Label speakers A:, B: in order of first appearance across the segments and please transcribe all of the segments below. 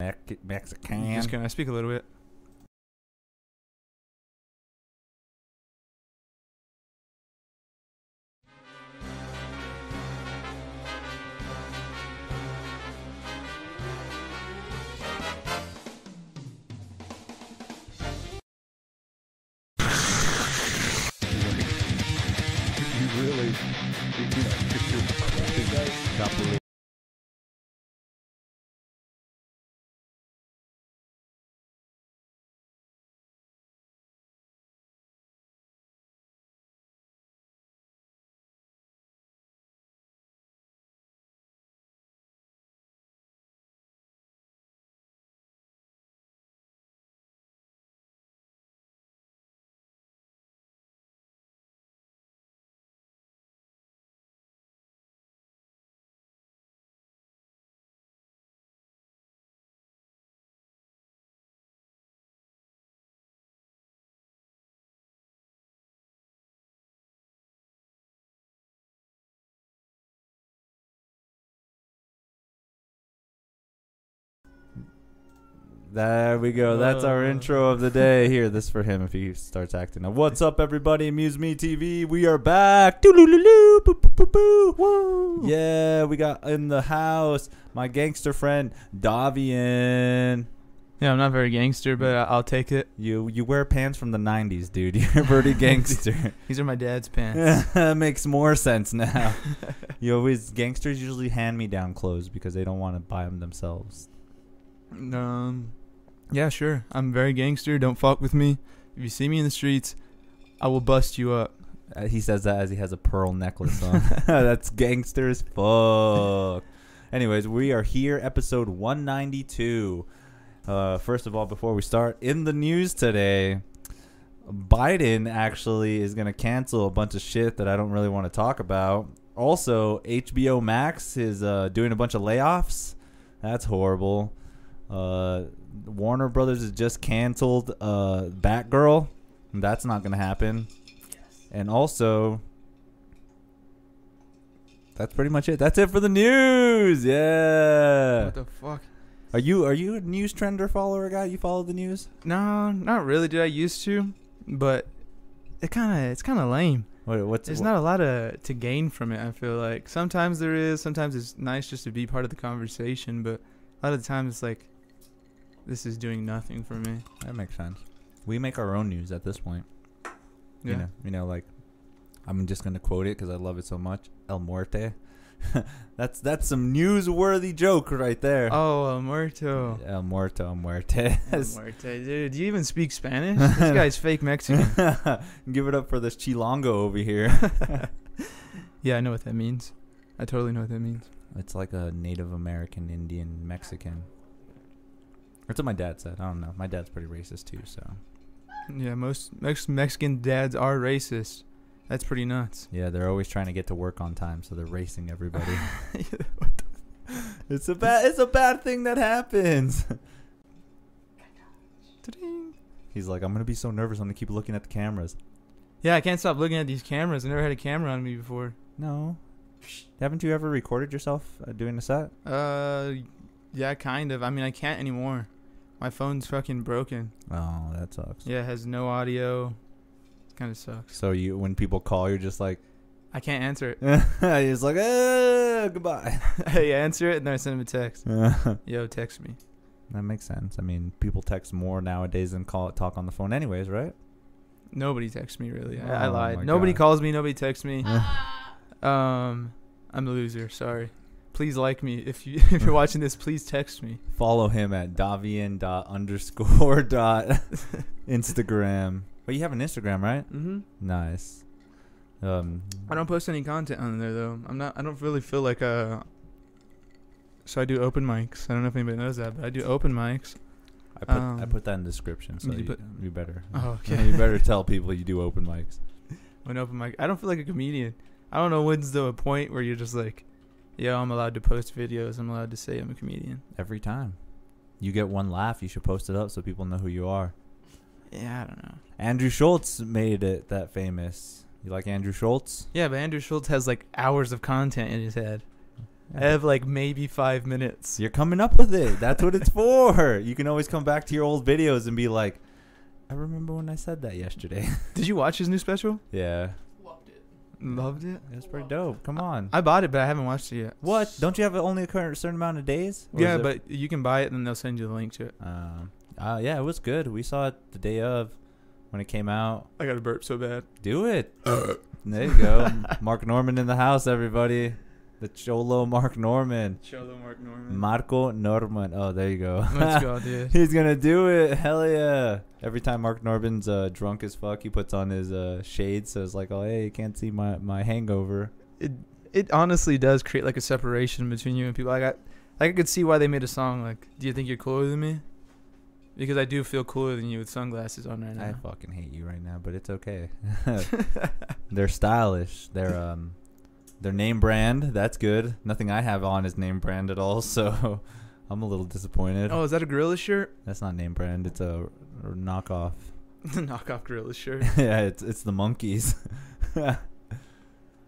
A: Mex- Mexican.
B: Just gonna speak a little bit.
C: you really, you know, if you're if you're-
A: Couple of- There we go. That's our
B: Uh.
A: intro of the day. Here, this is for him if he starts acting. Now, what's up, everybody? Amuse Me TV. We are back. Doo-loo-loo-loo. Boo, boo, boo, boo.
B: Woo!
A: Yeah, we got in the house my gangster friend Davian.
B: Yeah, I'm not very gangster, but I- I'll take it.
A: You you wear pants from the '90s, dude. You're a pretty gangster.
B: These are my dad's pants.
A: Makes more sense now. You always gangsters usually hand me down clothes because they don't want to buy them themselves.
B: um, yeah, sure. I'm very gangster. Don't fuck with me. If you see me in the streets, I will bust you up.
A: Uh, he says that as he has a pearl necklace on. That's gangster as fuck. Anyways, we are here, episode 192. Uh, first of all, before we start, in the news today, Biden actually is going to cancel a bunch of shit that I don't really want to talk about. Also, HBO Max is uh, doing a bunch of layoffs. That's horrible. Uh, Warner Brothers has just canceled uh, Batgirl. That's not going to happen. And also, that's pretty much it. That's it for the news. Yeah.
B: What the fuck?
A: Are you are you a news trender follower guy? You follow the news?
B: No, not really. Did I used to? But it kind of it's kind of lame.
A: What, what's
B: There's
A: wh-
B: not a lot of, to gain from it. I feel like sometimes there is. Sometimes it's nice just to be part of the conversation. But a lot of the times it's like this is doing nothing for me.
A: That makes sense. We make our own news at this point.
B: Yeah.
A: You know, you know, like I'm just gonna quote it because I love it so much. El Muerte. that's that's some newsworthy joke right there.
B: Oh, El Muerto.
A: El Muerto, El Muerte.
B: El Muerto. Dude, do you even speak Spanish? This guy's fake Mexican.
A: Give it up for this Chilongo over here.
B: yeah, I know what that means. I totally know what that means.
A: It's like a Native American, Indian, Mexican. That's what my dad said. I don't know. My dad's pretty racist too, so
B: Yeah, most Mex- Mexican dads are racist. That's pretty nuts.
A: yeah, they're always trying to get to work on time, so they're racing everybody.
B: What the-
A: it's a bad, it's a bad thing that happens.
B: Ta-ding.
A: He's like, I'm gonna be so nervous. I'm gonna keep looking at the cameras.
B: yeah, I can't stop looking at these cameras. I never had a camera on me before.
A: No, haven't you ever recorded yourself uh, doing a set?
B: Uh, yeah, kind of. I mean, I can't anymore. My phone's fucking broken.
A: Oh, that sucks.
B: Yeah, it has no audio. It kind of sucks.
A: So you, when people call, you're just like,
B: I can't answer it.
A: he's like, eh, goodbye.
B: hey, answer it, and then I send him a text.
A: That
B: Yo, text me.
A: makes sense. I mean, people text more nowadays than call talk on the phone, anyways, right?
B: Nobody texts me really. I, I
A: Oh
B: lied.
A: my
B: Nobody
A: God.
B: calls me. Nobody texts me. um, I'm a loser. Sorry. Please like me if you if you're watching this. Please text me.
A: Follow him at Davian dot underscore dot Instagram. But you have an Instagram, right?
B: Mm-hmm.
A: Nice. Um,
B: I don't post any content on there though. I'm not. I don't really feel like uh. So I do open mics. I don't know if anybody knows that, but I do open mics.
A: I put I
B: um,
A: put that in the description, so
B: you
A: you,
B: put-
A: you better.
B: Oh,
A: you
B: okay.
A: better tell people you do open mics.
B: When open mic, I don't feel like a comedian. I don't know when's the point where you're just like, yo, I'm allowed to post videos. I'm allowed to say I'm a comedian.
A: Every time, you get one laugh, you should post it up so people know who you are.
B: Yeah, I don't know.
A: Andrew Schultz made it that famous. You like Andrew Schultz?
B: Yeah, but Andrew Schultz has like hours of content in his head. I have like maybe five minutes.
A: You're coming up with it. That's what it's for. You can always come back to your old videos and be like, I remember when I said that yesterday.
B: Did you watch his new special?
A: yeah.
B: Loved it.
A: That's pretty dope. Come on.
B: I bought it, but I haven't watched it yet.
A: what? Don't you have only a current certain amount of days? Or
B: yeah,
A: is it-
B: but you can buy it and they'll send you the link to it.
A: Um, uh, yeah, it was good. We saw it the day of when it came out.
B: I got a burp so bad.
A: Do it. there you go. Mark Norman in the house, everybody. The Cholo Mark Norman.
B: Cholo Mark Norman.
A: Marco Norman. Oh, there you go.
B: Let's go, dude.
A: He's gonna do it. Hell yeah! Every time Mark Norman's uh, drunk as fuck, he puts on his uh, shades, so it's like, oh hey, you can't see my my hangover.
B: It it honestly does create like a separation between you and people. Like I, like I could see why they made a song like, "Do you think you're cooler than me?" Because I do feel cooler than you with sunglasses on right
A: I
B: now.
A: fucking hate you right now, but it's okay. they're stylish. They're um, their name brand. That's good. Nothing I have on is name brand at all, so I'm a little disappointed.
B: Oh, is that a gorilla shirt?
A: That's not name brand. It's a r- knockoff.
B: Knockoff gorilla shirt.
A: yeah, it's it's the monkeys.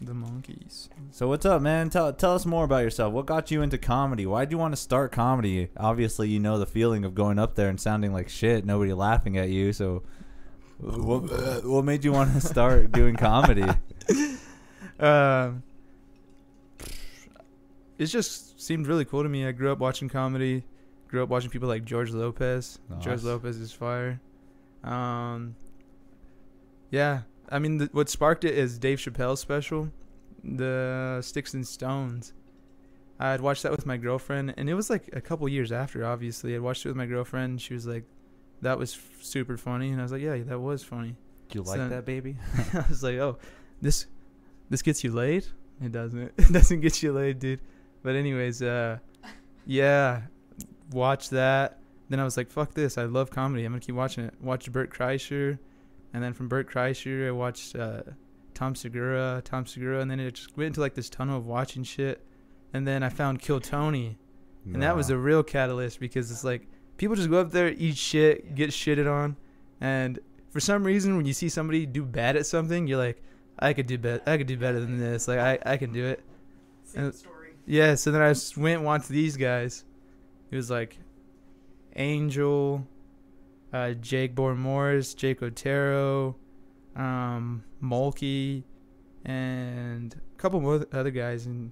B: the monkeys.
A: So what's up, man? Tell tell us more about yourself. What got you into comedy? Why would you want to start comedy? Obviously, you know the feeling of going up there and sounding like shit, nobody laughing at you. So, what what made you want to start doing comedy?
B: Um, it just seemed really cool to me. I grew up watching comedy, grew up watching people like George Lopez. George
A: Nice.
B: Lopez is fire. Um, yeah, I mean, th- what sparked it is Dave Chappelle's special, the Sticks and Stones. I'd watched that with my girlfriend, and it was like a couple years after. Obviously, I watched it with my girlfriend. She was like, "That was f- super funny," and I was like, "Yeah, that was funny."
A: Do you
B: like So- that,
A: baby?
B: I was like, oh, this this gets you laid? It doesn't. It doesn't get you laid, dude. But anyways, uh, yeah, watch that. Then I was like, fuck this. I love comedy. I'm gonna keep watching it. Watched Bert Kreischer, and then from Bert Kreischer, I watched uh, Tom Segura, Tom Segura, and then it just went into like this tunnel of watching shit. And then I found Kill Tony, and that was a real catalyst because it's like people just go up there, eat shit, get shitted on, and for some reason, when you see somebody do bad at something, you're like, I could do better. I could do better than this. Like I, I can do it.
D: Same
B: Uh,
D: story.
B: Yeah. So then I just went and watched these guys. It was like Angel, uh, Jake Bourne Morris, Jake Otero, um, Mulkey, and a couple more other guys. And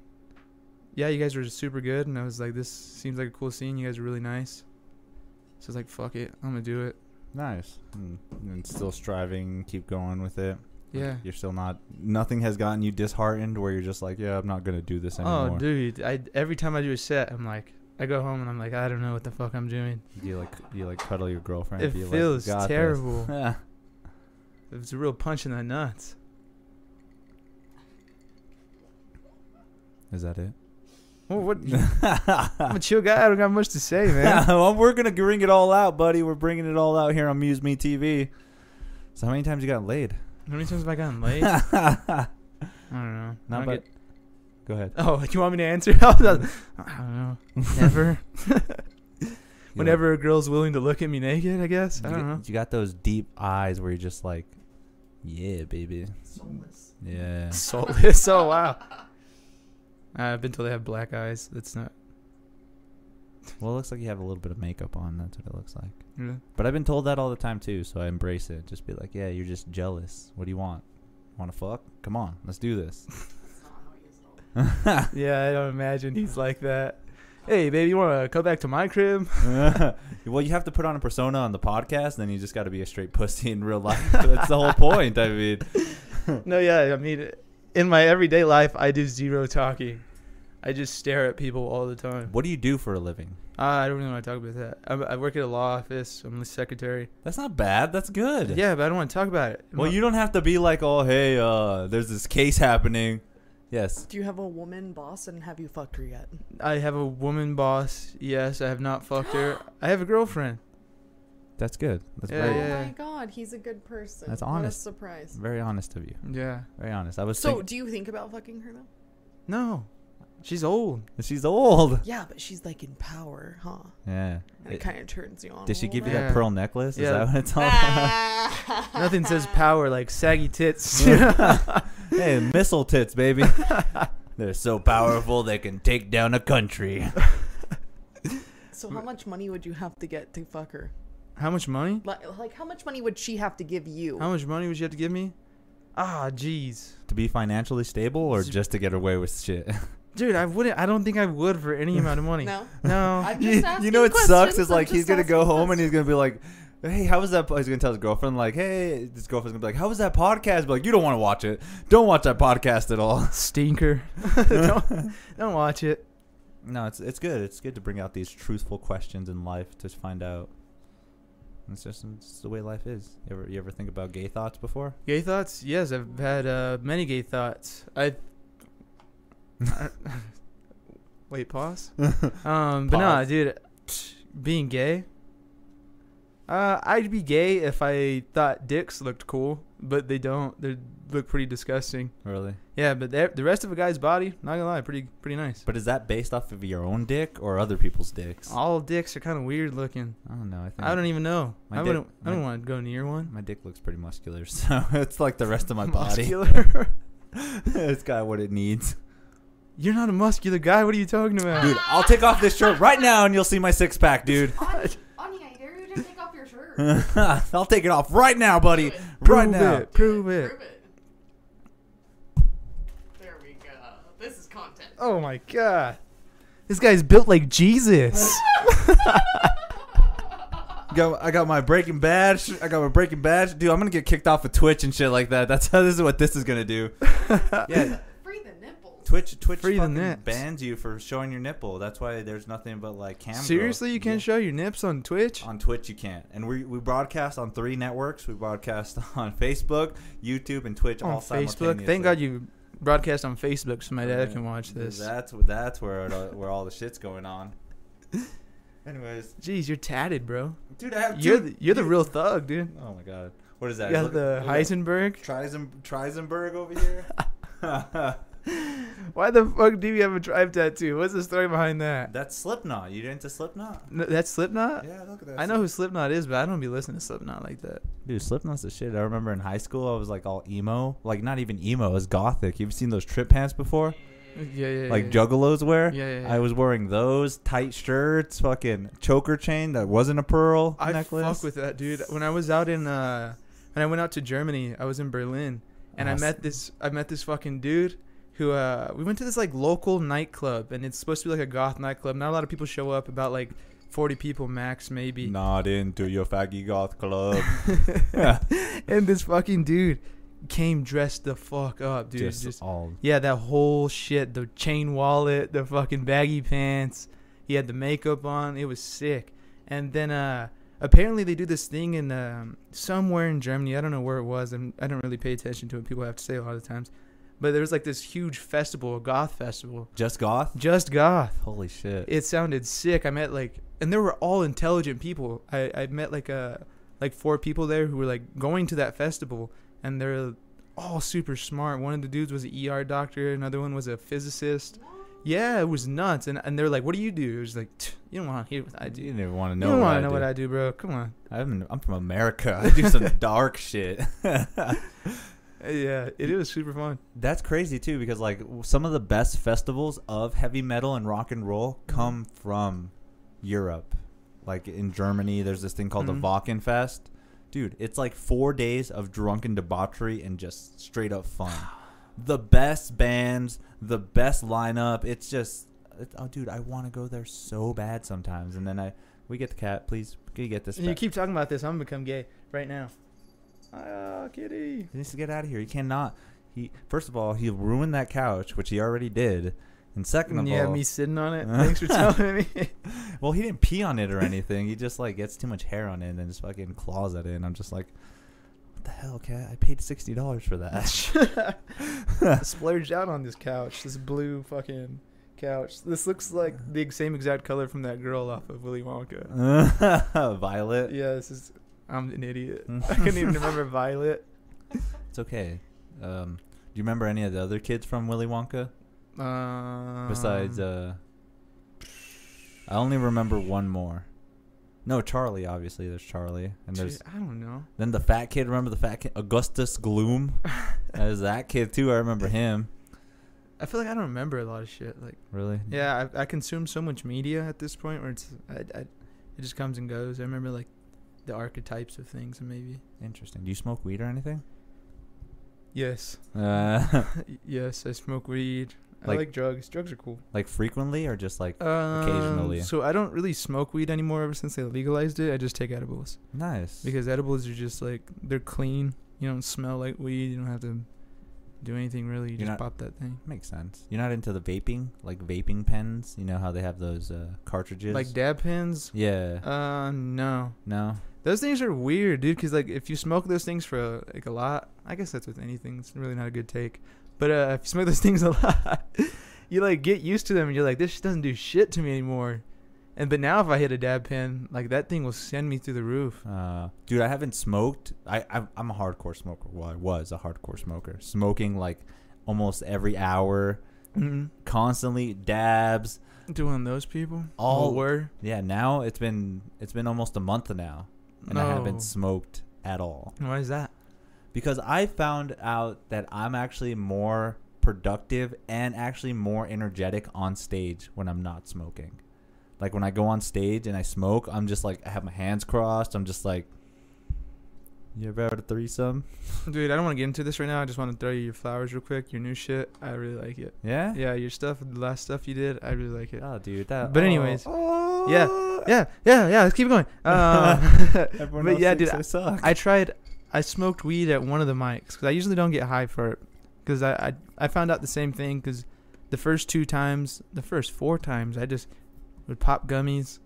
B: yeah, you guys were just super good. And I was like, this seems like a cool scene. You guys are really nice. So I was like, fuck it, I'm gonna do it.
A: nice. Mm. And still striving, keep going with it.
B: Yeah.
A: You're still not. Nothing has gotten you disheartened where you're just like, yeah, I'm not gonna do this anymore.
B: Oh, dude! I every time I do a set, I'm like, I go home and I'm like, I don't know what the fuck I'm doing.
A: Do you like you like cuddle your girlfriend?
B: It
A: Do you like,
B: feels
A: "Got this?"
B: terrible.
A: Yeah.
B: It was a real punch in the nuts.
A: Is that it?
B: Well, what? I'm a chill guy. I don't got much to say, man.
A: well, we're gonna bring it all out, buddy. We're bringing it all out here on Muse Me TV. So how many times you got laid?
B: How many times have I gotten late? I
A: Not
B: don't know. I
A: but.
B: don't get-
A: Go ahead.
B: oh, you want me to answer? I don't know. Never.
A: You
B: Whenever a girl's willing to look at me naked, I guess.
A: got-
B: I
A: you,
B: don't know.
A: you got those deep eyes where you're just like, yeah, baby,
D: Soulless.
A: yeah.
B: Soulless. Oh wow. I've been told I have black eyes. That's not.
A: Well, it looks like you have a little bit of makeup on. That's what it looks like.
B: Yeah.
A: But I've been told that all the time too, so I embrace it. Just be like, yeah, you're just jealous. What do you want? Want to fuck? Come on, let's do this.
D: That's not how he is at all.
B: Yeah, I don't imagine he's like that. Hey, baby, you want to come back to my crib?
A: well, you have to put on a persona on the podcast, then you just got to be a straight pussy in real life. That's the whole point. I mean,
B: No, yeah, I mean, in my everyday life, I do zero talking. I just stare at people all the time.
A: what do you do for a living?
B: Ah, I don't really want to talk about that. I, I work at a law office. I'm the secretary.
A: That's not bad. That's good.
B: Yeah, but I don't want to talk about it.
A: Well, you don't have to be like, oh, hey, uh, there's this case happening. Yes.
D: Do you have a woman boss and have you fucked her yet?
B: I have a woman boss. Yes, I have not fucked her. I have a girlfriend.
A: That's good. That's
B: Yeah,
A: very,
B: yeah.
E: Oh my god, he's a good person.
A: That's
E: What a
A: honest.
E: surprise.
A: very honest of you.
B: Yeah.
A: Very honest. I was
D: So,
A: thinking,
D: do you think about fucking her though?
B: No, she's old.
A: she's old.
D: Yeah, but she's like in power, huh?
A: Yeah.
D: And it, kind of turns you on.
A: Did she give you
B: bit.
A: that
B: Yeah.
A: pearl necklace? Is
B: Yeah.
A: that what it's all about?
E: Ah.
B: Nothing says power like saggy tits.
A: hey, missile tits, baby. They're so powerful they can take down a country.
D: So how much money would you have to get to fuck her?
B: How much money?
D: Like, like how much money would she have to give you?
B: How much money would you have to give me? Ah, jeez.
A: to be financially stable or just to get away with shit?
B: Dude, I wouldn't. I don't think I would for any amount of money.
D: No.
B: No.
D: I'm
A: you,
D: just asking
A: you know what sucks
D: questions,
A: is
D: I'm
A: like he's
D: just
A: gonna go
D: asking
A: home and he's gonna be like, "Hey, how was that?" po-" He's gonna tell his girlfriend like, "Hey," his girlfriend's gonna be like, "How was that podcast?" Be like, "You don't want to watch it. Don't watch that podcast at all."
B: Stinker. don't, don't watch it.
A: No, it's it's good. It's good to bring out these truthful questions in life to find out. It's just it's just the way life is. You ever you ever think about gay thoughts before?
B: Gay thoughts? Yes, I've had uh, many gay thoughts. I. I- Wait, pause. Um, but nah,
A: Pause.
B: dude, being gay. Uh, I'd be gay if I thought dicks looked cool, but they don't. They look pretty disgusting.
A: Really?
B: Yeah, but they're- the rest of a guy's body, not gonna lie, pretty pretty nice.
A: But is that based off of your own dick or other people's dicks?
B: All dicks are kind of weird looking.
A: I don't know. I think
B: Oh. I don't e- even know.
A: My
B: I
A: dick-
B: wouldn't. I don't
A: my-
B: want to go near one.
A: my dick looks pretty muscular, so it's like the rest of my body.
B: Muscular.
A: it's got what it needs.
B: You're not a muscular guy. What are you talking about?
A: Dude, I'll take off this shirt right now and you'll see my six pack, dude.
F: Anya, Anya, I dare you to take off your shirt. Do
A: I'll take it off right now, buddy.
D: Do it.
A: Right
B: Prove
A: now.
B: it. Prove it.
D: There we go. This is content.
B: Oh my god. This guy's built like Jesus.
A: Got, I got my Breaking Bad. Sh- I got my Breaking Bad. Dude, I'm gonna get kicked off of Twitch and shit like that. That's how this is what this is gonna do. yeah,
F: Free the nipples.
A: Twitch Twitch
B: Free the
A: fucking
B: nips.
A: bans you for showing your nipple. That's why there's nothing but like cam. girls.
B: Seriously, you can show your nips on Twitch?
A: on Twitch you can't. And we we broadcast on three networks. We broadcast on Facebook, YouTube, and Twitch.
B: On
A: all
B: Facebook?
A: simultaneously.
B: Thank God you broadcast on Facebook so my dad can watch this.
A: That's that's where it, all- where all the shit's going on. Anyways,
B: Jeez, you're tatted, bro.
A: dude, I have
B: You're
A: two-
B: the, you're the
A: dude-
B: real thug, dude.
A: Oh my god, what is that?
B: You got
A: Look-
B: the
A: look at
B: Heisenberg.
A: Trizen Trizenberg over here.
B: Why the fuck do you have a drive tattoo? What's the story behind that?
A: that's Slipknot. You into Slipknot?
B: No, that's Slipknot?
A: Yeah, look at that.
B: I know who Slipknot is, but I don't be listening to Slipknot like that.
A: Dude, Slipknot's the shit. I remember in high school, I was like all emo, like not even emo, it was gothic. You've seen those trip pants before,
B: Yeah, yeah.
A: like
B: yeah.
A: juggalos wear.
B: Yeah, yeah, yeah.
A: I was wearing those tight shirts, fucking choker chain that wasn't a pearl
B: I
A: necklace.
B: fuck with that, dude. When I was out in uh when I went out to Germany, I was in Berlin and I
A: Awesome.
B: met this I met this fucking dude who uh we went to this like local nightclub and it's supposed to be like a goth nightclub. Not a lot of people show up, about like 40 people max maybe.
A: Not into your faggy goth club.
B: And this fucking dude came dressed the fuck up, dude.
A: just,
B: Just,
A: all.
B: yeah, that whole shit, the chain wallet, the fucking baggy pants. He had the makeup on. It was sick. And then uh apparently they do this thing in um, somewhere in Germany. I don't know where it was. I'm, I don't really pay attention to what people have to say a lot of times. But there was like this huge festival, a goth festival,
A: Just goth?
B: just goth.
A: Holy shit.
B: It sounded sick. I met like, and there were all intelligent people. I, I met like uh like four people there who were like going to that festival, and they're all super smart. One of the dudes was an ER doctor, another one was a physicist. Yeah, it was nuts. And and they're like, "What do you do?" It was like, "Tch, "You don't want to hear what I do.
A: You
B: You
A: didn't want to know,
B: don't
A: what,
B: want
A: I
B: to know
A: do.
B: what I do, bro. Come on."
A: I'm, I'm from America. I do some dark shit.
B: Yeah, it, it was super fun.
A: That's crazy too, because like w- some of the best festivals of heavy metal and rock and roll come from Europe. Like in Germany, there's this thing called
B: Mhm.
A: the Wockenfest. Dude, it's like four days of drunken debauchery and just straight up fun. the best bands, the best lineup. It's just, it, oh, dude, I want to go there so bad sometimes. And then I, we get the cat. Please, can you get this?
B: And you
A: back?
B: keep talking about this. I'm gonna become gay right now. Ah, kitty.
A: He needs to get out of here. He cannot. He first of all, he ruined that couch, which he already did, and second of
B: Yeah,
A: all,
B: me sitting on it. Thanks for telling me.
A: well, he didn't pee on it or anything. he just like gets too much hair on it and just fucking claws at it. And I'm just like, what the hell, cat? I paid sixty dollars for that.
B: splurged out on this couch, this blue fucking couch. This looks like the same exact color from that girl off of Willy Wonka.
A: Violet,
B: Yeah, this is. I'm an idiot. I couldn't even remember Violet.
A: it's okay. Um, do you remember any of the other kids from Willy Wonka
B: Um,
A: besides? Uh, I only remember one more. No, Charlie. Obviously, there's Charlie, and
B: dude,
A: there's
B: I don't know.
A: Then the fat kid, remember the fat kid, Augustus Gloom? There's that kid too. I remember him.
B: I feel like I don't remember a lot of shit. Like,
A: Really?
B: yeah, I, I consume so much media at this point where it's, I, I, it just comes and goes. I remember like the archetypes of things, and maybe
A: Interesting. Do you smoke weed or anything?
B: yes,
A: Uh,
B: yes, I smoke weed. I
A: Like-
B: like drugs. Drugs are cool.
A: like frequently or just like
B: Um,
A: Occasionally.
B: So I don't really smoke weed anymore. Ever since they legalized it, I just take edibles
A: nice?
B: because edibles are just like they're clean. You don't smell like weed. You don't have to do anything really. You
A: You're not-
B: just pop that thing.
A: makes sense. You're not into the vaping, like vaping pens. You know how they have those uh, cartridges?
B: Like dab pins.
A: yeah.
B: Uh, no.
A: no.
B: Those things are weird, dude. Cause like if you smoke those things for uh, like a lot, I guess that's with anything. It's really not a good take. But uh, if you smoke those things a lot, you like get used to them, and you're like, this shit doesn't do shit to me anymore. And but now if I hit a dab pen, like that thing will send me through the roof.
A: Uh, dude, I haven't smoked. I I'm, I'm a hardcore smoker. Well, I was a hardcore smoker, smoking like almost every hour,
B: mm
A: constantly dabs.
B: Doing those people?
A: All-
B: were?
A: Yeah, now it's been it's been almost a month now, and I haven't smoked at all
B: Why is that?
A: because I found out that I'm actually more productive and actually more energetic on stage when I'm not smoking. Like when I go on stage and I smoke, I'm just like I have my hands crossed. I'm just like, you ever had a threesome?
B: Dude, I don't want to get into this right now. I just want to throw you your flowers real quick. Your new shit. I really like it.
A: Yeah.
B: Yeah, your stuff, the last stuff you did, I really like it.
A: Oh, dude. That,
B: But
A: oh,
B: anyways,
A: oh.
B: yeah, Yeah, yeah, yeah. Let's keep going. Uh,
A: Everyone
B: but
A: else
B: yeah, dude,
A: thinks I suck.
B: I tried. I smoked weed at one of the mics because I usually don't get high for it. Because I, I I found out the same thing because the first two times, the first four times, I just would pop gummies,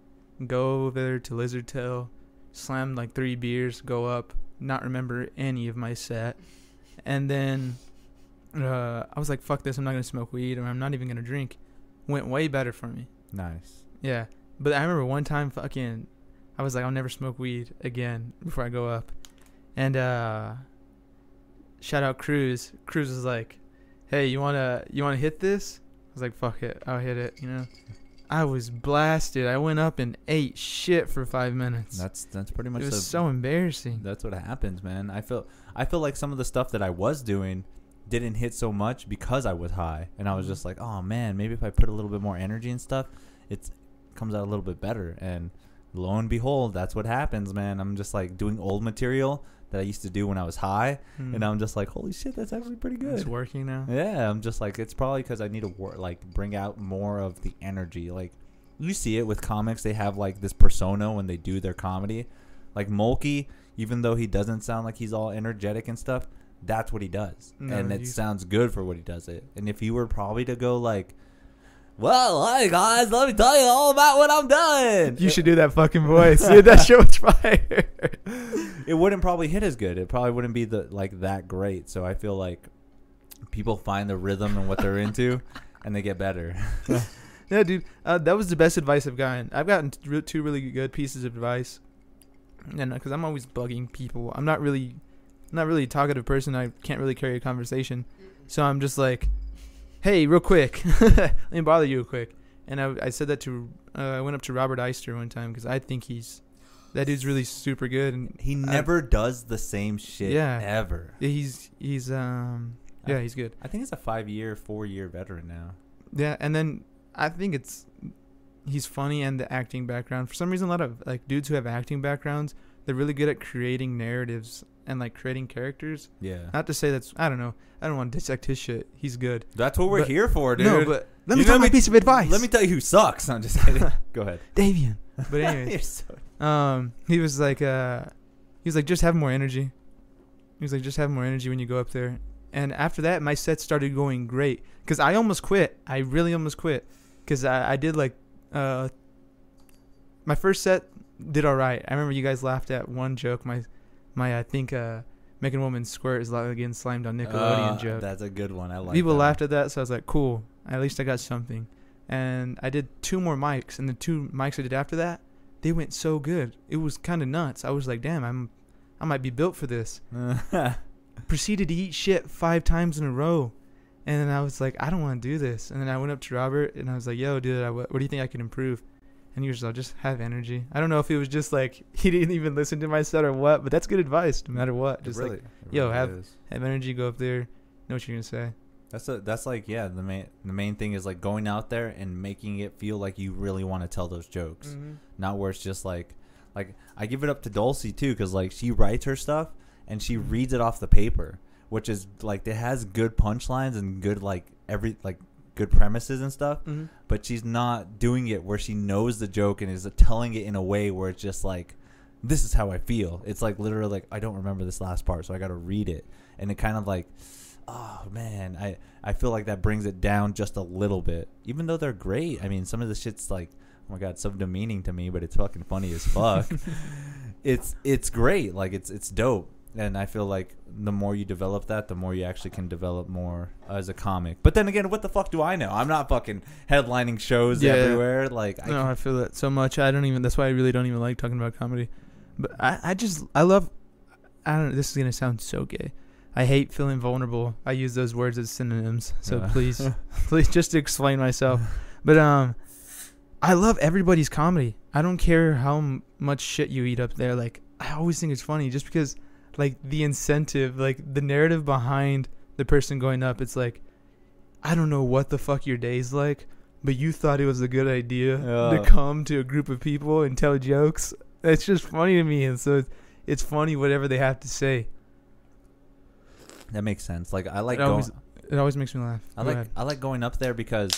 B: go over to Lizard Tail, slam like three beers, go up, not remember any of my set, and then uh, I was like, "Fuck this! I'm not gonna smoke weed, or I'm not even gonna drink." Went way better for me.
A: nice.
B: Yeah, but I remember one time, fucking, I was like, I'll never smoke weed again before I go up, and uh, shout out Cruz. Cruz was like, "Hey, you wanna you wanna hit this?" I was like, "Fuck it, I'll hit it." You know, I was blasted. I went up and ate shit for five minutes.
A: That's that's pretty
B: it
A: much
B: was
A: the,
B: so embarrassing.
A: that's what happens, man. I feel I feel like some of the stuff that I was doing didn't hit so much because I was high, and I was just like, oh man, maybe if I put a little bit more energy and stuff, it comes out a little bit better. And lo and behold, that's what happens, man. I'm just like doing old material that I used to do when I was high,
B: Mm.
A: and I'm just like, holy shit, that's actually pretty good.
B: It's working now.
A: Yeah, I'm just like it's probably because I need to wor- like bring out more of the energy. Like you see it with comics, they have like this persona when they do their comedy. Like Mulkey, even though he doesn't sound like he's all energetic and stuff, that's what he does,
B: No,
A: and it
B: he's-
A: sounds good for what he does it. And if you were probably to go like, well, hey guys, let me tell you all about what I'm doing.
B: You
A: it,
B: should do that fucking voice. Dude, that shit was fire.
A: it wouldn't probably hit as good. It probably wouldn't be the like that great. So I feel like people find the rhythm and what they're into, and they get better.
B: Yeah, dude, uh, that was the best advice I've gotten. I've gotten t- re- two really good pieces of advice, and because I'm always bugging people, I'm not really, I'm not really a talkative person. I can't really carry a conversation, so I'm just like, "Hey, real quick, let me bother you real quick." And I, I said that to, uh, I went up to Robert Eister one time because I think he's, that dude's really super good, and
A: He
B: I-
A: never does the same shit
B: Yeah.
A: ever.
B: he's he's um yeah he's good.
A: I think he's a five year, four year veteran now.
B: Yeah, and then I think it's he's funny and the acting background. For some reason, a lot of like dudes who have acting backgrounds, they're really good at creating narratives and like creating characters.
A: Yeah.
B: Not to say that's I don't know. I don't want to dissect his shit. He's good.
A: That's what we're
B: but-
A: here for, dude.
B: No, but let
A: You
B: me tell
A: know
B: my
A: me-
B: piece of advice.
A: Let me tell you who sucks. I'm just kidding. Go ahead.
B: Davian. But anyways,
A: You're so-
B: um, he was like, uh, he was like, just have more energy. He was like, just have more energy when you go up there. And after that, my set started going great because I almost quit. I really almost quit because I, I did like, uh, my first set did all right. I remember you guys laughed at one joke. My, my I think uh, making a woman squirt is like again slimed on Nickelodeon
A: Uh,
B: joke.
A: That's a good one. I like
B: People
A: that.
B: laughed at that, so I was like, cool. At least I got something. And I did two more mics, and the two mics I did after that, they went so good. It was kind of nuts. I was like, damn, I'm, I might be built for this. Proceeded to eat shit five times in a row. And then I was like, I don't want to do this. And then I went up to Robert and I was like, yo, dude, I, what do you think I can improve? And he was like, just have energy. I don't know if it was just like he didn't even listen to my set or what, but that's good advice no matter what. Just like,
A: It
B: yo,
A: really
B: have-
A: is.
B: have energy, go up there, know what you're going to say.
A: That's a, that's like yeah the main the main thing is like going out there and making it feel like you really want to tell those jokes, not where it's just like like I give it up to Dulcie too because like she writes her stuff and she reads it off the paper, which is like it has good punchlines and good like every like good premises and stuff,
B: Mhm.
A: but she's not doing it where she knows the joke and is telling it in a way where it's just like this is how I feel. It's like literally like I don't remember this last part, so I got to read it, and it kind of like, oh man, I I feel like that brings it down just a little bit. Even though they're great, I mean, some of the shit's like, oh my god, so demeaning to me, but it's fucking funny as fuck. it's it's great, like it's it's dope, and I feel like the more you develop that, the more you actually can develop more as a comic. But then again, what the fuck do I know? I'm not fucking headlining shows
B: Yeah.
A: everywhere. Like, I
B: no, I feel that so much. I don't even. That's why I really don't even like talking about comedy. But I, I just, I love. I don't. know. This is gonna sound so gay. I hate feeling vulnerable. I use those words as synonyms. So
A: Yeah.
B: please, please, just to explain myself. But um, I love everybody's comedy. I don't care how m- much shit you eat up there. Like I always think it's funny, just because like the incentive, like the narrative behind the person going up. It's like, I don't know what the fuck your day's like, but you thought it was a good idea
A: Yeah.
B: to come to a group of people and tell jokes. It's just funny to me, and so it's, it's funny whatever they have to say.
A: that makes sense. Like, I like
B: it
A: going.
B: always, it always makes me laugh.
A: I
B: Go
A: like
B: ahead.
A: I like going up there because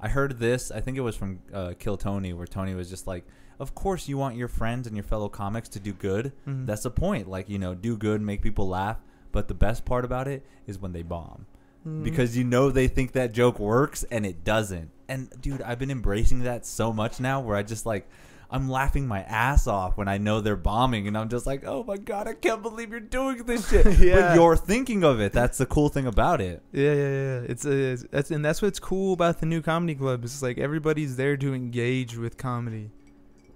A: I heard this. I think it was from uh, Kill Tony, where Tony was just like, "Of course, you want your friends and your fellow comics to do good.
B: Mhm.
A: That's the point. Like, you know, do good, make people laugh. But the best part about it is when they bomb,
B: Mhm.
A: because you know they think that joke works and it doesn't. And dude, I've been embracing that so much now, where I just like. I'm laughing my ass off when I know they're bombing, and I'm just like, "Oh my god, I can't believe you're doing this shit."
B: Yeah.
A: But you're thinking of it. That's the cool thing about it.
B: Yeah, yeah, yeah. It's, uh, it's that's and that's what's cool about the new comedy club. It's like everybody's there to engage with comedy,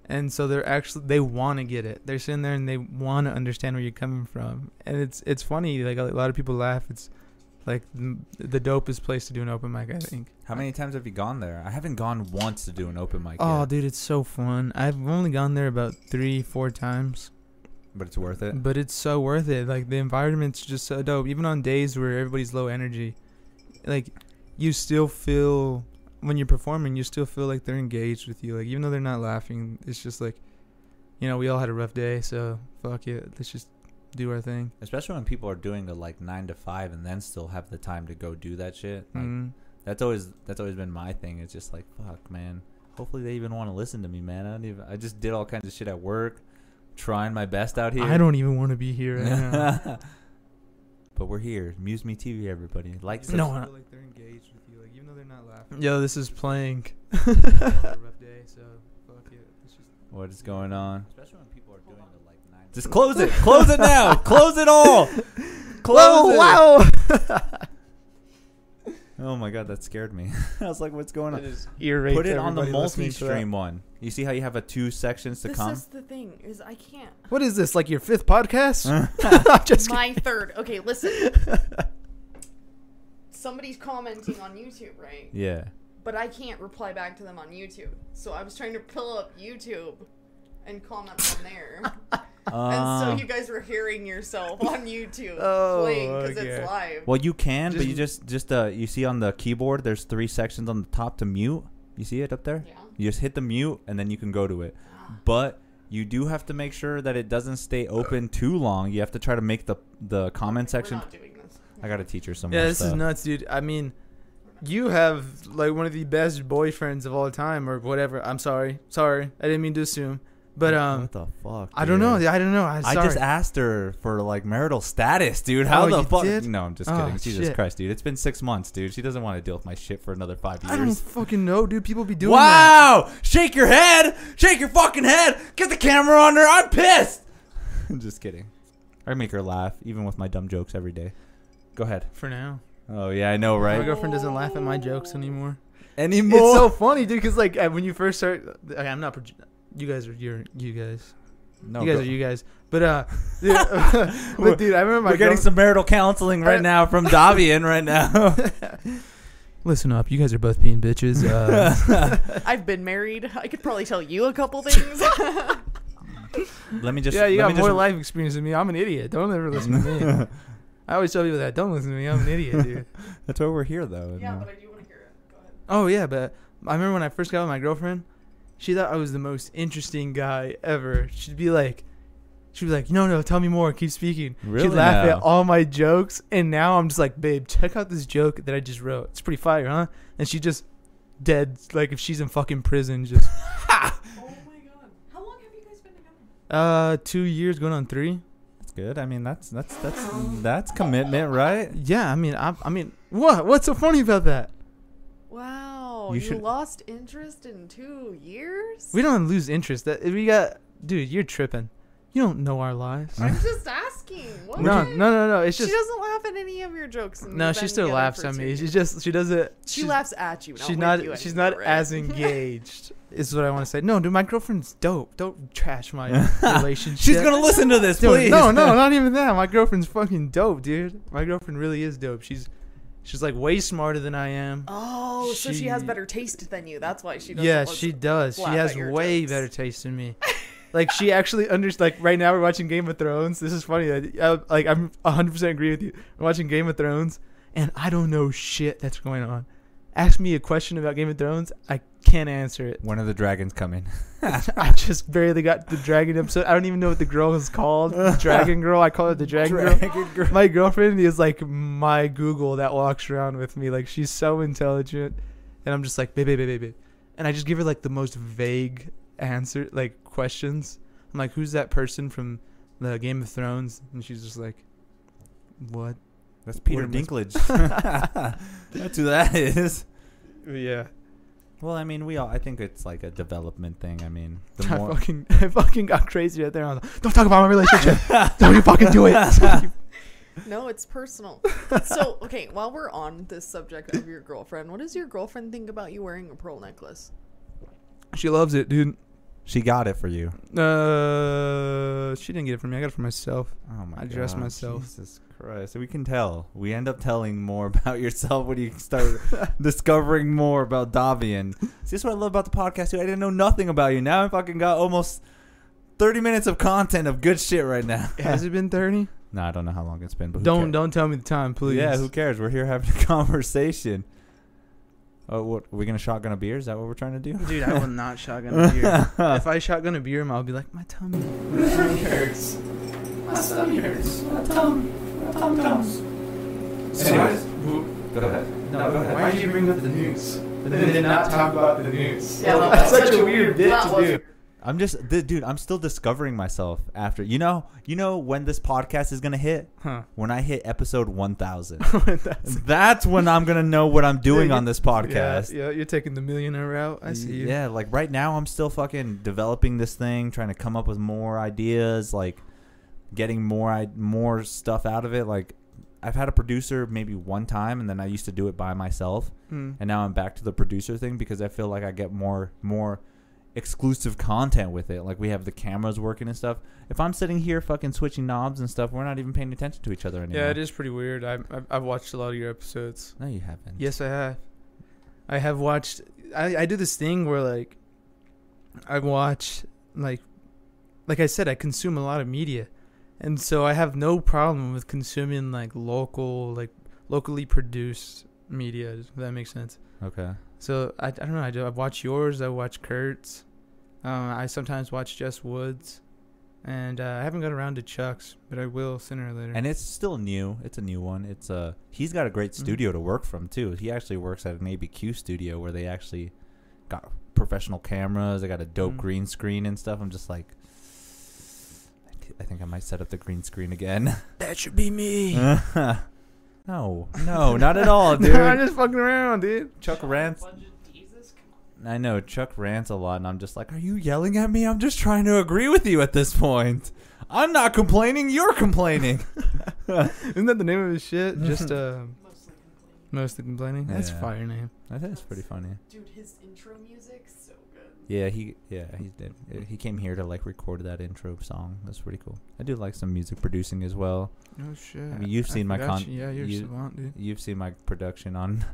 B: and so they're actually they want to get it. They're sitting there and they want to understand where you're coming from, and it's it's funny. Like a lot of people laugh. It's like m- the dopest place to do an open mic, I think.
A: How many times have you gone there? I haven't gone once to do an open mic.
B: Oh,
A: yet,
B: dude, it's so fun. I've only gone there about three, four times.
A: but it's worth it.
B: But it's so worth it. Like the environment's just so dope. Even on days where everybody's low energy, like you still feel when you're performing, you still feel like they're engaged with you. Like even though they're not laughing, it's just like, you know, we all had a rough day, so fuck it, let's just do our thing.
A: Especially when people are doing the like nine to five and then still have the time to go do that shit. Like,
B: Mhm.
A: That's always that's always been my thing. It's just like fuck, man. Hopefully they even want to listen to me, man. I don't even. I just did all kinds of shit at work, trying my best out here.
B: I don't even want to be here. Right now.
A: but we're here. Muse Me TV, everybody. Like, subs-
B: No, I-
F: like they're engaged with you, like even though they're not laughing.
B: Yo, this is playing.
F: they all had a rough day, so fuck it. Let's just
A: what is going on?
F: Especially when people are doing the like nine.
A: Just close it. Close it now. Close it all. Close it.
B: wow!
A: Oh my god, that scared me. I was like, what's going on?
B: Ear rape
A: Put
B: to
A: it on the
B: everybody listening to that.
A: multi-stream one. You see how you have a two sections to
G: this
A: come.
G: is the thing is I can't.
B: What is this? Like your fifth podcast? I'm just
G: My third. Okay, listen.
D: Somebody's commenting on YouTube, right?
A: yeah.
D: But I can't reply back to them on YouTube. So I was trying to pull up YouTube and comment from there. and so
A: Um,
D: you guys were hearing yourself on YouTube
B: Oh,
D: playing because
B: okay.
D: it's live.
A: well, you can, but you
B: Just-
A: just just uh, you see on the keyboard, there's three sections on the top to mute. You see it up there?
D: Yeah.
A: You just hit the mute, and then you can go to it. But you do have to make sure that it doesn't
B: Uh.
A: stay open too long. You have to try to make the the comment
D: We're
A: section.
D: not doing this.
A: I got to teach her some.
B: Yeah,
A: more
B: this is
A: stuff.
B: nuts, dude. I mean, you have like one of the best boyfriends of all time, or whatever. I'm sorry, sorry, I didn't mean to assume, but um,
A: what the fuck?
B: I don't
A: dude?
B: know, I don't know. I'm
A: I
B: sorry.
A: just asked her for like marital status, dude. How
B: Oh,
A: the
B: you
A: fuck?
B: did?
A: No, I'm just
B: Oh,
A: kidding. Jesus
B: shit.
A: Christ, dude. It's been six months, dude. She doesn't want to deal with my shit for another five years.
B: I don't fucking know, dude. People be doing that.
A: wow! Shake your head! Shake your fucking head! Get the camera on her! I'm pissed! I'm just kidding. I make her laugh, even with my dumb jokes every day. Go ahead.
B: For now,
A: Oh, yeah, I know,
B: my
A: right?
B: girlfriend doesn't laugh at my jokes anymore.
A: Anymore?
B: It's so funny, dude. Cause like uh, when you first start, I- I'm not. Pro- you guys are you're, you guys.
A: no,
B: you guys
A: Oh, go-
B: are you guys. But uh, dude, but dude, I remember my
A: We're getting
B: girl-
A: some marital counseling right
B: I-
A: now from Davian right now.
B: Listen up, you guys are both being bitches. Uh,
G: I've been married. I could probably tell you a couple things.
A: let me just.
B: yeah, you
A: let me
B: got more
A: just,
B: life experience than me. I'm an idiot. Don't ever listen to me. I always tell people that don't listen to me. I'm an idiot, dude.
A: That's why we're here, though. and,
D: Yeah,
A: uh,
D: but I do want to hear it. Go ahead.
B: Oh yeah, but I remember when I first got with my girlfriend, she thought I was the most interesting guy ever. She'd be like, she'd be like, no, no, tell me more, keep speaking.
A: Really
B: She'd laugh
A: now?
B: at all my jokes, and now I'm just like, babe, check out this joke that I just wrote. It's pretty fire, huh? And she just dead, like if she's in fucking prison, just
D: Oh my god. How long have you guys been together?
B: uh, two years going on three.
A: that's good. I mean, that's that's that's
D: Um,
A: that's commitment, right?
B: Yeah, I mean, I, I mean, what? What's so funny about that?
D: Wow.
A: You
D: You,
A: should-
D: lost interest in two years?
B: We don't lose interest. That we got, dude, you're tripping. You don't know our lives.
D: I'm just asking. What?
B: No, no, no, no. It's
D: She
B: just
D: doesn't laugh at any of your jokes. and
B: No,
D: you've
B: she
D: been
B: still
D: together
B: laughs
D: for
B: at
D: two
B: me. She
D: years.
B: just she does it.
D: She
B: she's-
D: laughs at you. Not
B: She's
D: with
B: not.
D: you
B: she's not
D: anymore, right?
B: as engaged. is what I want to say. No, dude, my girlfriend's dope. Don't trash my relationship.
A: She's gonna listen to this,
B: Dude,
A: please.
B: No, no, not even that. My girlfriend's fucking dope, dude. My girlfriend really is dope. She's she's like way smarter than I am.
D: Oh, so she has
B: She-
D: better taste than you. That's why she doesn't.
B: yeah,
D: listen.
B: she does. She
D: laugh
B: has
D: at your
B: way
D: jokes.
B: better taste than me. like she actually under like right now we're watching Game of Thrones. This is funny. I, I, like I'm 100 percent agree with you. We're watching Game of Thrones, and I don't know shit that's going on. Ask me a question about Game of Thrones, I can't answer it.
A: When are the dragons coming?
B: I just barely got the dragon episode. I don't even know what the girl is called. The dragon girl. I call her the dragon girl. My girlfriend is like my Google that walks around with me. Like she's so intelligent, and I'm just like babe, babe, babe, babe, babe. and I just give her like the most vague answer, like questions. I'm like, who's that person from the Game of Thrones? And she's just like, what?
A: That's Peter
B: Where must-
A: Dinklage. that's who that is.
B: Yeah,
A: Well, I mean, we all. I think it's like a development thing. I mean, the
B: I
A: more
B: fucking, I fucking got crazy right there. I was like, don't talk about my relationship. don't you fucking do it.
D: No, it's personal. so, okay, while we're on this subject of your girlfriend, what does your girlfriend think about you wearing a pearl necklace?
B: she loves it, dude.
A: she got it for you.
B: Uh, she didn't get it for me. I got it for myself.
A: Oh my
B: I dressed
A: God,
B: myself.
A: Jesus Christ! So we can tell. We end up telling more about yourself when you start discovering more about Davian. See, that's what I love about the podcast too. I didn't know nothing about you. Now I fucking got almost thirty minutes of content of good shit right now.
B: Has it been thirty?
A: no, I don't know how long it's been, but who
B: Don't
A: cares?
B: don't tell me the time, please.
A: Yeah, who cares? We're here having a conversation. Oh, what are we gonna shotgun a beer? Is that what we're trying to do?
B: dude, I will not shotgun a beer. if I shotgun a beer, I'll be like, my tummy.
H: Anyways, go ahead.
B: No, why did you bring up the news? But then did not talk about the news.
D: Yeah, well,
B: that's
D: that's
B: such a weird bit to do.
A: I'm just, th- dude. I'm still discovering myself after. You know, you know when this podcast is gonna hit.
B: Huh?
A: when I hit episode 1000. That's when I'm going to know what I'm doing on this podcast.
B: Yeah, yeah, you're taking the millionaire route. I see you.
A: Yeah, like right now I'm still fucking developing this thing, trying to come up with more ideas, like getting more I- more stuff out of it. Like I've had a producer maybe one time and then I used to do it by myself,
B: Hmm.
A: and now I'm back to the producer thing because I feel like I get more more exclusive content with it. Like we have the cameras working and stuff. If I'm sitting here fucking switching knobs and stuff, we're not even paying attention to each other anymore.
B: Yeah, it is pretty weird. I, I've, I've watched a lot of your episodes.
A: No, you haven't.
B: Yes, I have. I have watched. I, I do this thing where like, I watch like, like I said, I consume a lot of media, and so I have no problem with consuming like local, like locally produced media. If that makes sense.
A: Okay.
B: So I, I don't know. I do. I watch yours. I watch Kurt's. Um, I sometimes watch Jess Woods, and uh, I haven't got around to Chuck's, but I will sooner or later.
A: And it's still new. It's a new one. It's uh he's got a great
B: Mhm.
A: studio to work from too. He actually works at an ABQ studio where they actually got professional cameras. They got a dope
B: Mhm.
A: green screen and stuff. I'm just like I thi- I think I might set up the green screen again.
B: that should be me.
A: no. No, not at all, dude.
B: no, I'm just fucking around, dude.
A: Chuck rants. I know Chuck rants a lot, and I'm just like, "Are you yelling at me? I'm just trying to agree with you at this point. I'm not complaining. You're complaining."
B: Isn't that the name of his shit? Just uh, mostly complaining. That's
A: Yeah.
B: fire name.
A: I think it's pretty funny.
D: Dude, his intro music's so good.
A: Yeah, he yeah he did. Uh, He came here to like record that intro song. That's pretty cool. I do like some music producing as well.
B: Oh shit.
A: mean, you've seen my
B: forgot
A: con-
B: you. Yeah, you're
A: you-
B: savant, dude.
A: You've seen my production on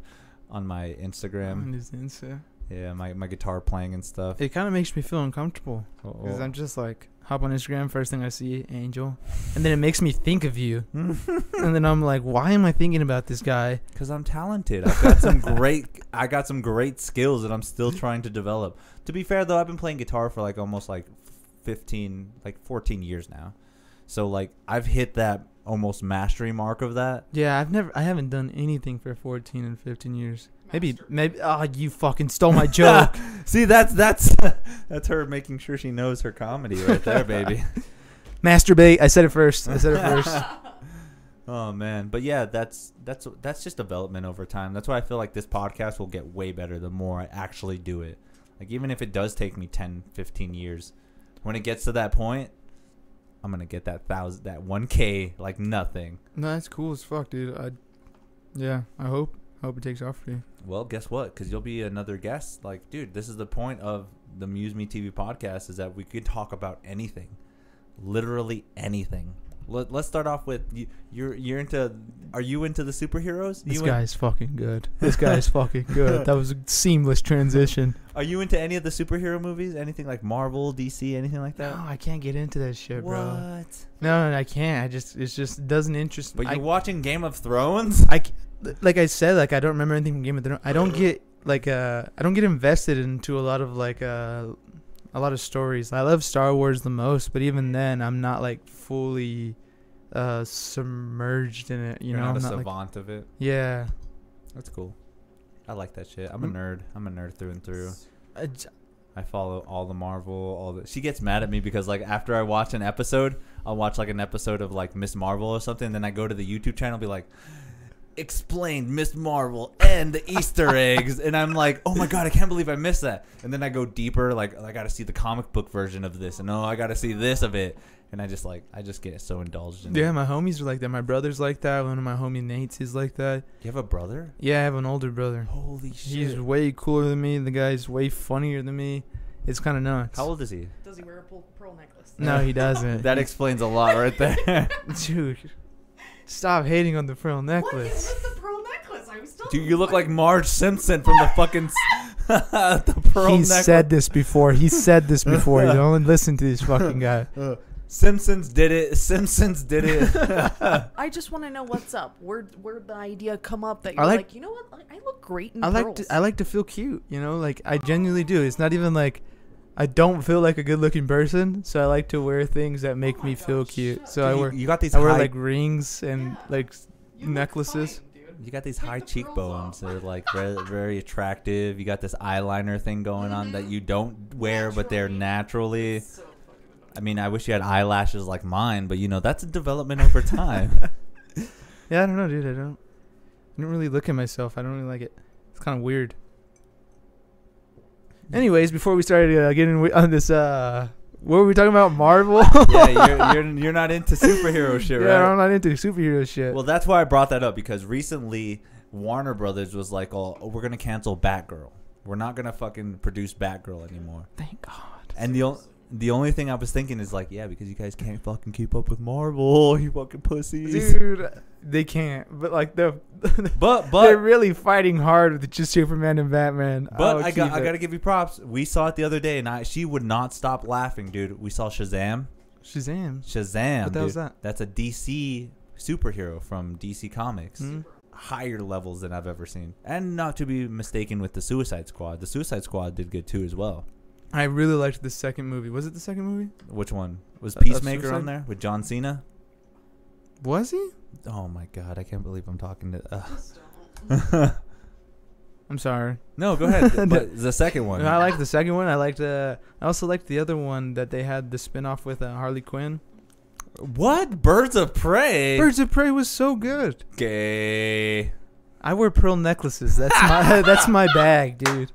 A: on my Instagram.
B: On his Insta.
A: Yeah, my, my guitar playing and stuff. Oh,
B: It kind of makes me feel uncomfortable because
A: Uh-oh.
B: I'm just like hop on Instagram, first thing I see, Angel, and then it makes me think of you, and then I'm like, why am I thinking about this guy?
A: Cause I'm talented. I've got some great. I got some great skills that I'm still trying to develop. To be fair, though, I've been playing guitar for like almost like 15, like 14 years now. So like I've hit that almost mastery mark of that.
B: Yeah, I've never, I haven't done anything for 14 and 15 years. Maybe, maybe, ah, you fucking stole my joke.
A: See, that's that's that's her making sure she knows her comedy right there, baby.
B: Masturbate. I said it first. I said it first.
A: Oh man, but yeah, that's that's that's just development over time. That's why I feel like this podcast will get way better the more I actually do it. Like even if it does take me 10, 15 years, when it gets to that point, I'm going to get that thousand that 1k like nothing.
B: no, that's cool as fuck, dude. I, yeah, I hope, hope it takes off for you.
A: Well, guess what? Cuz you'll be another guest. Like, dude, this is the point of the Muse Me TV podcast is that we could talk about anything. Literally anything. Let, let's start off with you, you're you're into are you into the superheroes?
B: This
A: you
B: guy is fucking good. This guy is fucking good. That was a seamless transition.
A: Are you into any of the superhero movies? Anything like Marvel, DC, anything like that?
B: No, I can't get into that shit, bro.
A: What?
B: No, no, I can't. I just, it just doesn't interest
A: But
B: me.
A: you're
B: I-
A: watching Game of Thrones?
B: I c- like I said, like I don't remember anything from Game of Thrones. I don't get like uh, I don't get invested into a lot of like uh, a lot of stories. I love Star Wars the most, but even then, I'm not like fully uh submerged in it. You
A: You are
B: know,
A: not
B: I'm
A: a
B: not, like-
A: savant of it.
B: yeah.
A: That's cool. I like that shit. I'm a
B: Mm.
A: nerd. I'm a nerd through and through.
B: I j-
A: I follow all the Marvel, all the. She gets mad at me because like after I watch an episode, I'll watch like an episode of like Miss Marvel or something, then I go to the YouTube channel and be like, "Explain Miss Marvel and the Easter eggs," and I'm like, "Oh my god, I can't believe I missed that." And then I go deeper, like I got to see the comic book version of this, and oh, I got to see this of it, and I just like I just get so indulged in. it.
B: yeah, my homies are like that. My brother's like that. One of my homie Nates is like that.
A: You have a brother?
B: Yeah, I have an older brother.
A: Holy
B: He's
A: shit!
B: way cooler than me. The guy's way funnier than me. It's kind of nuts.
A: How old is he?
F: Does he wear a pearl, pearl necklace?
B: No, he doesn't.
A: That explains a lot right there.
B: Dude, stop hating on the pearl
F: What
B: necklace.
F: is with the pearl necklace? I'm still.
A: Dude, you look like Marge Simpson from the fucking s- the pearl
B: he
A: necklace.
B: said this before. He said this before. You don't listen to this fucking guy.
A: Simpsons did it. Simpsons did it.
D: I just want to know what's up. Where where the idea come up that
B: I
D: you're like,
B: like-
D: you know what? I- I look great in
B: I like
D: pearls.
B: to, I like to feel cute. You know, like I genuinely do. It's not even like I don't feel like a good-looking person, so I like to wear things that make
F: my
B: me
F: God,
B: feel
F: shut
B: cute.
F: up.
B: So I
A: You-
B: wear
A: you got these
B: I wear
A: high,
B: like rings and
F: Yeah.
B: like s-
F: You look
B: necklaces.
F: fine, dude.
A: you got these
F: Take
A: high
F: the pearls
A: cheekbones.
F: off.
A: They're like very, very attractive. You got this eyeliner thing going on that you don't wear, but they're naturally.
F: So fucking annoying.
A: I mean, I wish you had eyelashes like mine, but you know that's a development over time.
B: yeah, I don't know, dude. I don't I don't really look at myself. I don't really like it. It's kind of weird. Anyways, before we started uh, getting wi- on this, uh, what were we talking about? Marvel.
A: yeah, you're, you're you're not into superhero shit, right?
B: yeah, I'm not into superhero shit.
A: Well, that's why I brought that up because recently Warner Brothers was like, "Oh, we're gonna cancel Batgirl. We're not gonna fucking produce Batgirl anymore."
B: Thank God.
A: And the o- the only thing I was thinking is like, yeah, because you guys can't fucking keep up with Marvel, you fucking pussies.
B: Dude, they can't. But like the
A: But
B: they're
A: but
B: really Oh, fighting hard with just Superman and Batman.
A: but
B: I'll
A: I got
B: keep
A: I
B: it.
A: gotta give you props. We saw it the other day, and I she would not stop laughing, dude. We saw Shazam.
B: Shazam.
A: Shazam.
B: What the hell's
A: dude.
B: that?
A: That's a DC superhero from DC Comics.
B: Hmm?
A: higher levels than I've ever seen. And not to be mistaken with the Suicide Squad. The Suicide Squad did good too as well.
B: I really liked the second movie. Was it the second movie?
A: Which one? Was
B: Uh, uh,
A: Peacemaker on
B: Suicide?
A: there with John Cena?
B: Was he?
A: Oh my god, I can't believe I'm talking to
F: Just don't.
A: uh.
B: I'm sorry.
A: No, go ahead. but the second one.
B: No, I liked the second one. I liked uh I also liked the other one that they had the spin off with uh, Harley Quinn.
A: what? Birds of Prey?
B: Birds of Prey was so good.
A: Gay.
B: I wear pearl necklaces. That's my that's my bag, dude.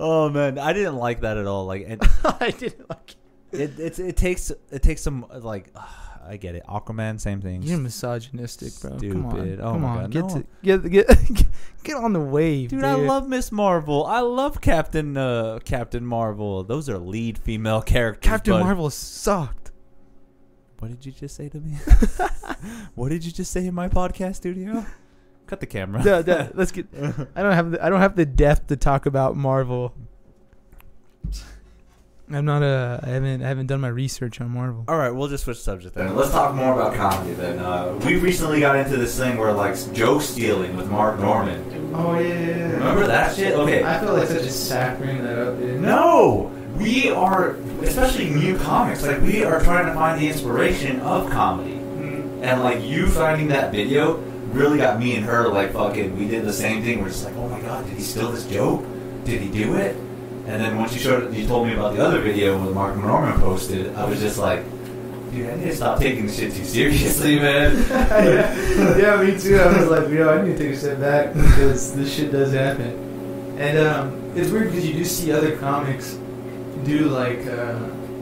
A: oh man, I didn't like that at all. Like it,
B: I didn't like it.
A: it, it's it takes it takes some like I get it. Aquaman, same thing.
B: You're misogynistic, bro. Come on,
A: Stupid. Oh
B: come
A: my God,
B: on, get
A: no.
B: to get get get on the wave,
A: Dude, I love Miss Marvel. I love Captain uh, Captain Marvel. Those are lead female characters.
B: Captain
A: bud.
B: Marvel sucked.
A: What did you just say to me? what did you just say in my podcast studio? Cut the camera.
B: No, no, let's get. I don't have the, I don't have the depth to talk about Marvel. I'm not a. I haven't I haven't done my research on Marvel.
A: All right, we'll just switch subject then. Let's talk more about comedy then. Uh, we recently got into this thing where like joke stealing with Mark Norman.
I: Oh yeah, yeah, yeah.
A: Remember that shit? Okay.
I: I feel like such a sack bringing that up, dude.
A: No, we are, especially new comics, like we are trying to find the inspiration of comedy. And like you finding that video really got me and her like fucking, we did the same thing. We're just like, oh my god, did he steal this joke? Did he do it? And then once you showed, you told me about the other video when Mark Norman posted, I was just like, dude, I need to stop taking this shit too seriously, man.
I: yeah, yeah, me too. I was like, yo, I need to take a step back because this shit does happen. And um, it's weird because you do see other comics do like uh,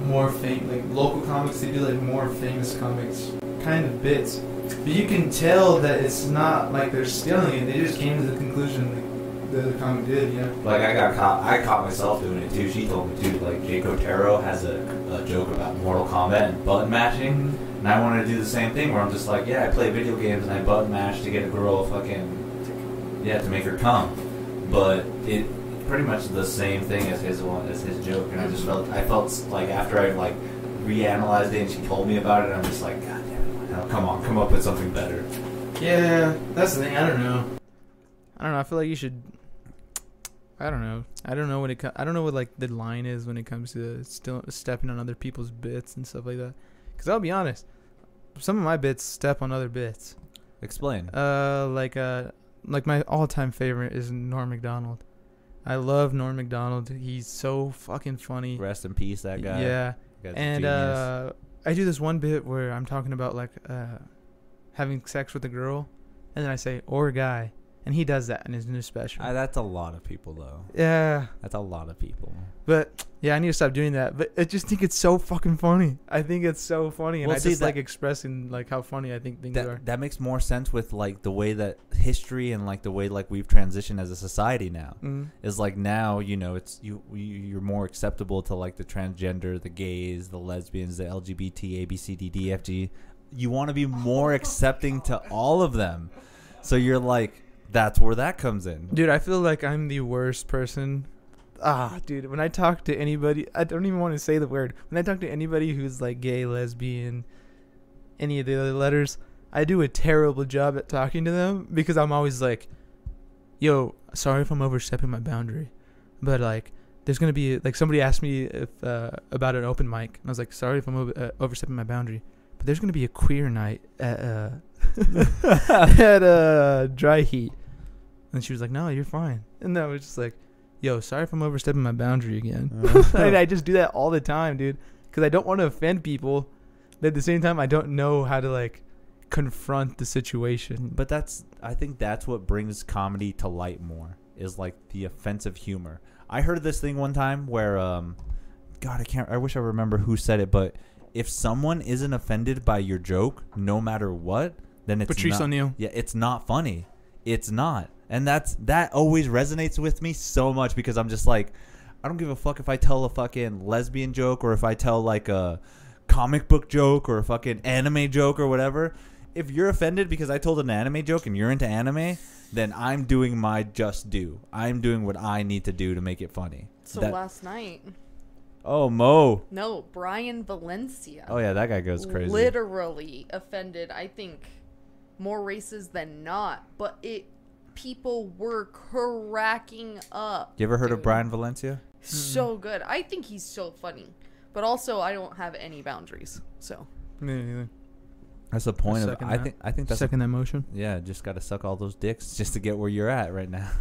I: more fam- like local comics. They do like more famous comics kind of bits, but you can tell that it's not like they're stealing it. They just came to the conclusion that the other comic did. You know.
A: Like I got caught, I caught myself doing it too. She told me too. Like Jake Otero has a, a joke about Mortal Kombat and button mashing, and I wanted to do the same thing where I'm just like, yeah, I play video games and I button mash to get a girl fucking, yeah, to make her come. But it pretty much the same thing as his one as his joke, and I just felt I felt like after I like reanalyzed it and she told me about it, I'm just like, god damn it, now come on, come up with something better.
I: Yeah, that's the thing. I don't know.
B: I don't know. I feel like you should. I don't know. I don't know when it. Co- I don't know what like the line is when it comes to still stepping on other people's bits and stuff like that. Because I'll be honest, some of my bits step on other bits.
A: Explain.
B: Uh, like uh, like my all-time favorite is Norm Macdonald. I love Norm Macdonald. He's so fucking funny.
A: Rest in peace, that guy.
B: Yeah.
A: That guy's a
B: and
A: genius.
B: uh, I do this one bit where I'm talking about like uh, having sex with a girl, and then I say or a guy, and he does that in his new special.
A: Ah, that's a lot of people though.
B: yeah,
A: That's a lot of people.
B: but yeah, I need to stop doing that. But I just think it's so fucking funny. I think it's so funny, and
A: Well,
B: I
A: see,
B: just
A: that-
B: like expressing like how funny I think things are.
A: that, that makes more sense with like the way that history and like the way like we've transitioned as a society now
B: Mm.
A: is like now you know it's you you- you're more acceptable to like the transgender the gays the lesbians the lgbt abcddfg E, you want to be more accepting to all of them so you're like that's where that comes in
B: Dude, I feel like I'm the worst person. Ah, dude, when I talk to anybody, I don't even want to say the word. When I talk to anybody who's like gay, lesbian, any of the other letters, I do a terrible job at talking to them because I'm always like, yo, sorry if I'm overstepping my boundary, but like, there's gonna be like somebody asked me if uh, about an open mic, and I was like, sorry if I'm over, uh, overstepping my boundary, but there's gonna be a queer night at uh, at uh, dry heat, and she was like, no, you're fine, and I was just like, yo, sorry if I'm overstepping my boundary again. and I just do that all the time, dude, because I don't want to offend people, but at the same time, I don't know how to like confront the situation.
A: But that's I think that's what brings comedy to light more is like the offensive humor. I heard this thing one time where um god I can't I wish I remember who said it but if someone isn't offended by your joke no matter what then it's
B: Patrice
A: not-
B: O'Neal.
A: Yeah, it's not funny. It's not. And that's that always resonates with me so much because I'm just like I don't give a fuck if I tell a fucking lesbian joke or if I tell like a comic book joke or a fucking anime joke or whatever. If you're offended because I told an anime joke and you're into anime, then I'm doing my just due. I'm doing what I need to do to make it funny.
D: So
A: That-
D: last night,
A: oh Mo.
D: no, Brian Valencia.
A: Oh yeah, that guy goes crazy.
D: Literally offended, I think, more races than not. But it, people were cracking up.
A: you ever heard of
D: dude.
A: Brian Valencia?
D: So good. I think he's so funny. But also, I don't have any boundaries. So
A: That's the point of.
B: Second
A: I
B: that.
A: think. I think that's
B: Second that motion.
A: Yeah, just gotta suck all those dicks just to get where you're at right now.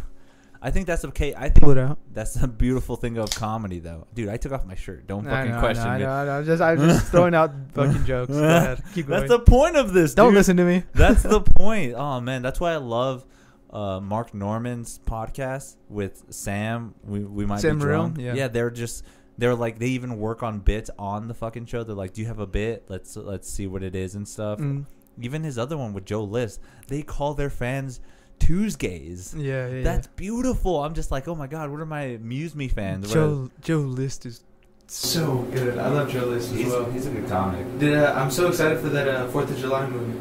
A: I think that's okay. I think
B: Pull it out.
A: that's the beautiful thing of comedy, though, dude. I took off my shirt. Don't
B: I
A: fucking
B: know, I know,
A: question
B: I
A: me.
B: know, I know. I'm just, I'm just throwing out fucking jokes. Go ahead. Keep going.
A: That's the point of this.
B: Don't
A: dude.
B: listen to me.
A: That's the point. Oh man, that's why I love uh, Mark Norman's podcast with Sam. We we might
B: Sam
A: be
B: Morril?
A: drawn.
B: Yeah.
A: they're just they're like they even work on bits on the fucking show. They're like, do you have a bit? Let's let's see what it is and stuff.
B: Mm.
A: Even his other one with Joe List, they call their fans Tuesdays.
B: Yeah, yeah.
A: That's beautiful. I'm just like, oh my god, what are my Muse Me
B: yeah.
A: fans? What
B: Joe Joe List is
I: So good. I love Joe List
A: are-
I: as well.
A: a good comic.
I: Did, uh, I'm so excited for that uh, Fourth of July movie.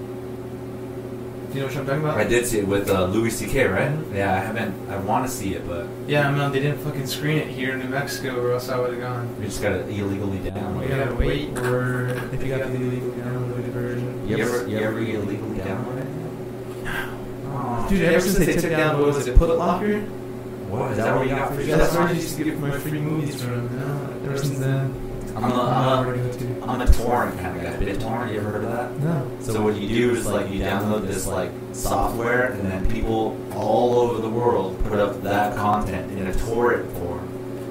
I: If
B: Do you know what I'm talking about?
A: I did see it with uh, Louis C.K. Right? Yeah, I haven't. I want to see it, but
B: Yeah, I mean, they didn't fucking screen it here in New Mexico, or else I would have gone.
A: we just gotta illegally
B: We
A: download. it.
J: Yeah.
B: gotta
J: gotta wait.
B: wait for if
J: If you
B: you
J: got
B: got the illegal downloaded version.
A: You
B: Yes.
A: ever, you ever illegally download it?
B: Aw,
J: Dude, ever since they took down-
B: what was it, Put It Locker?
A: What is that? What you got for
B: Yeah, that's where I
A: sure?
B: used to get my free movies from. No, ever since then,
A: I'm
B: I'm
A: a,
B: not
A: I'm
B: where to go to.
A: a, I'm a torrent kind of guy. BitTorrent. You ever heard of that?
B: No.
A: So what you do is like you download this like software, and then people all over the world put up that content in a torrent form,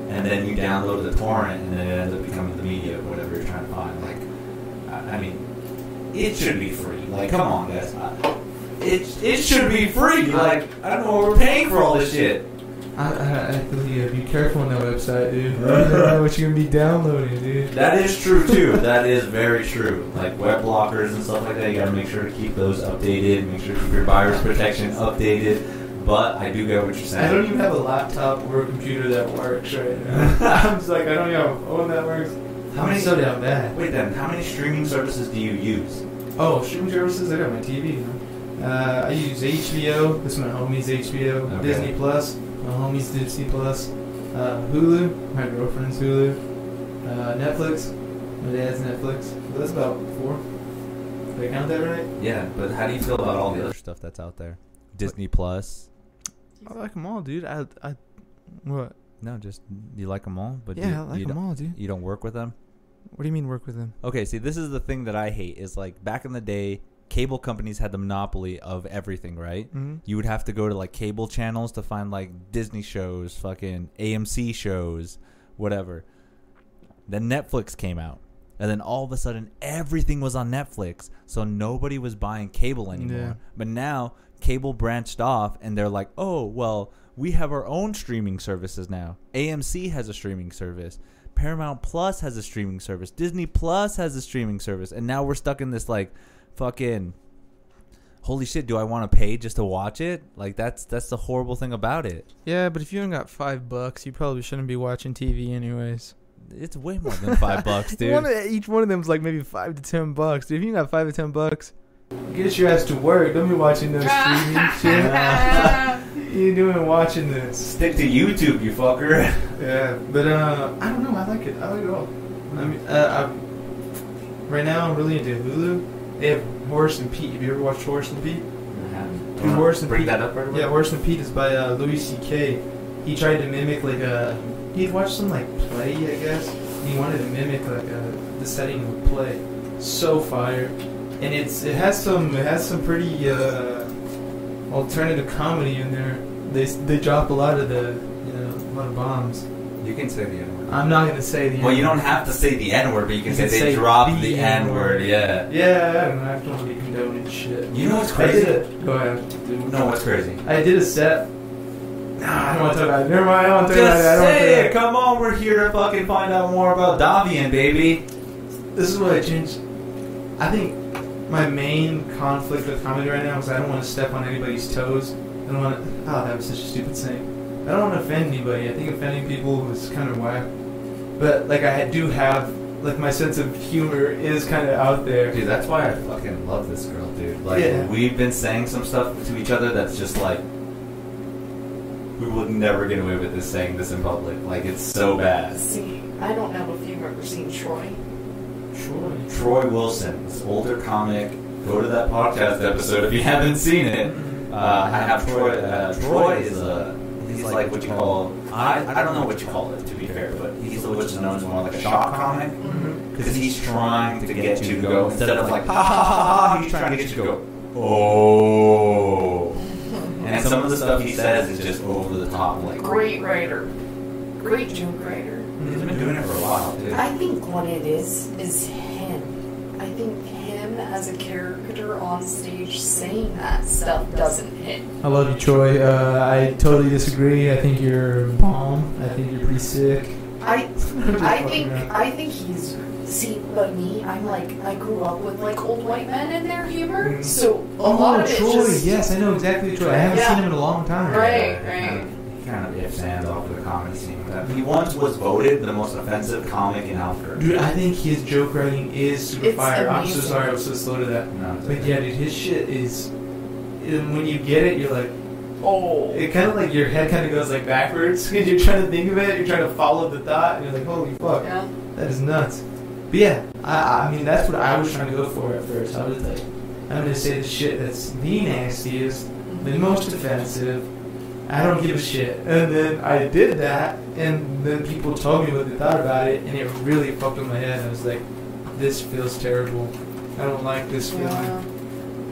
A: and then you download the torrent, and then it ends up becoming the media of whatever you're trying to find. Like, I, I mean, it should be free. Like, come on, guys. I- It it should be free. Like, I don't know what we're paying for all this shit.
B: I, I, I feel you. Be careful on that website, dude. You never know what you're gonna be downloading, dude.
A: That is true too. that is very true. Like web blockers and stuff like that, you gotta make sure to keep those updated. Make sure to keep your virus protection updated. But I do get what you're
B: I don't
A: saying.
B: even have a laptop or a computer that works right now. I'm just like, I don't even have a phone that works.
A: How many-
B: I'm so down bad.
A: Wait then, how many streaming services do you use?
B: Oh, streaming services. I got my TV. man. Uh, I use HBO. This is my homie's HBO.
A: Okay.
B: Disney Plus. My homie's Disney Plus. Uh, Hulu. My girlfriend's Hulu. Uh, Netflix. My dad's Netflix. So that's about four. Did I count that right?
A: Yeah, but how do you feel about all the other stuff that's out there? Disney Plus.
J: I like them all, dude. I, I, what?
A: No, just you like them all, but
J: yeah,
A: you,
J: I like
A: you
J: them
A: don't,
J: all, dude.
A: you don't work with them.
J: What do you mean work with them?
A: Okay, see, this is the thing that I hate is like back in the day, cable companies had the monopoly of everything, right?
J: Mm-hmm.
A: you would have to go to like cable channels to find like Disney shows, fucking AMC shows, whatever. Then Netflix came out. And then all of a sudden everything was on Netflix, so nobody was buying cable anymore.
J: Yeah.
A: But now cable branched off and they're like, "Oh, well, we have our own streaming services now. AMC has a streaming service. Paramount Plus has a streaming service. Disney Plus has a streaming service. And now we're stuck in this like fucking holy shit, do I want to pay just to watch it? Like that's that's the horrible thing about it.
J: Yeah, but if you don't got five bucks, you probably shouldn't be watching TV anyways.
A: It's way more than five bucks, dude.
J: One of, each one of them's like maybe five to ten bucks. Dude, if you got five to ten bucks,
B: Get your ass to work. Don't be watching no streaming
D: Uh,
B: shit. you doing watching this?
A: Stick to YouTube, you fucker.
B: Yeah, but uh, I don't know. I like it. I like it all. I mean, uh, I'm, right now I'm really into Hulu. They have Horace and Pete. Have you ever watched Horace and Pete? Dude, Horace and
A: Uh, Bring
B: Pete-
A: that up right away.
B: Yeah, Horace and Pete is by uh, Louis C.K. He tried to mimic like a. He'd watched some like play, I guess. and He wanted to mimic like a, the setting of a play. So fire, and it's it has some it has some pretty uh, alternative comedy in there. They s- they drop a lot of the you know a lot of bombs.
A: You can say the N word.
B: I'm not gonna say the.
A: Well, you
B: end.
A: don't have to say the N word, but you can
B: Uh, You
A: say
B: can
A: they
B: say
A: dropped
B: the
A: the N
B: N-word.
A: word. Yeah.
B: Yeah, I don't know. I don't really condone it shit.
A: You know what's
B: I
A: crazy?
B: did it. Go ahead. dude.
A: No, what's crazy?
B: I did a set. Nah, I don't want to talk about it. Never mind. I don't want to talk about
A: Just
B: it. I don't want to
A: say
B: talk
A: it. Come on, we're here to fucking find out more about Davian, baby.
B: this is what I changed. I think my main conflict with comedy right now is I don't want to step on anybody's toes. I don't want to. Oh, that was such a stupid saying. I don't want to offend anybody. I think offending people is kind of whack. But like, I do have like my sense of humor is kind of out there.
A: Dude, that's why I fucking love this girl, dude. Like,
B: Yeah.
A: we've been saying some stuff to each other that's just like, we would never get away with this saying this in public. Like, it's so bad.
D: See, I don't know if you've ever seen Troy.
B: Sure.
A: Troy Wilson, this older comic, go to that podcast episode if you haven't seen it. Uh, I have Troy. Uh, Troy is a. He's like what you call. I, I don't know what you call it, to be fair, but he's the what's known as more like a shock comic. Because he's trying to get you to go instead of like ha ha ha ha. He's trying to get you to go. Oh. And some of the stuff he says is just over the top. Like
D: Great writer. Great joke writer.
A: he's been doing it for a while, dude.
D: I think what it is is him. I think him as a character on stage saying that stuff doesn't hit.
B: I love you, Troy. Uh, I totally disagree. I think you're bomb. I think you're pretty sick.
D: I
B: Just
D: I
B: fucking
D: think
B: around.
D: I think he's see, but me, I'm like I grew up with like old white men and their humor,
B: Mhm.
D: so a lot
B: Oh,
D: of it
B: Troy.
D: just
B: Yes, I know exactly Troy. I haven't
D: Yeah.
B: seen him in a long time.
D: Right,
A: Yeah,
D: right.
A: He kind of ifs and off of the comedy scene. with that. He once was voted the most offensive comic in Alfred.
B: Dude, I think his joke writing is super
D: It's
B: fire. I'm so
D: amazing.
B: sorry I was so slow to that.
A: No, it's
B: But
A: okay.
B: yeah, dude, his shit is and when you get it, you're like, oh. It kind of like your head kind of goes like backwards because you're trying to think of it, you're trying to follow the thought, and you're like, holy fuck,
D: Yeah.
B: that is nuts. But yeah, I, I mean that's what I was trying to go for at first. I was like, I'm gonna say the shit that's the nastiest,
D: Mm-hmm.
B: the most offensive. I don't give a shit. And then I did that, and then people told me what they thought about it, and it really fucked with my head. I was like, this feels terrible. I don't like this feeling.
D: Yeah.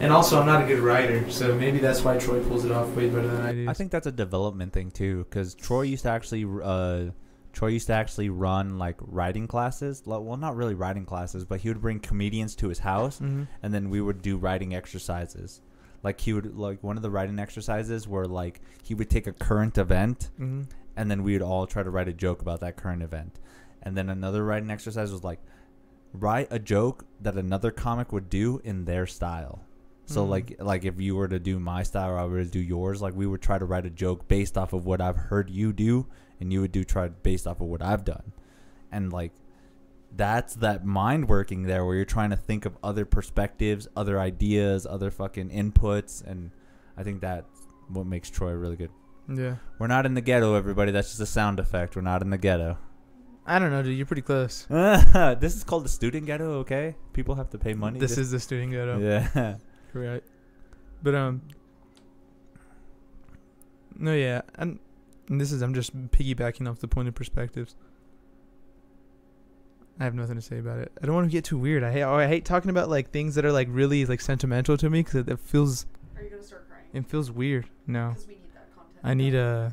B: And also, I'm not a good writer, so maybe that's why Troy pulls it off way better than I do.
A: I think that's a development thing too, because Troy used to actually, uh, Troy used to actually run like writing classes. Lo- Well, not really writing classes, but he would bring comedians to his house,
J: Mhm.
A: and then we would do writing exercises. Like he would like one of the writing exercises where like he would take a current event,
J: Mhm.
A: and then we would all try to write a joke about that current event. And then another writing exercise was like write a joke that another comic would do in their style. So
J: Mhm.
A: like like if you were to do my style or I were to do yours, like we would try to write a joke based off of what I've heard you do and you would do try based off of what I've done. And like that's that mind working there where you're trying to think of other perspectives, other ideas, other fucking inputs and I think that's what makes Troy a really good
J: Yeah.
A: we're not in the ghetto, everybody. That's just a sound effect. We're not in the ghetto.
J: I don't know, dude. You're pretty close.
A: this is called the student ghetto, okay? People have to pay money.
J: This
A: to-
J: is the student ghetto.
A: Yeah.
J: Right. But um No yeah, and and this is I'm just piggybacking off the point of perspectives. I have nothing to say about it. I don't want to get too weird. I hate I hate talking about like things that are like really like sentimental to me cuz it, it feels
F: Are you gonna start crying?
J: it feels weird. No.
F: Because we need that content.
J: I need a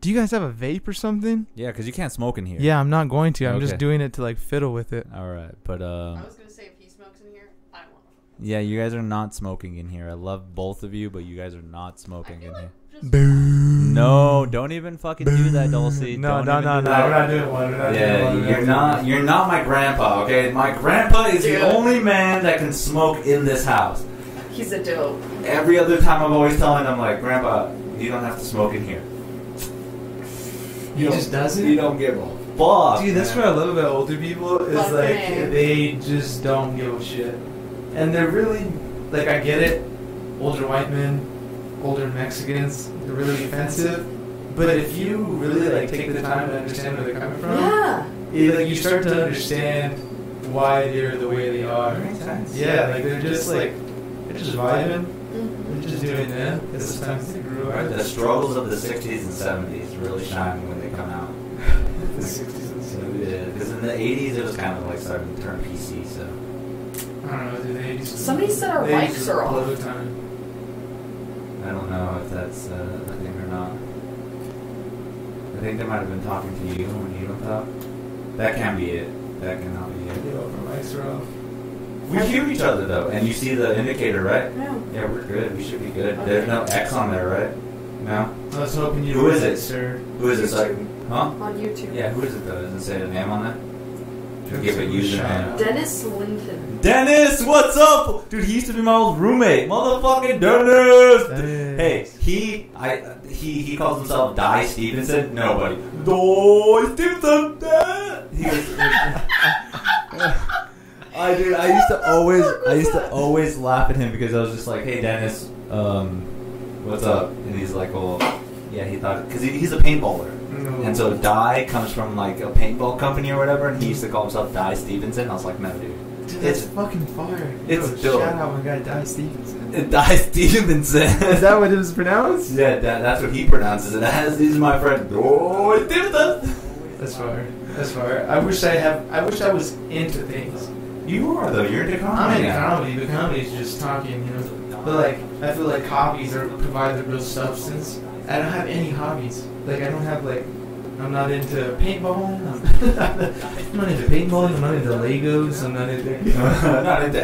J: Do you guys have a vape or something?
A: Yeah, because you can't smoke in here.
J: Yeah, I'm not going to. I'm
A: Okay.
J: just doing it to like fiddle with it.
A: All right. But,
F: I
A: um,
F: was gonna say if he smokes in here, I want. one.
A: yeah, you guys are not smoking in here. I love both of you, but you guys are not smoking in here.
F: Just
A: No, don't even fucking do that, Dulcie.
J: No,
A: Don't
J: no,
A: even
J: no,
A: do
J: no.
A: that.
B: we're not doing one. We're not doing one. we're doing one.
A: You're not my grandpa, okay? My grandpa is
F: Dude.
A: man that can smoke in this house.
D: He's a dope.
A: Every other time, I'm always telling him, like, Grandpa, you don't have to smoke in here.
B: He just doesn't.
A: You don't give a fuck.
B: Dude, that's
A: man.
B: what I love about older people is
D: Fuck
B: like
D: them.
B: they just don't give a shit, and they're really like I get it. Older white men, older Mexicans, they're really offensive. But if you really like take the time to understand where they're coming from,
D: Yeah.
B: it, like you start to understand why they're the way they are. Yeah, like they're just like they're just vibing,
D: Mhm.
B: they're just doing them. It's the times they grew up.
K: The struggles of the 60s and 70s really shine when they come out.
B: The 60s and 70s.
K: Because in the 80s, it was kind of like starting to turn PC, so.
B: I don't know, dude, they just
D: Somebody said our
B: they
D: mics
B: just
D: are off.
B: blow the time.
K: I don't know if that's uh, a thing or not. I think they might have been talking to you when you don't talk. That can be it. That cannot be it.
B: Yeah, our mics are off.
K: We hear each other though, and you see the indicator, right?
D: Yeah.
K: Yeah, we're good. We should be good. There's no X on there, right? No.
B: I was hoping you
K: Who
B: would,
K: is it?
B: sir?
K: Who is it? Like, huh?
D: On YouTube.
K: Yeah, who is it though? Doesn't say the name on that. Should give a username.
D: Dennis Linton.
A: Dennis, what's up? Dude, he used to be my old roommate. Motherfucking Dennis! Hey, he
K: I he he calls himself Die Stevenson. Nobody.
A: Doy Stevenson! Dad! He was- I dude, I used to always I used to always laugh at him because I was just like,
K: Hey Dennis, um, what's up? And he's like, well, yeah, he thought because he, he's a paintballer,
B: No.
K: and so Die comes from like a paintball company or whatever, and he used to call himself Die Stevenson. I was like, no, dude.
B: Dude, that's
K: It's-
B: fucking fire.
K: it's
B: Yo,
K: dope.
B: Shout out my guy, Di Stevenson.
K: Die Stevenson.
B: is that what it was pronounced?
K: Yeah, that, that's what he pronounces it as. He's my friend. Doy Stevenson.
B: That's fire. That's fire. I wish I have. I wish I was into things.
K: You are though. You're into
B: I'm
K: comedy.
B: into
K: now.
B: comedy, but comedy's just talking, you know. But like, I feel like hobbies are provide the real substance. I don't have any hobbies. Like, I don't have like, I'm not into paintballing. I'm, I'm not into paintballing. I'm not into Legos. I'm not into.
K: I'm not into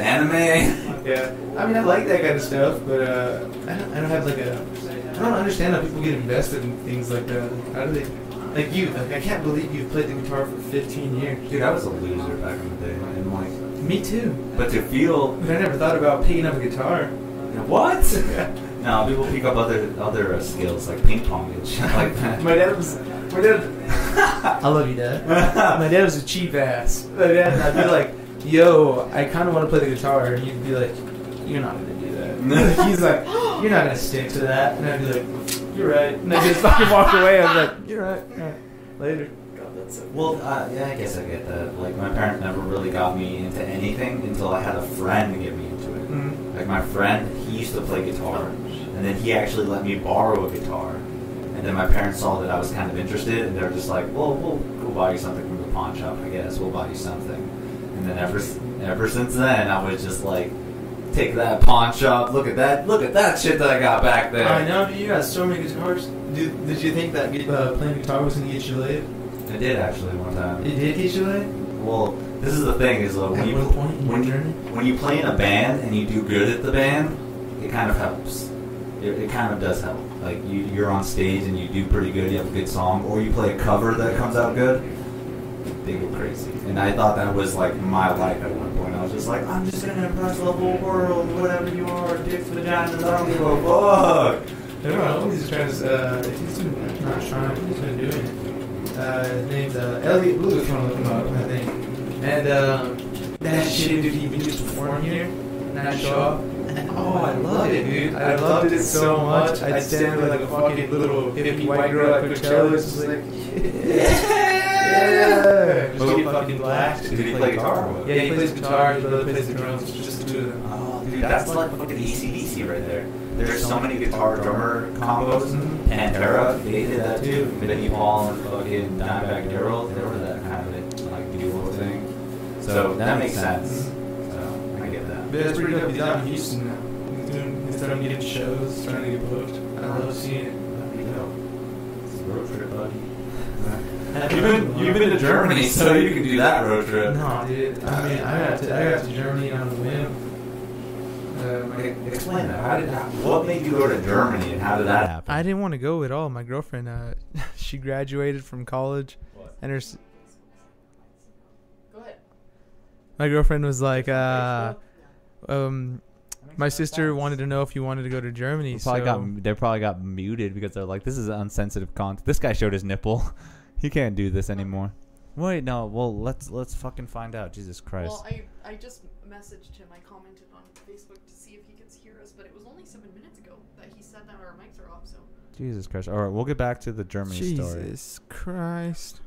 K: anime.
B: yeah, I mean, I like that kind of stuff, but uh, I don't, I don't have like a. I don't understand how people get invested in things like that. How do they? Like you, like I can't believe you've played the guitar for 15 years.
K: Dude, I was a loser back in the day. And like,
B: Me too.
K: but to feel
B: But I never thought about picking up a guitar.
K: what? No, people pick up other other uh, skills like ping pong and shit like that.
B: My dad was. My dad. I love you, Dad. My dad was a cheap ass. My dad, I'd be like, "Yo, I kind of want to play the guitar," and he'd be like, "You're not gonna do that." it. he's like, you're not gonna stick to that. And I'd be like, you're right. And I just fucking walk away. I'm like, you're right. all right, Later.
D: God, that's so.
A: Well, uh, yeah, I guess I get that. Like, my parents never really got me into anything until I had a friend to get me into it.
B: Mhm.
A: Like, my friend, he used to play guitar, and then he actually let me borrow a guitar. And then my parents saw that I was kind of interested, and they were just like, well, we'll go buy you something from the pawn shop, I guess. We'll buy you something. And then ever, s- ever since then, I was just like, take that pawn shop, look at that, look at that shit that I got back there.
B: I know you got so many guitars. Did, did you think that uh, playing guitar was gonna get you laid?
A: I did actually one time.
B: It did get you laid.
A: Well, this is the thing is uh,
B: At
A: when you
B: one point in
A: when
B: your
A: you
B: journey?
A: when you play in a band and you do good at the band, it kind of helps. It, it kind of does help. Like you, you're on stage and you do pretty good. You have a good song, or you play a cover that comes out good. They go crazy, and I thought that was like my life at one point. I was just like, I'm just gonna impress the whole world, whatever you are, dicks, vaginas, I don't give a fuck.
B: Everyone always tries. Uh, he's been not trying. He's been doing it. Uh, his name's uh, Elliot Blue. If you want to look him up, I think. And um, that shitty dude he used to perform here. And I show up. and, Oh, I love it, dude. I loved it so much. I'd stand there like a fucking little hippie white girl at Coachella, just like, yeah, just
L: Well,
B: get fucking black.
A: Did he play guitar? or what?
B: Yeah, he plays guitar. He plays the drums. Just the two of them.
A: Oh, dude, that's, like fucking ECDC right there. There's so many guitar drummer combos. Pantera, they did that too. Vinnie Paul and fucking Dimebag Daryl, they were that kind of like duo thing. So, that, makes sense. So I get that.
B: But that's pretty dope. He's out in Houston now. He's doing, he's trying to get shows, trying to get booked. I love seeing it.
A: There you go. It's a road trip, buddy.
B: You've been- you've been to Germany, so you can do that
A: road
B: No, dude. I mean, I got to, I got to Germany on a whim. Uh, my-
A: e-, Explain that. How did, what made you go to Germany and how did that happen?
M: I didn't want to go at all. My girlfriend, uh, she graduated from college, and her s-
F: Go ahead.
M: my girlfriend was like, uh, um, my sister wanted to know if you wanted to go to Germany.
L: They probably
M: so
L: got they probably got muted because they're like, this is unsensitive content. This guy showed his nipple. he can't do this anymore. Wait, no. Well, let's let's fucking find out. Jesus Christ.
F: Well, I, I just messaged him. I commented on Facebook to see if he could hear us, but it was only seven minutes ago that he said that our mics are off. So
L: Jesus Christ. All right, we'll get back to the Germany story.
M: Jesus Christ.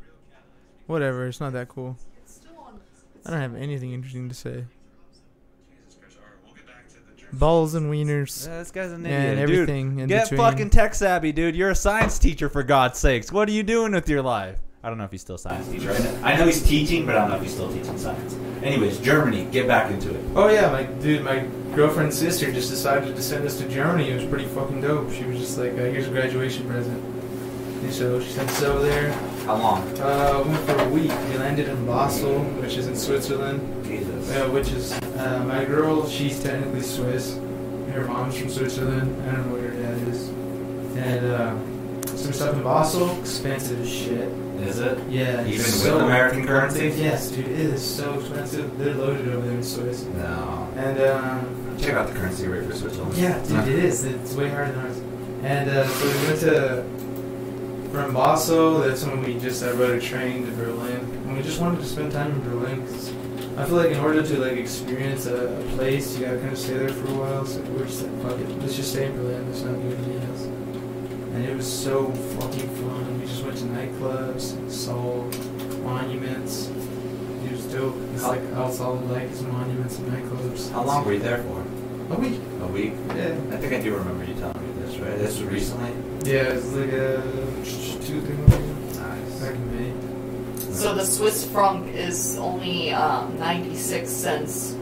M: Whatever. It's not that cool.
F: it's still on. It's
M: I don't have anything interesting to say. Balls and wieners
L: Yeah, this guy's an idiot.
M: and
L: dude.
M: everything in
L: Get
M: between.
L: fucking tech savvy, dude. You're a science teacher for God's sakes. What are you doing with your life? I don't know if he's still science
A: science
L: teacher.
A: teacher. I know- I know he's teaching, but I don't know if he's still teaching science. Anyways, Germany, get back into it.
B: oh yeah, my dude, my girlfriend's sister just decided to send us to Germany. It was pretty fucking dope. She was just like, uh, "Here's a graduation present." And so she sent us over there.
A: How long?
B: Uh, we went for a week. We landed in Basel, which is in Switzerland.
A: Jesus.
B: Uh, which is uh, my girl. She's technically Swiss. Her mom's from Switzerland. I don't know where her dad is. And uh, some stuff in Basel, expensive as shit.
A: Is it?
B: Yeah,
A: Even
B: it's
A: with
B: so-
A: American currency?
B: Yes, dude, it is so expensive. They're loaded over there in Swiss.
A: No.
B: And um,
A: Check out the currency rate for Switzerland.
B: yeah, dude,
A: Huh.
B: it is. It's way harder than ours. And uh, so we went to from Basel. That's when we just I rode a train to Berlin. And we just wanted to spend time in Berlin. 'cause I feel like in order to like experience a, a place, you gotta kind of stay there for a while. So we're just like, fuck it, let's just stay in Berlin. Let's not do anything else. And it was so fucking fun. We just went to nightclubs, saw monuments. It was dope. It's
A: How-
B: like all all I like is monuments and nightclubs.
A: How long were you there for?
B: A week.
A: A week?
B: Yeah.
A: I think I do remember you telling me this, right? This was recently?
B: Yeah, it's like a two thing
A: Nice.
B: back in
D: So the Swiss franc is only um, 96 cents.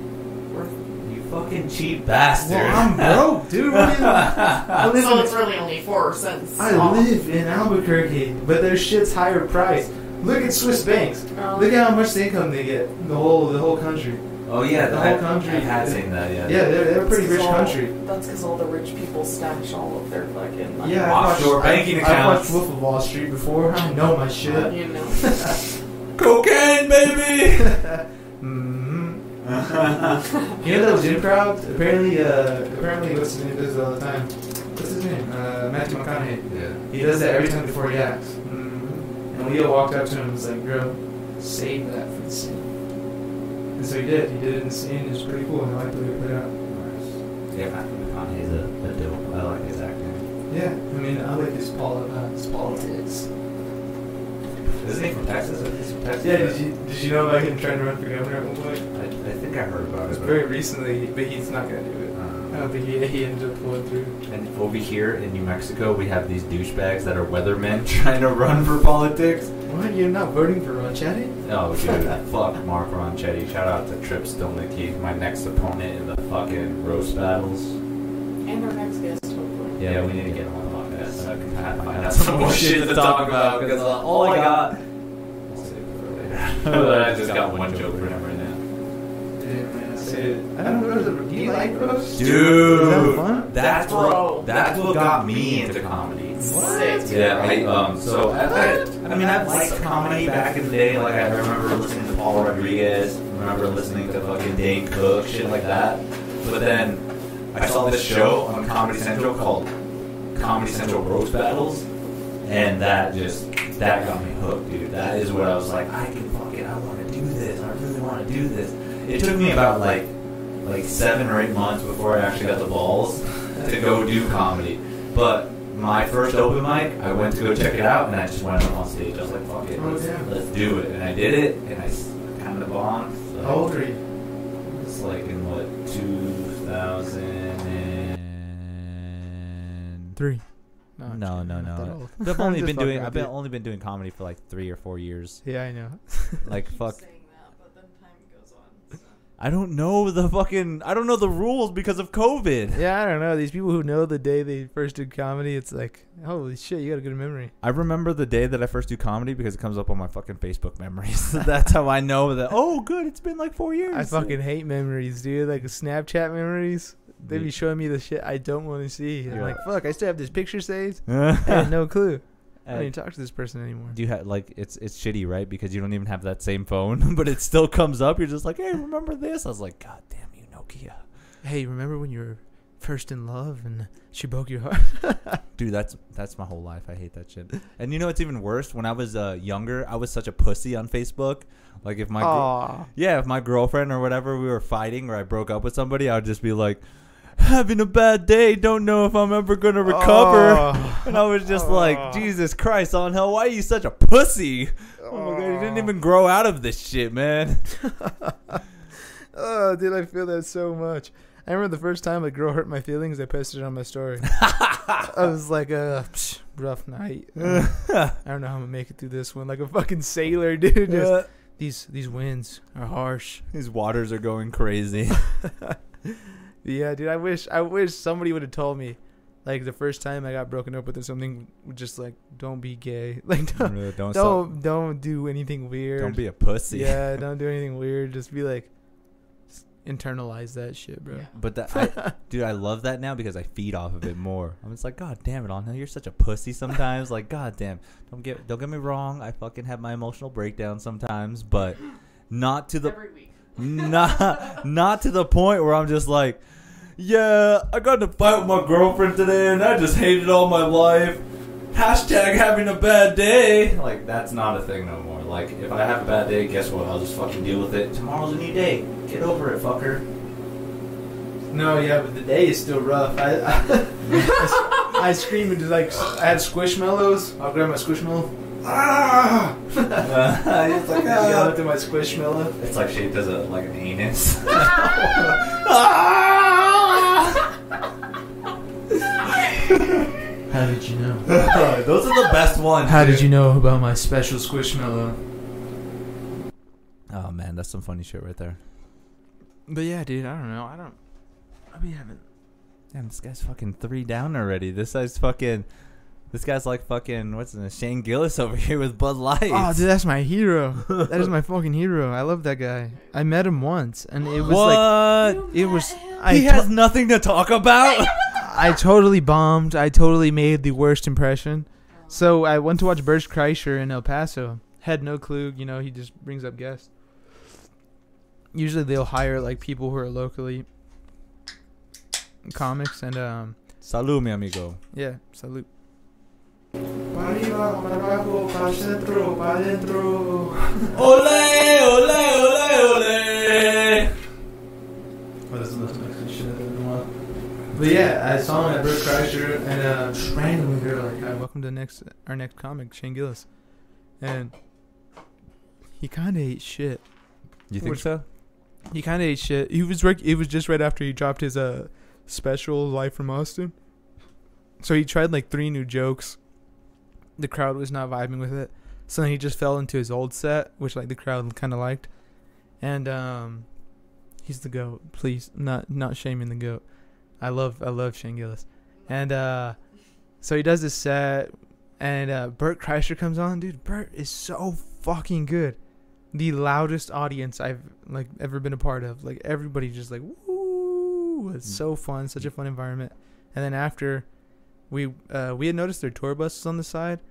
D: Worth.
A: You fucking cheap bastard.
B: broke, dude. I live
D: So
B: in,
D: it's really only 4 cents. Um,
B: I
D: off.
B: live in Albuquerque, but their shit's higher price. Look at Swiss banks.
D: No.
B: Look at how much income they get. The whole the whole country.
A: Oh, yeah.
B: The
A: I,
B: whole country.
A: I had seen that, yeah.
B: Yeah, they're, they're a pretty
D: That's
B: rich
D: 'cause all-
B: country.
D: That's because all the rich people stash all of their fucking money.
B: Yeah, I've
A: Offshore
B: watched,
A: banking
B: I've,
A: accounts.
B: I've watched Wolf of Wall Street before. I know my shit.
D: You know.
A: Cocaine, baby!
B: hmm
N: Mm-hmm.
B: You know that Jim Crowd? Apparently, uh, apparently, what's his name does it all the time. What's his name? Uh, Matthew McConaughey.
A: yeah.
B: He does that every time before he acts. Mm-hmm. And Leo walked up to him and was like, bro, save that for the scene. And so he did. He did it in the scene. It was pretty cool. And I liked the way it played out.
A: Nice.
K: Yeah, Kanye's a, a dope. I like his acting.
N: Yeah, I mean, I like his, poli- uh, his politics.
K: Isn't he from Texas? I think he's from Texas.
N: Yeah, did you did you know about him trying to run for governor at one point?
K: I, I think I heard
N: It
K: about
N: was
K: it. but-
N: very recently, but he's not gonna do it.
K: Um,
N: I don't think he, he ended up pulling through.
K: And over here in New Mexico, we have these douchebags that are weathermen trying to run for politics.
N: What? You're not voting for Ron Chatty?
K: Oh, dude, fuck Mark Ronchetti. Shout out to Trips Stolnicki, my next opponent in the fucking roast battles.
F: And our next guest, hopefully.
K: Yeah, we need to get him on the podcast so I can find out some more shit to talk about because uh, all I got. I'll save it for later. I just got one joke for him right now.
N: I don't know. Do you like roast?
A: Dude,
K: that's
F: Bro,
K: what that's what got me into comedy.
F: Sick.
K: Yeah, I um. So I, I, I mean, I liked comedy back in the day. Like I remember listening to Paul Rodriguez. Remember listening to fucking Dane Cook, shit like that. But then I saw this show on Comedy Central called Comedy Central Roast Battles, and that just that got me hooked, dude. That is what I was like. I can fucking. I want to do this. I really want to do this. It took me about like like seven or eight months before I actually got the balls to go do comedy. But my first open mic, I went to go check it out, and I just went up on stage. I was like, "Fuck it,
N: Oh,
K: let's,
N: yeah.
K: let's do it," and I did it, and I kind of bombed. So
N: How old are you?
K: It's like in what 2000 and
B: Three. I'm
A: no,
B: joking,
A: no,
B: I'm not that
A: no.
B: old.
A: I've
B: I'm
A: only
B: just
A: been
B: fucking
A: doing.
B: with
A: I've been
B: you.
A: only been doing comedy for like three or four years.
B: Yeah, I know.
A: Like fuck.
F: Saying that, but then time goes on.
A: I don't know the fucking. I don't know the rules because of COVID.
B: Yeah, I don't know. These people who know the day they first did comedy, it's like, holy shit, you got a good memory.
A: I remember the day that I first do comedy because it comes up on my fucking Facebook memories. That's how I know that. Oh, good. It's been like four years.
B: I fucking hate memories, dude. Like Snapchat memories. They be showing me the shit I don't want to see. I'm
A: Yeah.
B: like, fuck, I still have this picture saved. I had no clue. I don't even talk to this person anymore.
A: do you have like it's it's shitty, right? Because you don't even have that same phone, but it still comes up. You're just like, hey, remember this? I was like, God damn you, Nokia.
B: Hey, remember when you were first in love and she broke your heart?
A: Dude, that's that's my whole life. I hate that shit. And you know what's even worse? When I was uh, younger, I was such a pussy on Facebook. Like if my gr-
B: Aw.
A: yeah, if my girlfriend or whatever we were fighting or I broke up with somebody, I would just be like, having a bad day. Don't know if I'm ever gonna recover.
B: Oh.
A: And I was just like,
B: Oh.
A: Jesus Christ, on hell, why are you such a pussy? Oh my god, you didn't even grow out of this shit, man.
B: oh, dude, I feel that so much. I remember the first time a girl hurt my feelings, I posted it on my story. I was like, uh, psh, rough night. Uh, I don't know how I'm gonna make it through this one. Like a fucking sailor, dude. Just,
A: Yeah.
B: These these winds are harsh.
A: These waters are going crazy.
B: Yeah, dude. I wish I wish somebody would have told me, like the first time I got broken up with or something, just like don't be gay. Like don't
A: Really, don't
B: don't,
A: suck-
B: don't do anything weird.
A: don't be a pussy.
B: yeah, don't do anything weird. Just be like, just internalize that shit, bro.
A: But that, I, dude, I love that now because I feed off of it more. I'm just like, God damn it, Anna, you're such a pussy sometimes. like, God damn, don't get don't get me wrong. I fucking have my emotional breakdown sometimes, but not to the
F: Every week.
A: not not to the point where I'm just like, yeah, I got in a fight with my girlfriend today, and I just hated all my life. Hashtag having a bad day.
K: Like that's not a thing no more. Like if I have a bad day, guess what? I'll just fucking deal with it. Tomorrow's a new day. Get over it, fucker.
N: No, yeah, but the day is still rough. I, I, I, scream and just like I had squishmallows. I'll grab my squishmallow. Ah!
K: it's like
N: I
A: ah.
N: yell into my squishmallow.
K: It's like shaped as a like an anus.
N: How did you know?
A: Those are the best ones.
N: How did you know about my special squishmallow?
A: Oh man, that's some funny shit right there.
B: But yeah, dude. I don't know. I don't. I mean, I haven't.
A: Damn, this guy's fucking three down already. This guy's fucking. This guy's like fucking what's his name? Shane Gillis over here with Bud Light.
B: Oh, dude, that's my hero. that is my fucking hero. I love that guy. I met him once, and it was like
A: what?
B: it was. I
A: he
B: to-
A: has nothing to talk about.
B: I totally bombed. I totally made the worst impression. So I went to watch Burj Kreischer in El Paso. Had no clue, you know, he just brings up guests. Usually they'll hire like people who are locally comics and um
A: Salud, mi amigo.
B: yeah, salute.
A: Ole, ole, ole, ole.
N: Oh, this is the most Mexican shit I've ever watched.
B: But yeah, I saw him at Bert Kreischer and uh, just randomly they were like, uh, "Welcome to next our next comic, Shane Gillis," and he kind of ate shit.
A: You think
B: Which-
A: so?
J: He kind of ate shit. He was right. It was just right after he dropped his uh special Life from Austin. So he tried like three new jokes. The crowd was not vibing with it. So then he just fell into his old set, which like the crowd kind of liked. And um, he's the goat. Please, not not shaming the goat. I love I love Shane Gillis. And uh, so he does this set, and uh, Bert Kreischer comes on. Dude, Bert is so fucking good the loudest audience I've like ever been a part of. Like everybody just like woo! It's so fun, such a fun environment. And then after, we uh, we had noticed their tour buses on the side,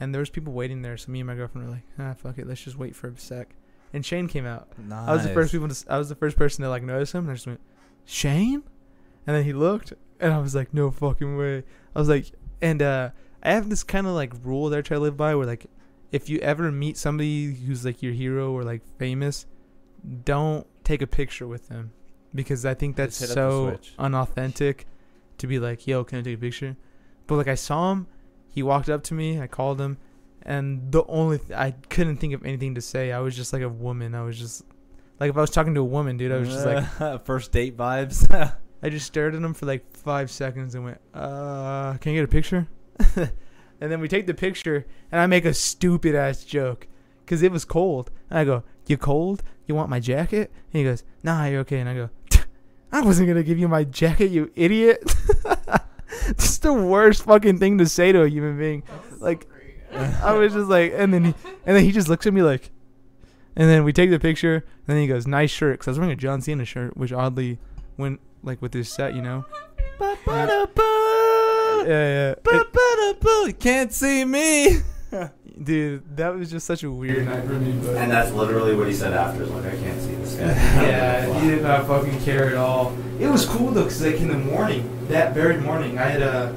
J: and there was people waiting there. So me and my girlfriend were like, ah, fuck it, let's just wait for a sec. And Shane came out.
A: Nice.
J: I was the first people. To, s- I was the first person to like notice him. And I just went, Shane, and then he looked, and I was like, no fucking way. I was like, and uh, I have this kind of like rule that I try to live by, where like, if you ever meet somebody who's like your hero or like famous, don't take a picture with them, because I think that's
A: Just hit up the
J: so
A: switch.
J: unauthentic, to be like, yo, can I take a picture? But like I saw him, he walked up to me, I called him. And the only th- I couldn't think of anything to say. I was just like a woman. I was just like if I was talking to a woman, dude, I was just like
A: first date vibes.
J: I just stared at him for like five seconds and went, "Uh, can I get a picture?" and then we take the picture, and I make a stupid ass joke because it was cold. And I go, "You cold? You want my jacket?" And he goes, "Nah, you're okay." And I go, "I wasn't gonna give you my jacket, you idiot." Just the worst fucking thing to say to a human being. Like, I was just like, and then he, and then he just looks at me like, and then we take the picture, and then he goes, "Nice shirt," because I was wearing a John Cena shirt, which oddly went like with this set, you know. Yeah, yeah. It-
A: You can't see me.
J: dude, that was just such a
B: Weird
J: weird.
B: night for me, but
K: And that's literally what he said after. He's Like I can't see this guy.
B: yeah, he did not fucking care at all. It was cool though, cause like in the morning, that very morning, I had uh,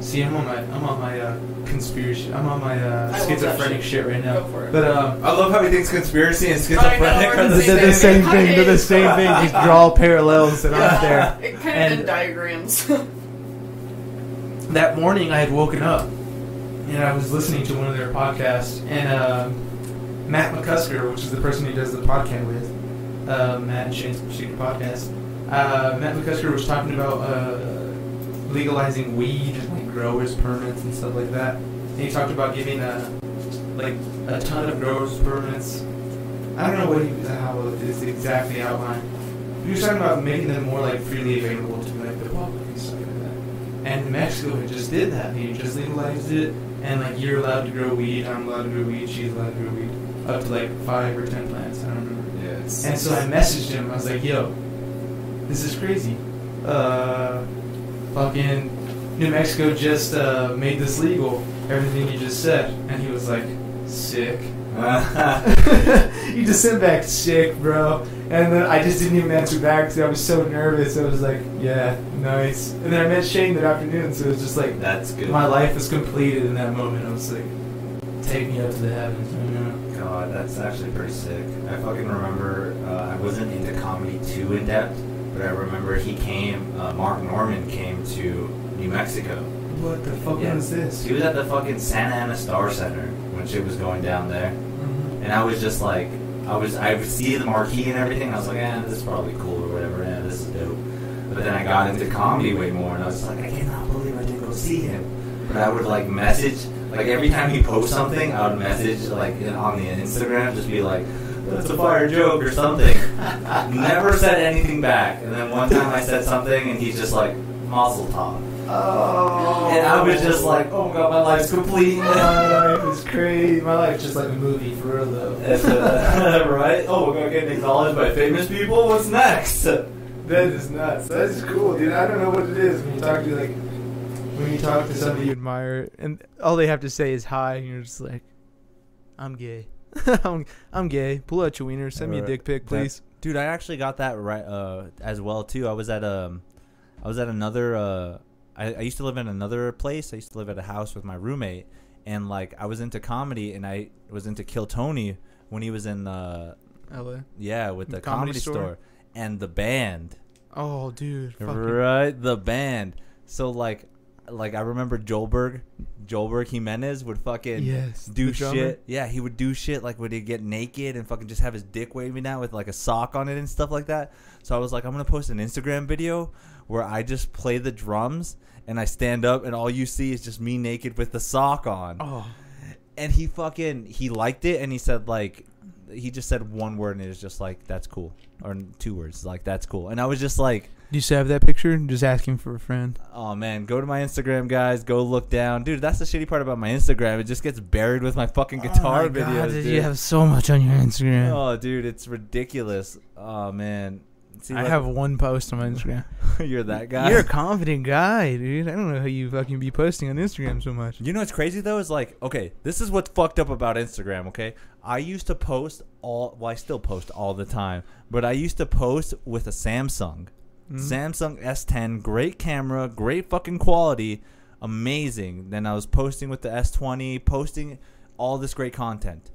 B: see, I'm on my, I'm on my uh, conspiracy, I'm on my uh,
D: I love that
B: schizophrenic shit right now.
D: Go for it.
B: But um,
K: I love how he thinks conspiracy and
D: schizophrenic are the
J: They're the same thing. They're the same thing. Just draw parallels that aren't there.
D: It
J: And-
D: kind of did diagrams.
B: that morning I had woken up and I was listening to one of their podcasts and um Matt McCusker, which is the person he does the podcast with, uh, Matt and Shane's Secret Podcast, uh, Matt McCusker was talking about uh, legalizing weed and like growers permits and stuff like that. And he talked about giving a like a ton of growers permits. I don't know what he, how it is exactly outlined. He was talking about making them more like freely available to like the public and stuff like that. And Mexico had just did that. They just legalized it, and like you're allowed to grow weed, I'm allowed to grow weed, she's allowed to grow weed, up to like five or ten plants. I don't remember. And so I messaged him. I was like, "Yo, this is crazy. Uh, fucking New Mexico just uh, made this legal. Everything you just said." And he was like, "Sick." he just sent back, "Sick, bro." And then I just didn't even answer back because I was so nervous. I was like, "Yeah, nice." And then I met Shane that afternoon, so it was just like
K: That's good.
B: my life was completed in that moment. I was like, "Take me up to the heavens," you know.
K: God, that's actually pretty sick. I fucking remember uh, I wasn't into comedy too in depth, but I remember he came. Uh, Mark Norman came to New Mexico.
B: What the fuck
K: Yeah.
B: was this?
K: He was at the fucking Santa Ana Star Center when shit was going down there, and I was just like, I was I was seeing the marquee and everything. I was like, eh, this is probably cool or whatever. Yeah, this is dope. But then I got into comedy way more, and I was like, I cannot believe I didn't go see him. But I would like message, like every time he posts something, I would message like in- on the Instagram, just be like, that's a fire joke or something.
B: Mm-hmm.
K: Never said anything back. And then one time I said something, and he's just like, Mazel tov.
B: Oh,
K: And I was just like, oh my god, my life's complete.
B: my life is crazy. My life's just like a movie for real though.
K: It's, uh, right? Oh, we're gonna get acknowledged by famous people? What's next?
B: That is nuts. That is cool, dude. I don't know what it is when you talk to like when you talk to
J: Somebody
B: somebody.
J: you admire, and all they have to say is hi, and you're just like, I'm gay. I'm, I'm gay. Pull out your wiener. Send me a
A: Or
J: dick
A: Uh,
J: pic,
A: that-
J: please.
A: Dude, I actually got that right uh, as well too. I was at um, I was at another. Uh, I, I used to live in another place. I used to live at a house with my roommate, and like I was into comedy, and I was into Kill Tony when he was in uh,
J: LA.
A: yeah, with the
J: Comedy
A: comedy,
J: Store?
A: store. and the band.
B: Oh, dude. fucking-
A: Right, the band. So like, like I remember Joelberg, Joelberg Jimenez would fucking
B: Yes,
A: do
B: the drummer.
A: shit. Yeah, he would do shit like would he get naked and fucking just have his dick waving out with like a sock on it and stuff like that. So I was like, I'm gonna post an Instagram video where I just play the drums and I stand up and all you see is just me naked with the sock on.
B: Oh,
A: And he fucking he liked it and he said like. He just said one word and it was just like that's cool, or two words like that's cool, and I was just like,
B: do you still have that picture? Just asking for a friend.
A: Oh man, go to my Instagram, guys. Go look down, dude. That's the shitty part about my Instagram. It just gets buried with my fucking guitar
B: oh my
A: videos,
B: God,
A: dude.
B: You have so much on your Instagram.
A: Oh, dude, it's ridiculous. Oh man, See,
B: I
A: like,
B: have one post on my Instagram.
A: you're that guy.
B: You're a confident guy, dude. I don't know how you fucking be posting on Instagram so much.
A: You know what's crazy though is like, okay, this is what's fucked up about Instagram. Okay, I used to post all. Well, I still post all the time, but I used to post with a Samsung, Samsung S10, great camera, great fucking quality, amazing. Then I was posting with the S20, posting all this great content.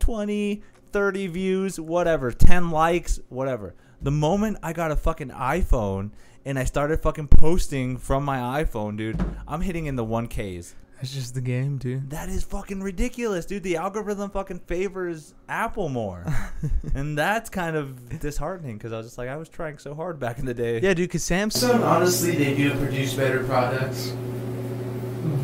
A: 20, 30 views, whatever, 10 likes, whatever. The moment I got a fucking iPhone and I started fucking posting from my iPhone, dude, I'm hitting in the 1Ks.
B: That's just the game, dude.
A: That is fucking ridiculous, dude. The algorithm fucking favors Apple more. and that's kind of disheartening because I was just like, I was trying so hard back in the day.
B: Yeah, dude, because Samsung.
O: Samsung, honestly, they do produce better products.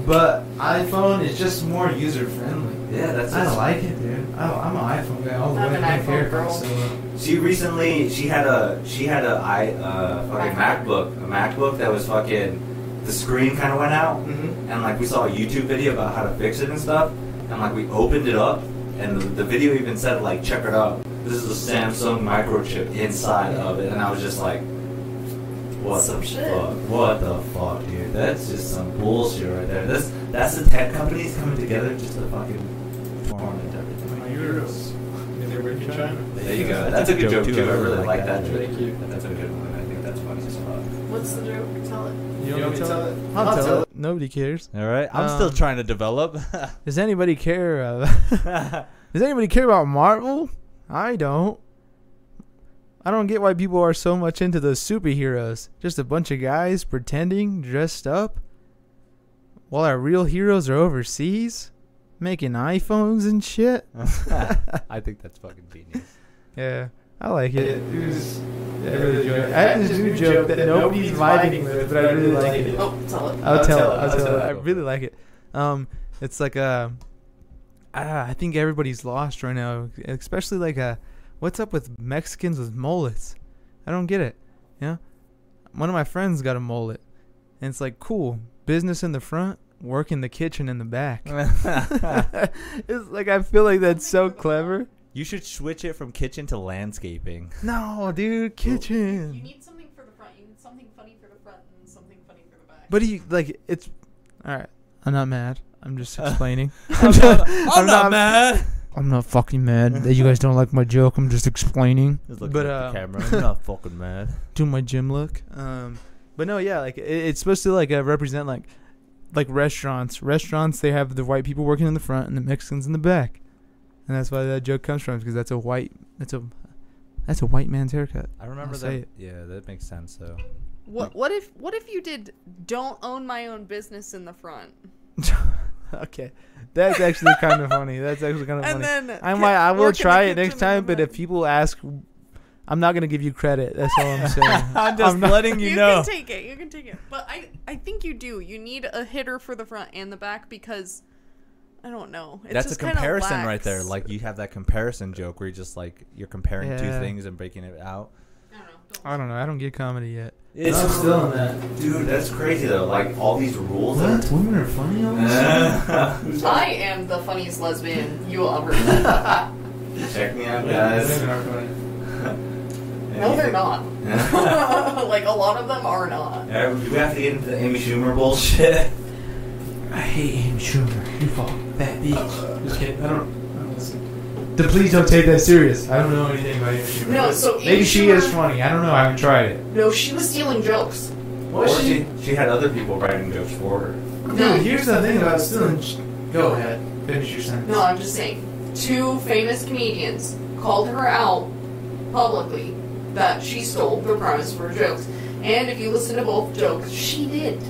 O: But iPhone is just more user friendly.
K: Yeah, that's
O: I
K: it.
O: like it, dude. I, I'm an iPhone guy all the
F: I'm
O: way.
F: an
O: I
F: iPhone
O: care
F: girl.
O: So, uh,
K: She recently she had a she had a i uh, fucking
F: MacBook.
K: MacBook a MacBook that was fucking the screen kind of went out
O: mhm.
F: Mm-hmm.
K: and like we saw a YouTube video about how to fix it and stuff and like we opened it up and the, the video even said like check it out this is a Samsung microchip inside of it and I was just like what
F: Some
K: the
F: shit.
K: fuck what the fuck dude that's just some bullshit right there that's that's the tech companies coming together just to fucking torment everything.
P: My Euros. They were in China.
K: There you go. That's a good joke, too. I really like that joke.
P: Thank you.
K: That's a good one. I think that's funny as fuck.
F: What's the joke? Tell it.
O: You want me to tell it?
B: I'll, tell, it. Nobody cares.
A: All right. I'm still
B: Um,
A: trying to develop.
B: Does anybody care? Uh, does anybody care about Marvel? I don't. I don't get why people are so much into those superheroes. Just a bunch of guys pretending, dressed up, while our real heroes are overseas, making iPhones and shit.
A: I think that's fucking genius.
B: Yeah, I like
O: Yeah,
B: it.
O: it was. Yeah, I
B: I
O: really enjoyed it.
B: I had this new joke that nobody's vibing with, but I really like it.
F: Oh, tell it.
B: I'll,
O: I'll
B: tell,
O: tell
B: it.
O: it,
B: I'll
O: I'll
B: tell,
O: tell
B: it.
O: it.
B: I really like it. Um, it's like uh, ah, I think everybody's lost right now, especially like uh, what's up with Mexicans with mullets? I don't get it. Yeah, one of my friends got a mullet, and it's like cool business in the front, work in the kitchen in the back. it's like I feel like that's so clever.
A: you should switch it from kitchen to landscaping.
B: No, dude,
F: You
B: kitchen.
F: need something for the front. You need something funny for the front and something funny for the back.
B: But he like it's all right. I'm not mad. I'm just explaining.
A: I'm not, I'm not mad.
B: I'm not fucking mad that you guys don't like my joke. I'm just explaining.
A: Just looking
B: But,
A: at
B: uh,
A: the camera. I'm not fucking mad.
B: Do my gym look. Um, but no, yeah, like it, it's supposed to like uh, represent like like restaurants. Restaurants they have the white people working in the front and the Mexicans in the back, and that's why that joke comes from because that's a white that's a that's a white man's haircut.
A: I remember
B: say
A: that.
B: it.
A: Yeah, that makes sense though.
D: What what if what if you did don't own my own business in the front?
B: okay, that's actually kind of funny. That's actually kind of funny.
D: And then
B: I
D: ki-
B: might I will
D: work in the
B: try it
D: kitchen
B: next
D: in the
B: time, but if
D: back.
B: people ask, I'm not gonna give you credit. That's all I'm saying.
A: I'm just
B: I'm not-
A: letting you,
D: you
A: know.
D: can take it. You can take it. But I, I think you do. You need a hitter for the front and the back because I don't know. It's
A: That's a
D: just kinda
A: comparison right there.
D: lax.
A: Like you have that comparison joke where you just like you're comparing two
B: Yeah.
A: things and breaking it out.
F: I don't know. Don't.
B: I don't know. I don't get comedy yet.
O: It's
K: It's-
O: still on that.
K: Dude, that's crazy though. Like all these rules. That
O: What? Women are funny on
F: I am the funniest lesbian you will ever meet.
K: Check me out, guys.
O: Women are funny.
F: no, they're not. like, a lot of them are not.
K: Alright, do we have to get into the Amy Schumer bullshit?
O: I hate Amy Schumer. You fuck that bitch. Just kidding. I don't. I don't listen. Then please don't take that serious. I don't know anything about Amy Schumer.
F: No, so
O: maybe
F: Amy
O: she
F: Schumer-
O: is funny. I don't know. I haven't tried it.
F: No, she was stealing jokes.
K: Or she, she had other people writing jokes for her.
O: No, here's the thing about stealing. sh- Go ahead. Finish your sentence.
F: No, I'm just saying. Two famous comedians called her out publicly
D: that she stole the premise for jokes. And if you listen to both jokes, she did.
J: Uh-huh.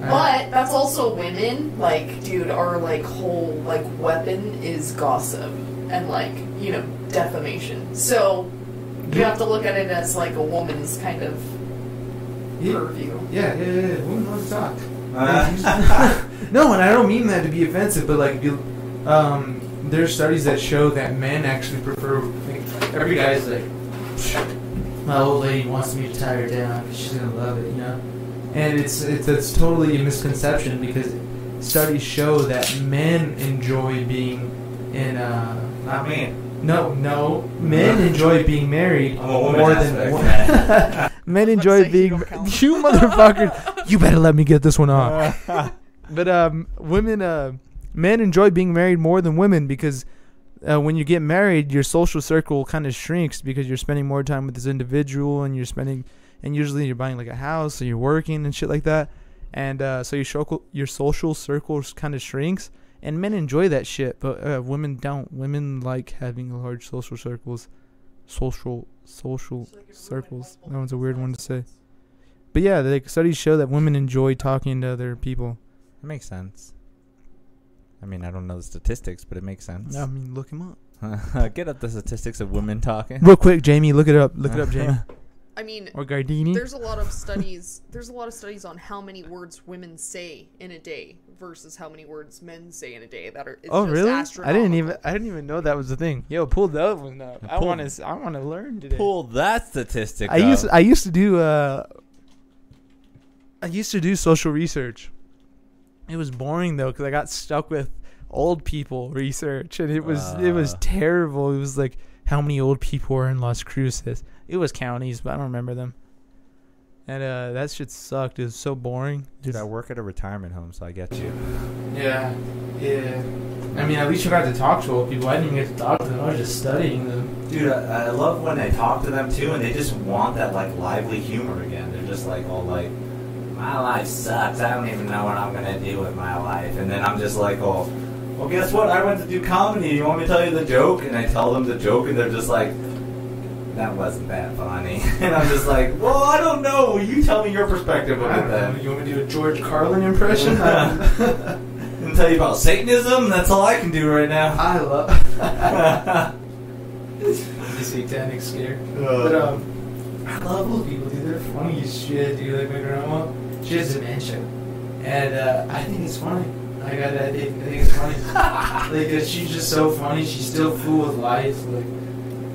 D: But that's also women. Like, dude, our like whole like weapon is gossip and like you know defamation. So you have to look at it as like a woman's kind of
B: Yeah,
D: purview.
B: yeah, yeah, yeah. Women love to talk.
K: Uh,
B: No, and I don't mean that to be offensive, but like, if you, um, there's studies that show that men actually prefer. Like, every guy's like, "Psh, my old lady wants me to tie her down 'cause she's gonna love it, you know. And it's it's it's totally a misconception because studies show that men enjoy being in. Uh,
K: not me.
B: no, no, men enjoy being married
K: I'm a woman
B: more
K: aspect,
B: than wo-
K: man.
B: men
F: Let's
B: enjoy
F: say
B: being.
F: you
B: You
F: don't count.
B: motherfucker, you better let me get this one off but um, women, uh, men enjoy being married more than women because uh, when you get married, your social circle kind of shrinks because you're spending more time with this individual, and you're spending, and usually you're buying like a house, and you're working and shit like that, and uh, so your social your social circle kind of shrinks. And men enjoy that shit, but uh, women don't. Women like having large social circles, social social circles. That one's a weird one to say. But yeah, the studies show that women enjoy talking to other people.
A: That makes sense. I mean, I don't know the statistics, but it makes sense.
J: I mean, look him up.
A: Get up the statistics of women talking.
J: Real quick, Jamie, look it up. Look it up, Jamie.
F: I mean,
J: Or Gardini.
F: there's a lot of studies. There's a lot of studies on how many words women say in a day versus how many words men say in a day. That are it's
J: oh
F: just
J: really? I didn't
F: astronomical.
J: even I didn't even know that was the thing. Yo, pull that one up. I
A: Pull-
J: want to I want to learn today.
A: Pull that statistic.
J: I
A: up.
J: used I used to do uh I used to do social research. It was boring though cuz I got stuck with old people research and it was it was
A: Uh.
J: terrible. It was like how many old people are in Las Cruces. It was counties, but I don't remember them. And uh that shit sucked. It was so boring.
A: Dude, I work at a retirement home, so I get you.
B: Yeah, yeah. I mean, at least you got to talk to old people. I didn't even get to talk to them. I was just studying them.
K: Dude, I, I love when I talk to them too, and they just want that like lively humor again. They're just like all like, "My life sucks. I don't even know what I'm gonna do with my life." And then I'm just like, "Oh, well, guess what? I went to do comedy. You want me to tell you the joke?" And I tell them the joke, and they're just like, "That wasn't that funny." and I'm just like, "Well, I don't know. You tell me your perspective of
B: I
K: it
A: uh,
B: don't know,
K: then."
B: You want me to do a George Carlin impression?
K: and tell you about Satanism. That's all I can do right now.
B: I love the satanic scare.
K: Uh.
B: But um, I love old people, dude. They're funny as shit, dude. Like my grandma, she has dementia, and uh, I think it's funny. I got that. I think I think it's funny. like uh, she's just so funny. She's still full with life. Like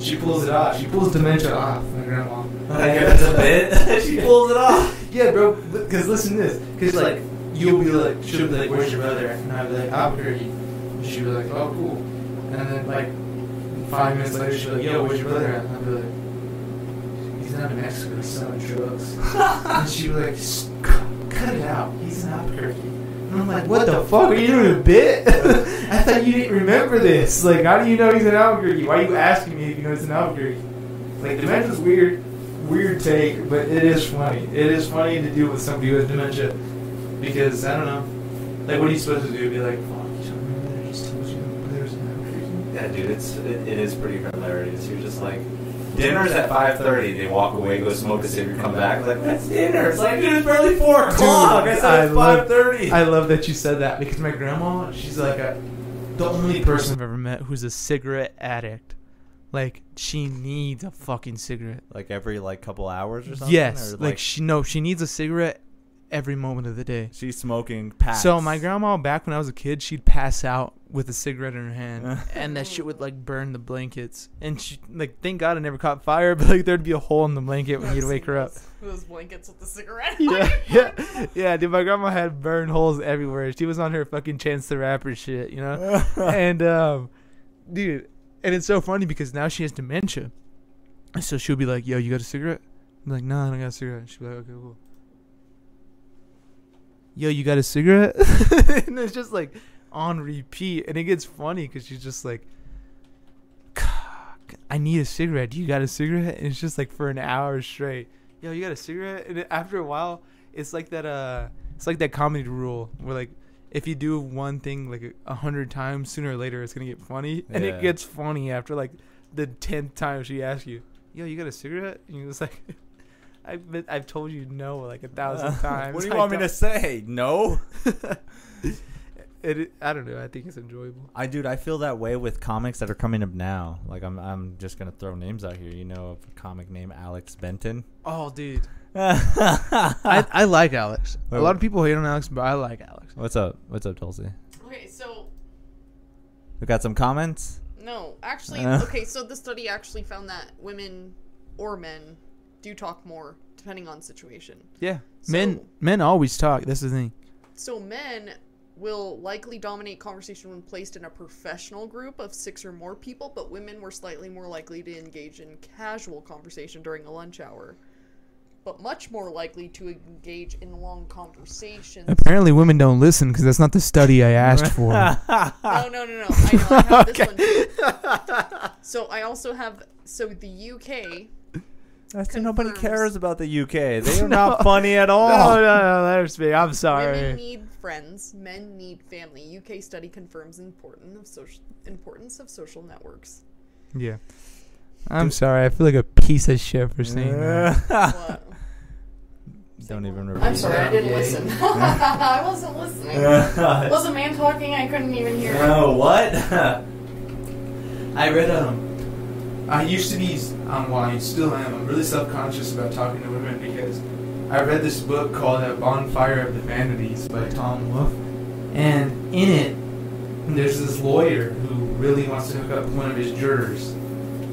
B: she pulls it off. She pulls dementia off. My grandma.
K: I guess it's a bit. she pulls it off.
B: Yeah, bro. Because listen to this. Because like you'll be like, she'll be like, "Where's your brother?" And I'll be like, "Albuquerque." And she'll be like, "Oh, cool." And then like five minutes later, she'll be like, "Yo, where's your brother?" at?" And I'll be like, "He's not in Mexico. He's selling drugs." and she'll be like, "S- "Cut it out. He's in Albuquerque." And I'm like, "What the fuck? Are you doing a bit? I thought you didn't remember this. Like, how do you know he's in Albuquerque? Why are you asking me if you know he's in Albuquerque?" Like, dementia's weird weird take, but it is funny. It is funny to deal with somebody with dementia because I don't know. Like, what are you supposed to do? Be like, fuck, you don't remember that I just told you there's an
K: Yeah, dude, it's it, it is pretty hilarious. You're just like, dinner's at five thirty. They walk away, go smoke a cigarette, come back, like that's dinner. It's like, dude, it's barely four o'clock. I
B: I
K: said it's
B: love-
K: five thirty.
B: I love that you said that because my grandma, she's like a, the only person.
J: I've ever met who's a cigarette addict. Like she needs a fucking cigarette.
A: Like every like couple hours or something.
J: Yes,
A: Or,
J: like, she no, she needs a cigarette every moment of the day.
A: she's smoking packs.
J: So my grandma, back when I was a kid, she'd pass out with a cigarette in her hand, and that shit would like burn the blankets. And she like, thank God it never caught fire, but like there'd be a hole in the blanket when you'd wake her up.
F: Those blankets with the cigarette.
J: Yeah, yeah, yeah, dude. My grandma had burn holes everywhere. She was on her fucking Chance the Rapper shit, you know. and um, dude, and it's so funny because now she has dementia, and so she'll be like, "Yo, you got a cigarette?" I'm like, "No, I don't got a cigarette." And she'll be like, "Okay, cool." Yo, you got a cigarette? and it's just like on repeat, and it gets funny because she's just like, "Cock, I need a cigarette. Do you got a cigarette?" And it's just like for an hour straight. Yo, you got a cigarette? And after a while, it's like that. Uh, it's like that comedy rule where like if you do one thing like a hundred times, sooner or later it's gonna get funny, and
A: Yeah.
J: it gets funny after like the tenth time she asks you,
Q: yo, you got a cigarette? And he was like, I've been, I've told you no like a thousand times.
A: Uh, what do you
Q: I
A: want me to
Q: don't-
A: say?
Q: Oh.
A: No.
Q: It, I don't know. I think it's enjoyable.
A: I dude, I feel that way with comics that are coming up now. Like I'm, I'm just gonna throw names out here. You know, a comic named Alex Benton.
Q: Oh, dude, I,
A: What's
Q: I like Alex.
A: Wait,
Q: a lot
A: what?
Q: of people hate on Alex, but I like Alex.
A: up? What's up, Tulsi?
D: Okay, so
A: We got some comments.
D: no, actually,
A: Uh.
D: okay, so the study actually found that women or men do talk more depending on situation.
Q: Yeah,
D: So-
Q: men men always talk. That's the thing.
D: So men will likely dominate conversation when placed in a professional group of six or more people, but women were slightly more likely to engage in casual conversation during a lunch hour, but much more likely to engage in long conversations.
Q: Apparently, women don't listen because that's not the study I asked for.
D: No, Oh, no, no, no. I know. I have this one. Too. So I also have. So the UK.
A: That's
D: nobody
A: nobody
D: Confirms. cares
A: cares about the UK. They are
Q: not
A: not funny at
Q: Oh
A: all.
Q: no, no, there's me. I'm
D: Women
Q: sorry.
D: need friends. Men need family. UK study confirms important of social importance of social networks.
Q: Yeah, I'm sorry. I feel like a piece of shit for saying that.
D: What?
A: Don't even repeat.
F: I'm sorry, I didn't
B: Yeah.
F: listen. I wasn't listening. Was a man talking? I couldn't even hear.
B: Oh, what? I read, um, I used to be, um, well, I still am, I'm really self conscious about talking to women because I read this book called A Bonfire of the Vanities by Tom Wolfe, and in it, there's this lawyer who really wants to hook up with one of his jurors.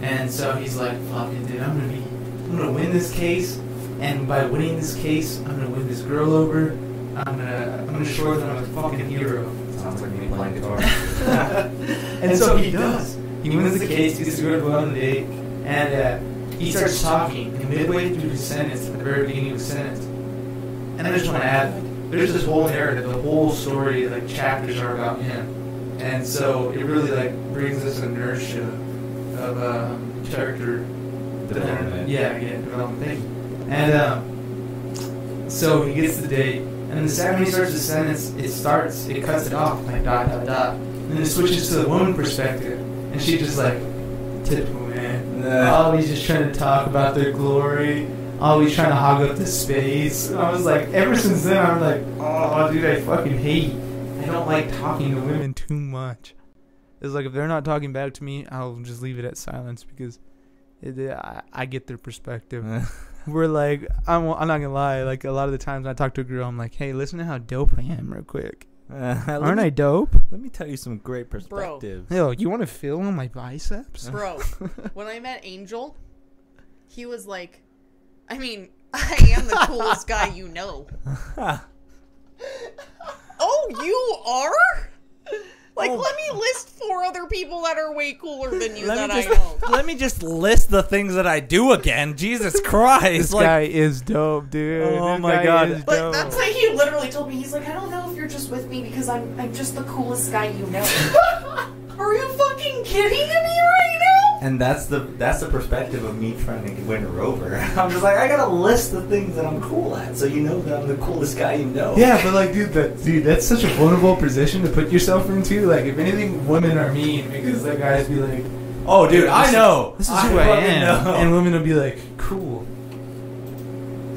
B: And so he's like, fuck it, dude, I'm gonna be, I'm gonna win this case, and by winning this case, I'm gonna win this girl over. I'm gonna, I'm gonna show her that I'm a fucking hero.
K: Sounds like me playing guitar.
B: and so he does. He wins the case, gets to go to vote on the date, and uh, he starts talking. And midway through his sentence, at the very beginning of the sentence, and I just want to add, there's this whole narrative, the whole story, like chapters are about him, and so it really like brings this inertia of um, character
K: Development.
B: yeah, yeah, development. Thank you. And um, so he gets the date, and the second he starts the sentence, it starts, it cuts it off, like dot dot dot. And then it switches to the woman perspective, and she just like, typical man, always just trying to talk about their glory, always trying to hog up the space. And I was like, ever since then, I'm like, oh, dude, I fucking hate. I don't like talking to women.
Q: women too much. It's like if they're not talking back to me, I'll just leave it at silence because it, I, I get their perspective. We're like, I'm, I'm not gonna lie. Like a lot of the times I talk to a girl, I'm like, hey, listen to how dope I am, real quick. Aren't I dope?
A: Let me tell you some great
D: Bro.
A: perspectives.
Q: Yo, you want to feel on my biceps?
D: Bro, when I met Angel, he was like, I mean, I am the coolest guy you know. oh, you are?
A: Oh.
D: Like, let me list four other people that are way cooler than you
A: Let
D: that
A: me
D: I know.
A: just let me just list the things that I do again. Jesus Christ!
Q: This
A: like,
Q: guy is dope, dude.
A: Oh
Q: This
A: my
Q: guy
A: God.
Q: is
F: But
Q: dope.
F: that's what he literally told me. He's like, I don't know if you're just with me because I'm I'm just the coolest guy you know. Are you fucking kidding me right
K: And that's the that's the perspective of me trying to win her over. I'm just like I gotta list the things that I'm cool at, so you know that I'm the coolest guy you know.
B: Yeah, but like, dude, that dude, that's such a vulnerable position to put yourself into. Like, if anything, women are mean because the guys be like,
A: oh, dude, I
B: This-
A: know.
B: This is
A: I
B: who I
A: fucking
B: am.
A: know.
B: And women will be like, cool.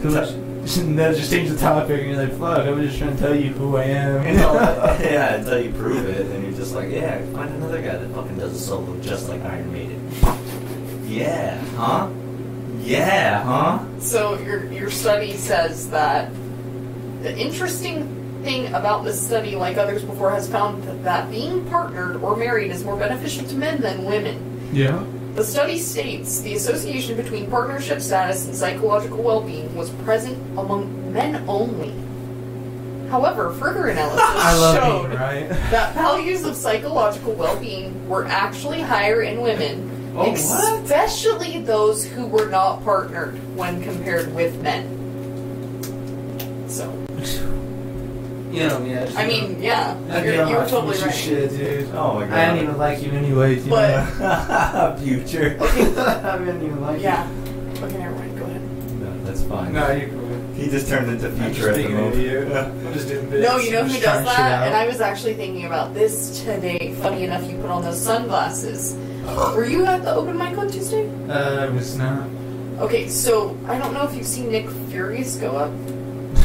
B: And that'll just change the topic, and you're like, fuck, I was just trying to tell you who I
K: You know,
B: am.
K: like, yeah, until you prove it, and you're just like, yeah, find another guy that fucking does a solo just like Iron Maiden. Yeah, huh? Yeah, huh?
F: now? So your your study says that the interesting thing about this study, like others before, has found that being partnered or married is more beneficial to men than women.
B: yeah.
F: The study states the association between partnership status and psychological well being was present among men only. However, further
B: I
F: analysis
B: love
F: showed
B: you, right?
F: that values of psychological well being were actually higher in women,
B: Oh, what?
F: especially those who were not partnered when compared with men. So,
B: You know, yeah. just-
F: I mean, yeah,
B: I get
F: you're,
B: on
F: you're
B: my
F: totally
B: future
F: right.
B: Shit, dude.
K: Oh my
B: I don't
K: god.
B: even like you anyway. You
F: But-
B: know?
K: Future.
B: I didn't even like
F: Yeah. Okay, never mind. Go ahead.
K: No, that's
B: you.
K: fine.
B: No, you're cool.
K: He just turned into
B: I'm
K: Future
B: just
K: at the
B: being an
K: moment.
B: idiot. I'm just doing bits.
F: No, you know
B: I'm
F: who
B: just
F: does
B: trying shit
F: that?
B: out.
F: And I was actually thinking about this today. Funny enough, you put on those sunglasses.
D: Were you at the open mic on Tuesday?
B: Uh, I was not.
D: Okay, so I don't know if you've seen Nick Furious go up.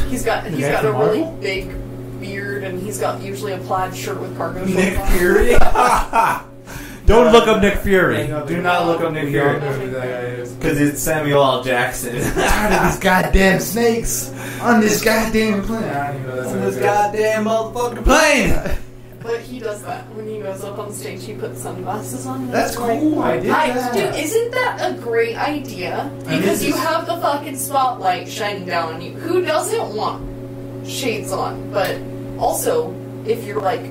D: He's got
B: The
D: he's
B: guy
D: got a
B: from
D: really
B: Marvel?
D: big beard and he's got usually a plaid shirt with cargo shorts
K: Nick
D: on.
K: Fury. Don't look up Nick Fury.
B: No, do not look up Nick
K: We
B: Fury.
K: don't
D: know who that guy
K: Because it's Samuel L. Jackson.
B: Tired of these goddamn snakes on this goddamn planet. I don't even know that's
K: On
B: what
K: this
B: it is.
K: goddamn motherfucking plane.
D: But he does that when he goes up on stage. He puts sunglasses on. and
B: That's
D: it's like-
B: cool. I did
D: I,
B: that.
D: dude, isn't that a great idea?
B: mean,
D: Because you
B: this-
D: have the fucking spotlight shining down on you. Who doesn't want shades on? But also, if you're like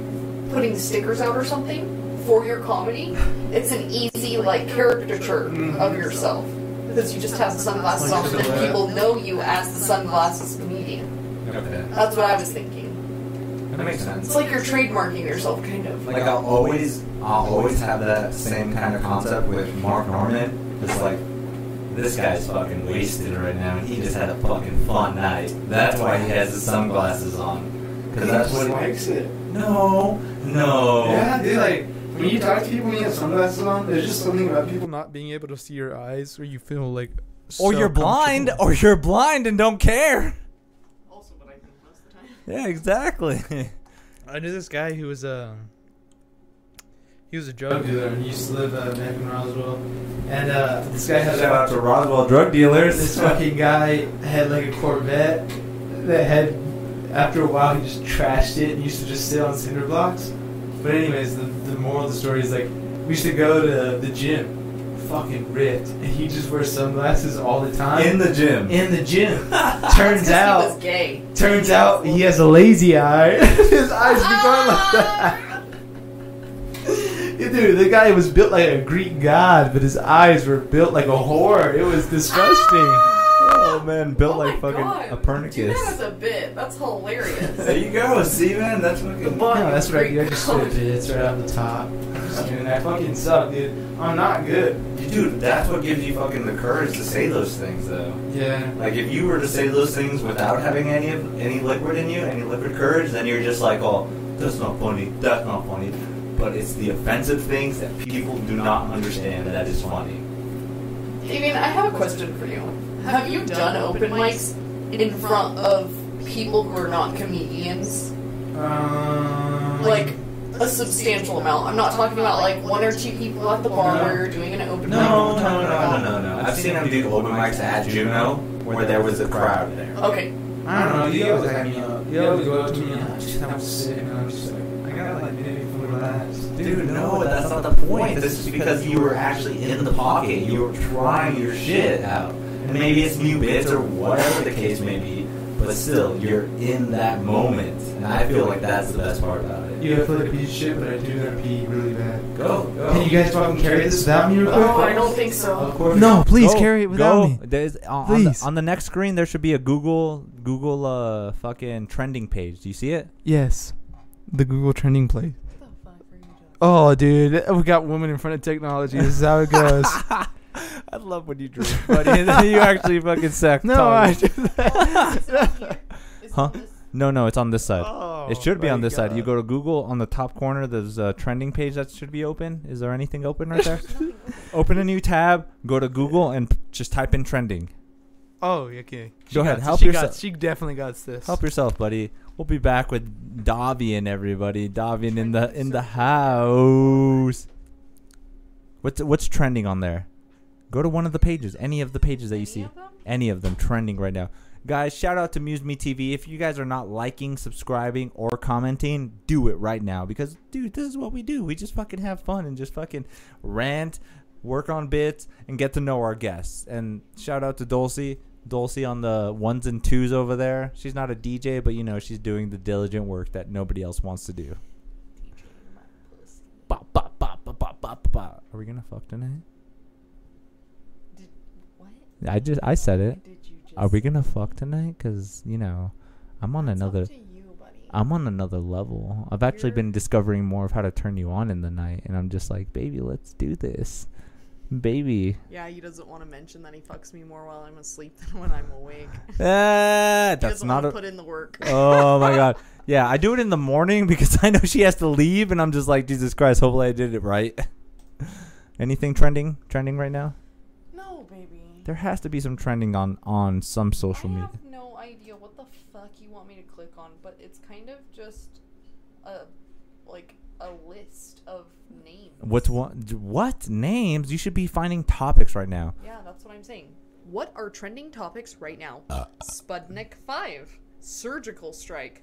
D: putting stickers out or something for your comedy, it's an easy like caricature of yourself because you just have the sunglasses
B: Mm-hmm. Like
D: on, and
B: silhouette.
D: then people know you as the sunglasses comedian.
K: Okay.
D: That's what I was thinking.
K: That makes sense.
D: It's like you're trademarking yourself, kind of.
K: Like I'll always, I'll always have that same kind of concept with Mark Norman. It's like, this guy's fucking wasted right now, and he just had a fucking fun night. That's why he has his sunglasses on. Because that's
B: Just
K: what.
B: likes it.
K: No, no.
B: Yeah, dude. Like when you talk to people and you have sunglasses on, there's just something about people.
J: People not being able to see your eyes, or you feel like.
A: or
J: so
A: you're blind,
J: comfortable.
A: or you're blind and don't care.
F: Also, what I think most of the time.
A: Yeah, exactly.
J: I knew this guy who was a. He was a
B: drug
J: drug
B: dealer. He used to live uh, back in Roswell, and uh, this guy had
K: Shout out to Roswell drug dealers.
B: This fucking guy had like a Corvette that had, after a while, he just trashed it and used to just sit on cinder blocks. But anyways, the, the moral of the story is like, we used to go to the gym, fucking ripped, and he just wears sunglasses all the time
K: in the gym.
B: in the gym.
D: It's 'cause
B: turns
D: he was
B: out,
D: gay.
B: turns out he has a lazy eye. His eyes become like that.
D: Ah!
B: Dude, the guy was built like a Greek god, but his eyes were built like a whore. It was disgusting.
A: oh man, built
D: Oh
A: like
D: my
A: fucking
D: God. Dude, that
A: Copernicus.
D: was a bit. That's hilarious.
K: There you go. See, man, that's fucking.
B: No, that's right.
D: Greek
B: I just
D: god.
B: stripped it. It's right on the top. Just doing that. Fucking suck, dude. I'm not good.
K: Dude, that's what gives you fucking the courage to say those things, though.
B: Yeah.
K: Like if you were to say those things without having any of any liquid in you, any liquid courage, then you're just like, oh, that's not funny, that's not funny. But it's the offensive things that people do not understand that is funny.
D: Damien, I have a question for you. Have you done open mics in front of people who are not comedians?
B: Um,
D: Like a substantial amount. I'm not talking about like one or two people at the bar where you're doing an open mic.
K: No, no, no, no, no, no. I've seen them do open mics at Juno where there was a crowd there.
D: Okay.
B: I don't know. You always hang me up. You always go up to me and I just have to sit and I'm just like, I gotta like maybe relax.
K: Dude, no, that's not the point. This is because you were actually in the pocket. You were trying your shit out. And maybe it's new bits or whatever the case may be, but still, you're in that moment. And I feel like that's the best part about it.
B: You have to like a piece of shit, but I do gotta pee really bad.
K: Go, go.
B: Can you guys fucking carry this without me real quick?
D: Oh, I don't think
B: Of
D: so.
B: course.
J: No, please
A: Go,
J: carry it without
A: go.
J: me.
A: There's, on, on the,
J: Please.
A: on the next screen, there should be a Google Google uh fucking trending page. Do you see it?
J: Yes, the Google trending play. Oh, dude, we got women in front of technology. This is how it goes.
A: I love when you drink, buddy. and then you actually fucking suck.
J: no, I
A: Tommy.
J: do that.
A: Huh? no, no. It's on this side.
B: Oh
A: it should be on this side. You go to Google on the top corner. There's a trending page that should be open. Is there anything open right there? open a new tab. Go to Google and p- just type in trending.
J: Oh, okay. She
A: Go ahead,
J: got-
A: help
J: she
A: yourself.
J: Got, she definitely got this.
A: Help yourself, buddy. We'll be back with Davian, everybody. Davian in the in the house. What's what's trending on there? Go to one of the pages, any of the pages that you see, any of them trending right now. Guys, shout out to Muse Me TV. If you guys are not liking, subscribing, or commenting, do it right now because, dude, this is what we do. We just fucking have fun and just fucking rant, work on bits, and get to know our guests. And shout out to Dulcie. Dulcie on the ones and twos over there. She's not a DJ, but you know, she's doing the diligent work that nobody else wants to do. Ba, ba, ba, ba, ba, ba, ba, ba. Are we gonna fuck tonight? I just I said it. Are we gonna fuck tonight? Cause you know, I'm on another I'm on another level. I've actually been discovering more of how to turn you on in the night, and I'm just like, baby, let's do this, baby.
F: Yeah, he doesn't want to mention that he fucks me more while I'm asleep than when I'm awake. He
A: Ah, that's
F: doesn't
A: not
F: want
A: a.
F: to put in the work.
A: oh my god. Yeah, I do it in the morning because I know she has to leave, and I'm just like, Jesus Christ. Hopefully, I did it right. Anything trending? Trending right now?
D: No, baby.
A: There has to be some trending on on some social
D: I
A: media.
D: have no idea what the fuck you want me to click on, but it's kind of just a like a list of names.
A: What's one? d- What names? You should be finding topics right now.
D: Yeah, that's what I'm saying. What are trending topics right now?
A: Uh.
D: Sputnik 5, surgical strike,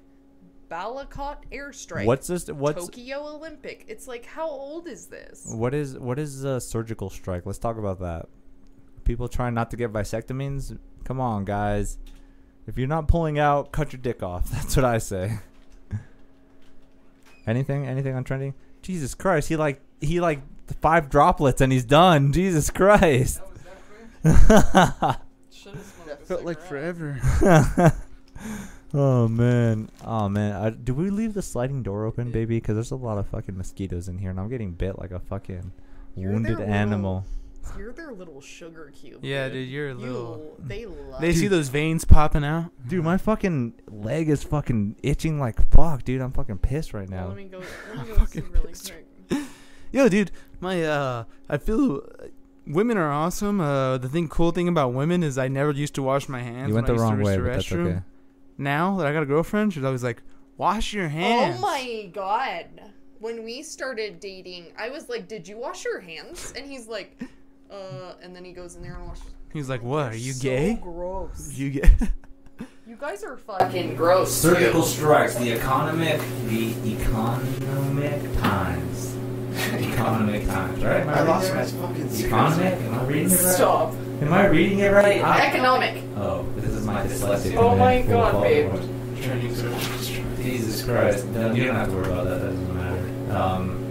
D: Balakot airstrike,
A: What's this? What's
D: Tokyo Olympic. It's like how old is this?
A: what is what is a surgical strike? Let's talk about that. People trying not to get vasectomies. Come on, guys. If you're not pulling out, cut your dick off. That's what I say. anything? Anything on trending? Jesus Christ! He like he like five droplets and he's done. Jesus Christ.
F: That felt like forever.
A: oh man, oh man. I, do we leave the sliding door open, baby? Because there's a lot of fucking mosquitoes in here, and I'm getting bit like a fucking
D: You're
A: wounded
D: their little-
A: animal.
D: You're their little sugar cube.
B: Yeah, dude, you're a
D: You-
B: little-
D: They love.
B: They
D: you.
B: see those veins popping out.
A: Dude, my fucking leg is fucking itching like fuck, dude. I'm fucking pissed right
D: Well,
A: now.
D: let me go. Let me go see really quick.
B: Yo, dude, my uh, I feel uh, women are awesome. Uh, the thing, cool thing about women is I never used to wash my hands.
A: You
B: when
A: went
B: I
A: the
B: used
A: wrong
B: to
A: way,
B: use the
A: but that's
B: restroom.
A: okay.
B: Now that I got a girlfriend, she's always like, "Wash your hands."
D: Oh my god. When we started dating, I was like, "Did you wash your hands?" And he's like, "Uh," and then he goes in there and washes.
B: He's like, "What? Are you
D: so
B: gay?
D: Gross.
B: You gay?"
D: You guys are fucking gross.
K: Surgical strikes, the economic, the economic times. economic times, right? Am I,
R: I
K: reading
R: lost
K: it
R: my
K: right?
R: fucking
K: Economic? Am I reading it right?
S: Stop.
K: Am I reading it right? I-
S: Economic.
K: oh, this is my dyslexic.
S: Oh
K: man.
S: my
K: Full
S: God,
K: fault.
S: babe.
K: Jesus Christ. No, you don't have to worry about that. That doesn't matter. Um,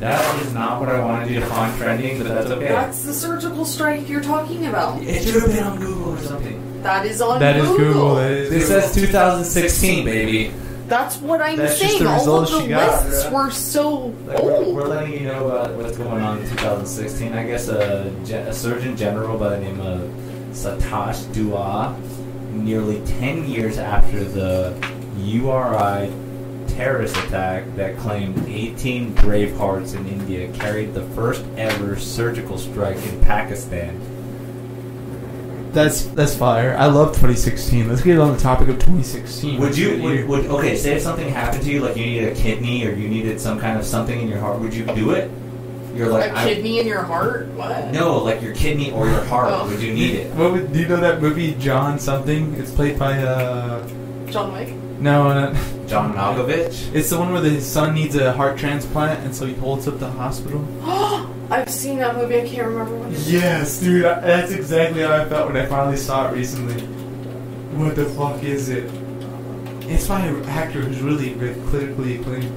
K: that is not what I wanted you to find trending, but that's okay.
S: That's the surgical strike you're talking about.
K: it should have been on Google or something.
S: That is on
B: That is
S: Google.
B: Google. That is
K: This says 2016, baby.
S: That's what I'm
K: That's just
S: saying.
K: the
S: All of
K: results
S: the
K: she got,
S: lists
K: yeah.
S: were so
K: Like we're,
S: old.
K: we're letting you know about what's going on in 2016. I guess a, gen- a surgeon general by the name of Satosh Dua, nearly 10 years after the URI terrorist attack that claimed 18 Bravehearts in India, carried the first ever surgical strike in Pakistan.
F: That's that's fire. I love 2016. Let's get on the topic of 2016.
K: Would you? Would,
F: Year.
K: would okay? Say if something happened to you, like you needed a kidney or you needed some kind of something in your heart, would you do it? You're like
S: a
K: I-
S: kidney in your heart? What?
K: No, like your kidney or your heart.
S: Oh.
K: Would you need it?
F: What would, do you know that movie John something? It's played by uh
S: John Wick?
F: no, uh, no
K: John Malkovich.
F: it's the one where the son needs a heart transplant and so he holds up the hospital.
S: I've seen that movie. I can't remember what it is.
F: Yes, dude, I- that's exactly how I felt when I finally saw it recently. What the fuck is it? It's by an actor who's really re- critically acclaimed.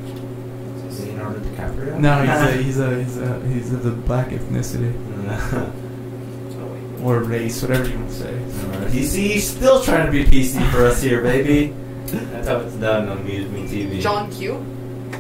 K: Leonardo DiCaprio.
F: No, he's a he's a he's a he's of the black ethnicity or race, whatever you want to say.
K: you see, he's still trying to be PC for us here, baby. That's how it's done on Muse Me TV.
D: John Q.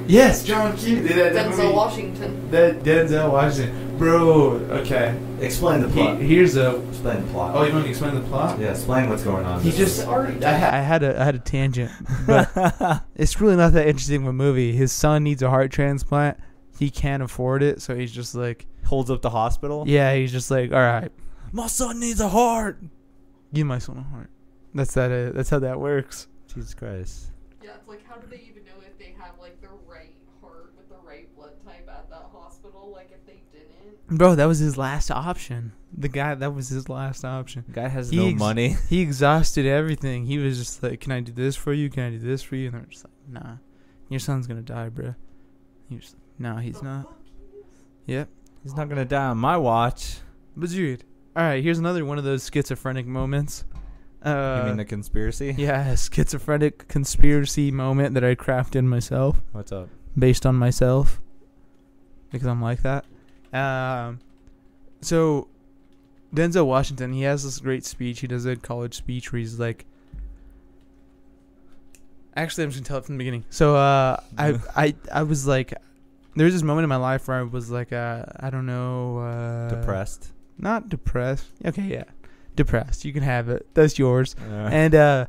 F: Yes, John Q. That, that
D: Denzel
F: movie-
D: Washington.
F: That Denzel Washington, bro. Okay,
K: explain the plot.
F: he, here's a.
K: explain the plot.
F: Oh, you want me to explain the plot?
K: yeah, explain what's going on.
F: He just.
S: already
F: I ha-
B: I had a I had a tangent, but it's really not that interesting of a movie. His son needs a heart transplant. He can't afford it, so he's just like,
A: Holds up the hospital.
B: yeah, he's just like, all right,
A: My son needs a heart.
B: give my son a heart. That's that. Uh, that's how that works.
A: Jesus Christ.
D: Yeah, it's like how do they even know if they have like the right heart with the right blood type at that hospital? Like if they didn't.
B: Bro, that was his last option. The guy, that was his last option.
A: Guy has
B: He
A: no
B: ex-
A: money.
B: He exhausted everything. He was just like, "Can I do this for you? Can I do this for you?" And they're just like, "Nah, your son's gonna die, bro." He was like, "No, he's not." Yep.
A: He's not gonna die on my watch.
B: But dude, all right. Here's another one of those schizophrenic moments. Uh,
A: you mean the conspiracy?
B: yeah, schizophrenic conspiracy moment that I crafted myself
A: What's up?
B: based on myself because I'm like that. Um, so Denzel Washington, he has this great speech. He does a college speech where he's like, actually, I'm just gonna tell it from the beginning. So uh, I I I was like, there was this moment in my life where I was like, uh, I don't know, uh,
A: Depressed.
B: not depressed. Okay, yeah, depressed. You can have it. That's yours
A: Uh,
B: and uh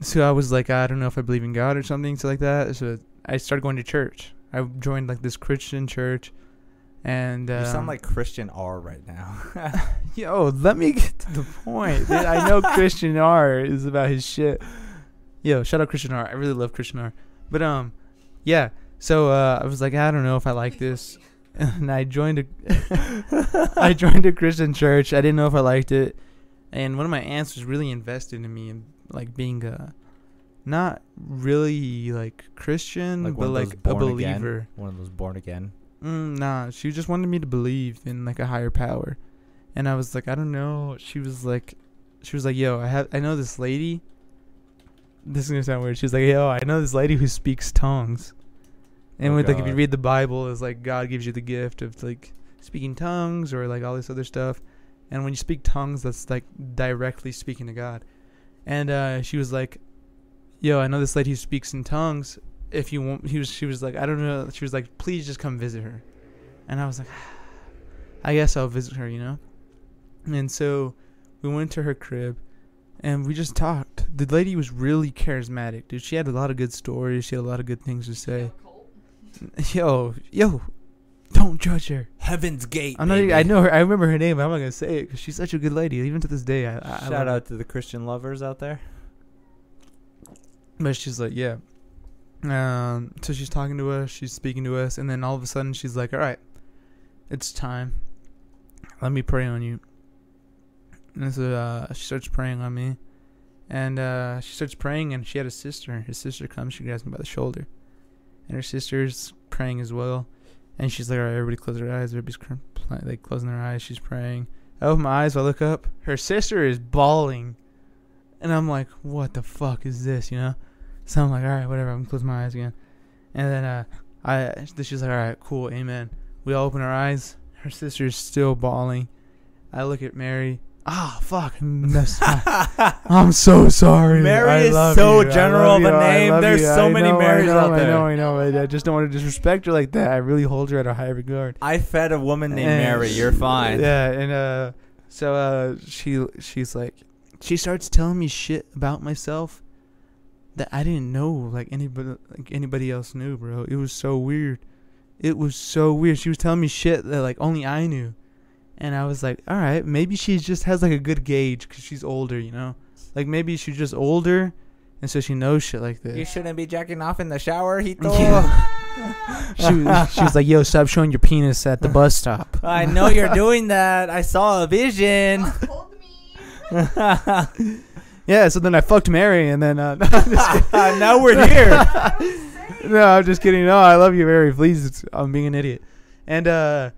B: so I was like, I don't know if I believe in God or something, so like that. So I started going to church. I joined like this Christian church, And um,
A: you sound like Christian R right now.
B: yo, let me get to the point. dude. I know Christian R is about his shit. Yo, shout out Christian R. I really love Christian R. But um, yeah. So uh, I was like, I don't know if I like this, and I joined a, I joined a Christian church. I didn't know if I liked it, and one of my aunts was really invested in me and like being a, not really like Christian,
A: Mm, Like one
B: but
A: of
B: like
A: those
B: a
A: born again?
B: believer.
A: One of those born again.
B: Mm, nah, she just wanted me to believe in like a higher power, and I was like, I don't know. She was like, she was like, yo, I have, I know this lady. This is gonna sound weird. She was like, yo, I know this lady who speaks tongues, and
A: Oh,
B: with like if you
A: God.
B: read the Bible, it's like God gives you the gift of like speaking tongues or like all this other stuff, and when you speak tongues, that's like directly speaking to God, and uh, she was like, yo, I know this lady who speaks in tongues, if you want he was she was like i don't know she was like please just come visit her and i was like i guess i'll visit her you know and so we went to her crib and we just talked the lady was really charismatic dude she had a lot of good stories she had a lot of good things to say yo yo don't judge her
A: Heaven's Gate.
B: i'm not even, i know her i remember her name but i'm not gonna say it because she's such a good lady even to this day i, I I love
A: Shout
B: her.
A: out to the Christian lovers out there.
B: But she's like, yeah. Um, so she's talking to us, she's speaking to us, and then all of a sudden she's like, all right, it's time. Let me pray on you. And so uh, she starts praying on me. And uh, she starts praying, and she had a sister. His sister comes, she grabs me by the shoulder. And her sister's praying as well. And she's like, all right, everybody close their eyes. Everybody's cr- pl- like closing their eyes. She's praying. I open my eyes, I look up. Her sister is bawling. And I'm like, what the fuck is this, you know? So I'm like, all right, whatever. I'm gonna close my eyes again. And then uh, I, then she's like, all right, cool, amen. We all open our eyes. Her sister's still bawling. I look at Mary. Ah, fuck. I messed up. I'm so sorry.
A: Mary
B: I
A: is
B: love
A: so
B: you. I
A: general
B: love
A: of a
B: you. I
A: name.
B: love
A: There's
B: you.
A: so
B: I
A: many
B: know, I
A: Marys
B: know,
A: out
B: I know,
A: there.
B: I know. I I just don't want to disrespect her like that. I really hold her at a high regard.
A: I fed a woman named
B: And-
A: Mary. You're fine.
B: Eh. Yeah, and uh, so uh, she she's like, she starts telling me shit about myself that I didn't know, like anybody like anybody else knew, bro. It was so weird. It was so weird. She was telling me shit that like only I knew, and I was like, all right, maybe she just has like a good gauge because she's older, you know. Like maybe she's just older, and so she knows shit like this.
A: shouldn't be jacking off in the shower, Hito.
B: she was, she was like, "Yo, stop showing your penis at the bus stop."
A: I know you're doing that. I saw a vision.
F: Hold me.
B: Yeah, so then I fucked Mary, and then uh, no, I'm just kidding.
A: now we're here.
B: no, I'm just kidding. No, I love you, Mary. Please, it's, I'm being an idiot. And uh,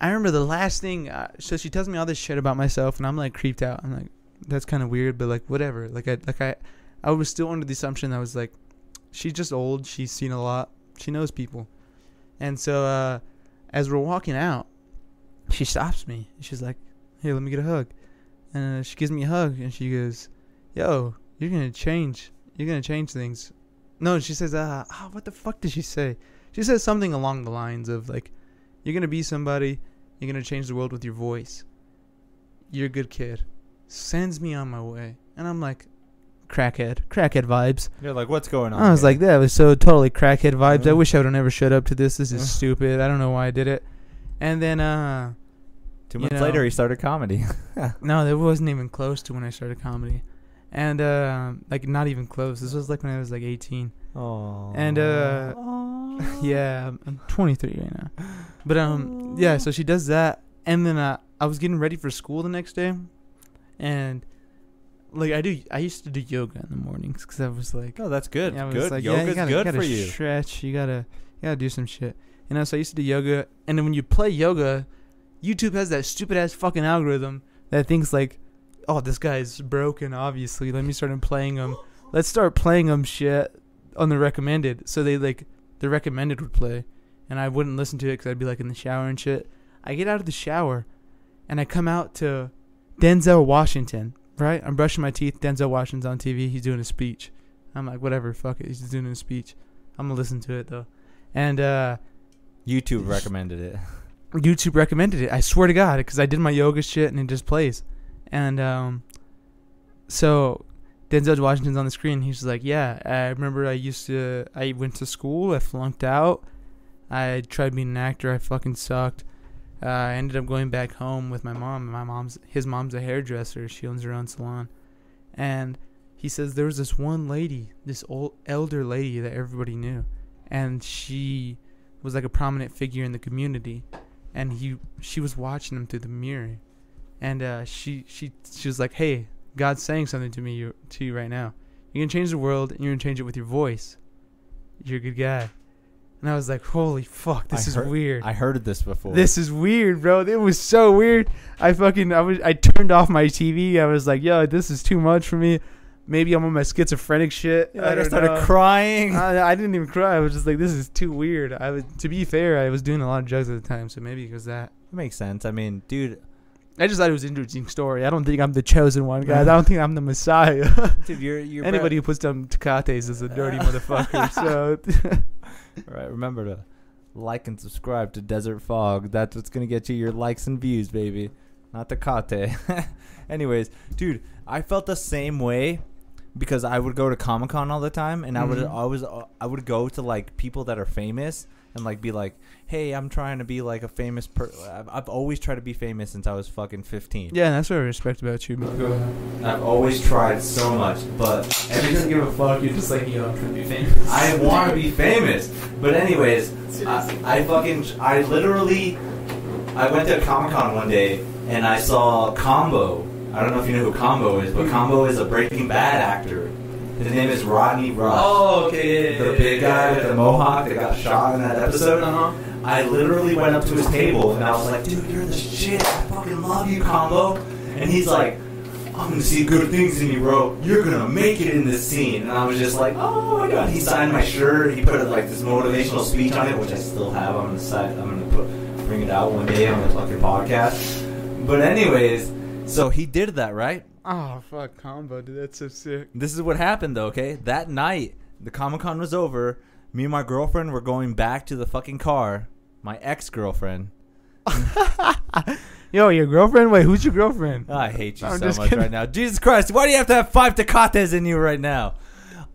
B: I remember the last thing. Uh, so she tells me all this shit about myself, and I'm like creeped out. I'm like, that's kind of weird, but like whatever. Like I like I, I was still under the assumption that I was like, she's just old. She's seen a lot. She knows people. And so uh, as we're walking out, she stops me. She's like, hey, let me get a hug. And uh, she gives me a hug, and she goes, yo, you're gonna change. You're gonna change things. No, she says, uh, ah, what the fuck did she say? She says something along the lines of, like, you're going to be somebody, you're going to change the world with your voice. You're a good kid. Sends me on my way. And I'm like, crackhead, crackhead vibes.
A: You're like, what's going on?
B: I was
A: here?
B: like, that was so totally crackhead vibes. I
A: Mhm.
B: wish I would have never showed up to this. This
A: Mhm.
B: is stupid. I don't know why I did it. And then, uh,
A: two
B: you
A: months
B: know.
A: later, he started comedy.
B: no, that wasn't even close to when I started comedy. And, uh, like, not even close. This was like when I was like 18.
A: Oh.
B: And, uh, yeah, I'm- I'm 23 right now. But um, yeah. So she does that, and then uh, I was getting ready for school the next day, and like I do, I used to do yoga in the mornings because I was like,
A: No, Oh, that's good.
B: I was
A: good.
B: like, yeah, you
A: Yoga's
B: gotta-
A: good
B: gotta
A: for you.
B: Stretch. You gotta, you gotta do some shit. You know. So I used to do yoga, and then when you play yoga, YouTube has that stupid ass fucking algorithm that thinks like, oh, this guy's broken. Obviously, let me start playing him. Let's start playing him shit on the recommended. So they like the recommended would play, and I wouldn't listen to it because I'd be like in the shower and shit. I get out of the shower, and I come out to Denzel Washington. Right, I'm brushing my teeth. Denzel Washington's on TV. He's doing a speech. I'm like, whatever, fuck it. He's just doing a speech. I'm gonna listen to it though. And uh,
A: YouTube recommended it.
B: YouTube recommended it. I swear to God, because I did my yoga shit and it just plays. And um, so Denzel Washington's on the screen. He's like, yeah, I remember I used to. I went to school. I flunked out. I tried being an actor. I fucking sucked. uh, I ended up going back home with my mom. My mom's his mom's a hairdresser. She owns her own salon, and he says there was this one lady, this old elder lady that everybody knew, and she was like a prominent figure in the community, and he she was watching him through the mirror, and uh, she she she was like, hey, God's saying something to me you, to you right now. You're gonna change the world, and you're gonna change it with your voice. You're a good guy. And I was like, holy fuck,
A: I
B: this is
A: heard-
B: weird.
A: I heard of this before.
B: This is weird, bro. It was so weird. I fucking I was I turned off my TV. I was like, yo, this is too much for me. Maybe I'm on my schizophrenic shit.
A: Yeah,
B: I,
A: I,
B: don't
A: started
B: know.
A: crying.
B: I, I didn't even cry. I was just like, this is too weird. I was to be fair, I was doing a lot of drugs at the time, so maybe it was that.
A: makes sense. I mean, dude,
B: I just thought it was an interesting story. I don't think I'm the chosen one, guys. I don't think I'm the messiah.
A: dude, you're you're
B: Anybody who puts down tecates is a dirty motherfucker. So
A: All right, remember to like and subscribe to Desert Fog. That's what's gonna get you your likes and views, baby. Not the Kate. Anyways, dude, I felt the same way because I would go to Comic Con all the time, and I would
B: Mhm.
A: always uh, I would go to like people that are famous and like be like, "Hey, I'm trying to be like a famous per." I've, I've always tried to be famous since I was fucking 15.
B: yeah, that's what I respect about you. man.
T: Go ahead.
K: I've always tried so much, but
T: If you don't
K: every
T: give a fuck, you're just like, yo, I'm trying to be famous.
K: I want to be famous. But anyways, I, I fucking I literally I went to Comic Con one day and I saw Combo. I don't know if you know who Combo is, but Combo is a Breaking Bad actor. His name is Rodney Rush.
T: Oh, okay.
K: the big guy with the mohawk that got shot in that episode.
T: Uh-huh.
K: I literally went up to his table and I was like, dude, you're the shit. I fucking love you, Combo. And he's like, I'm gonna see good things in you, bro. You're gonna make it in this scene. And I was just like, oh my god. He signed my shirt. He put like this motivational speech on it, which I still have. I'm gonna decide, I'm gonna put, bring it out one day on the fucking podcast. But anyways,
A: So he did that, right?
B: Oh fuck, combo, dude. That's so sick.
A: This is what happened though, okay? That night, the Comic Con was over. Me and my girlfriend were going back to the fucking car. My ex girlfriend.
B: Yo, your girlfriend? Wait, who's your girlfriend?
A: I hate you
B: I'm
A: so
B: just
A: much
B: kidding.
A: right now. Jesus Christ, why do you have to have five Tecates in you right now?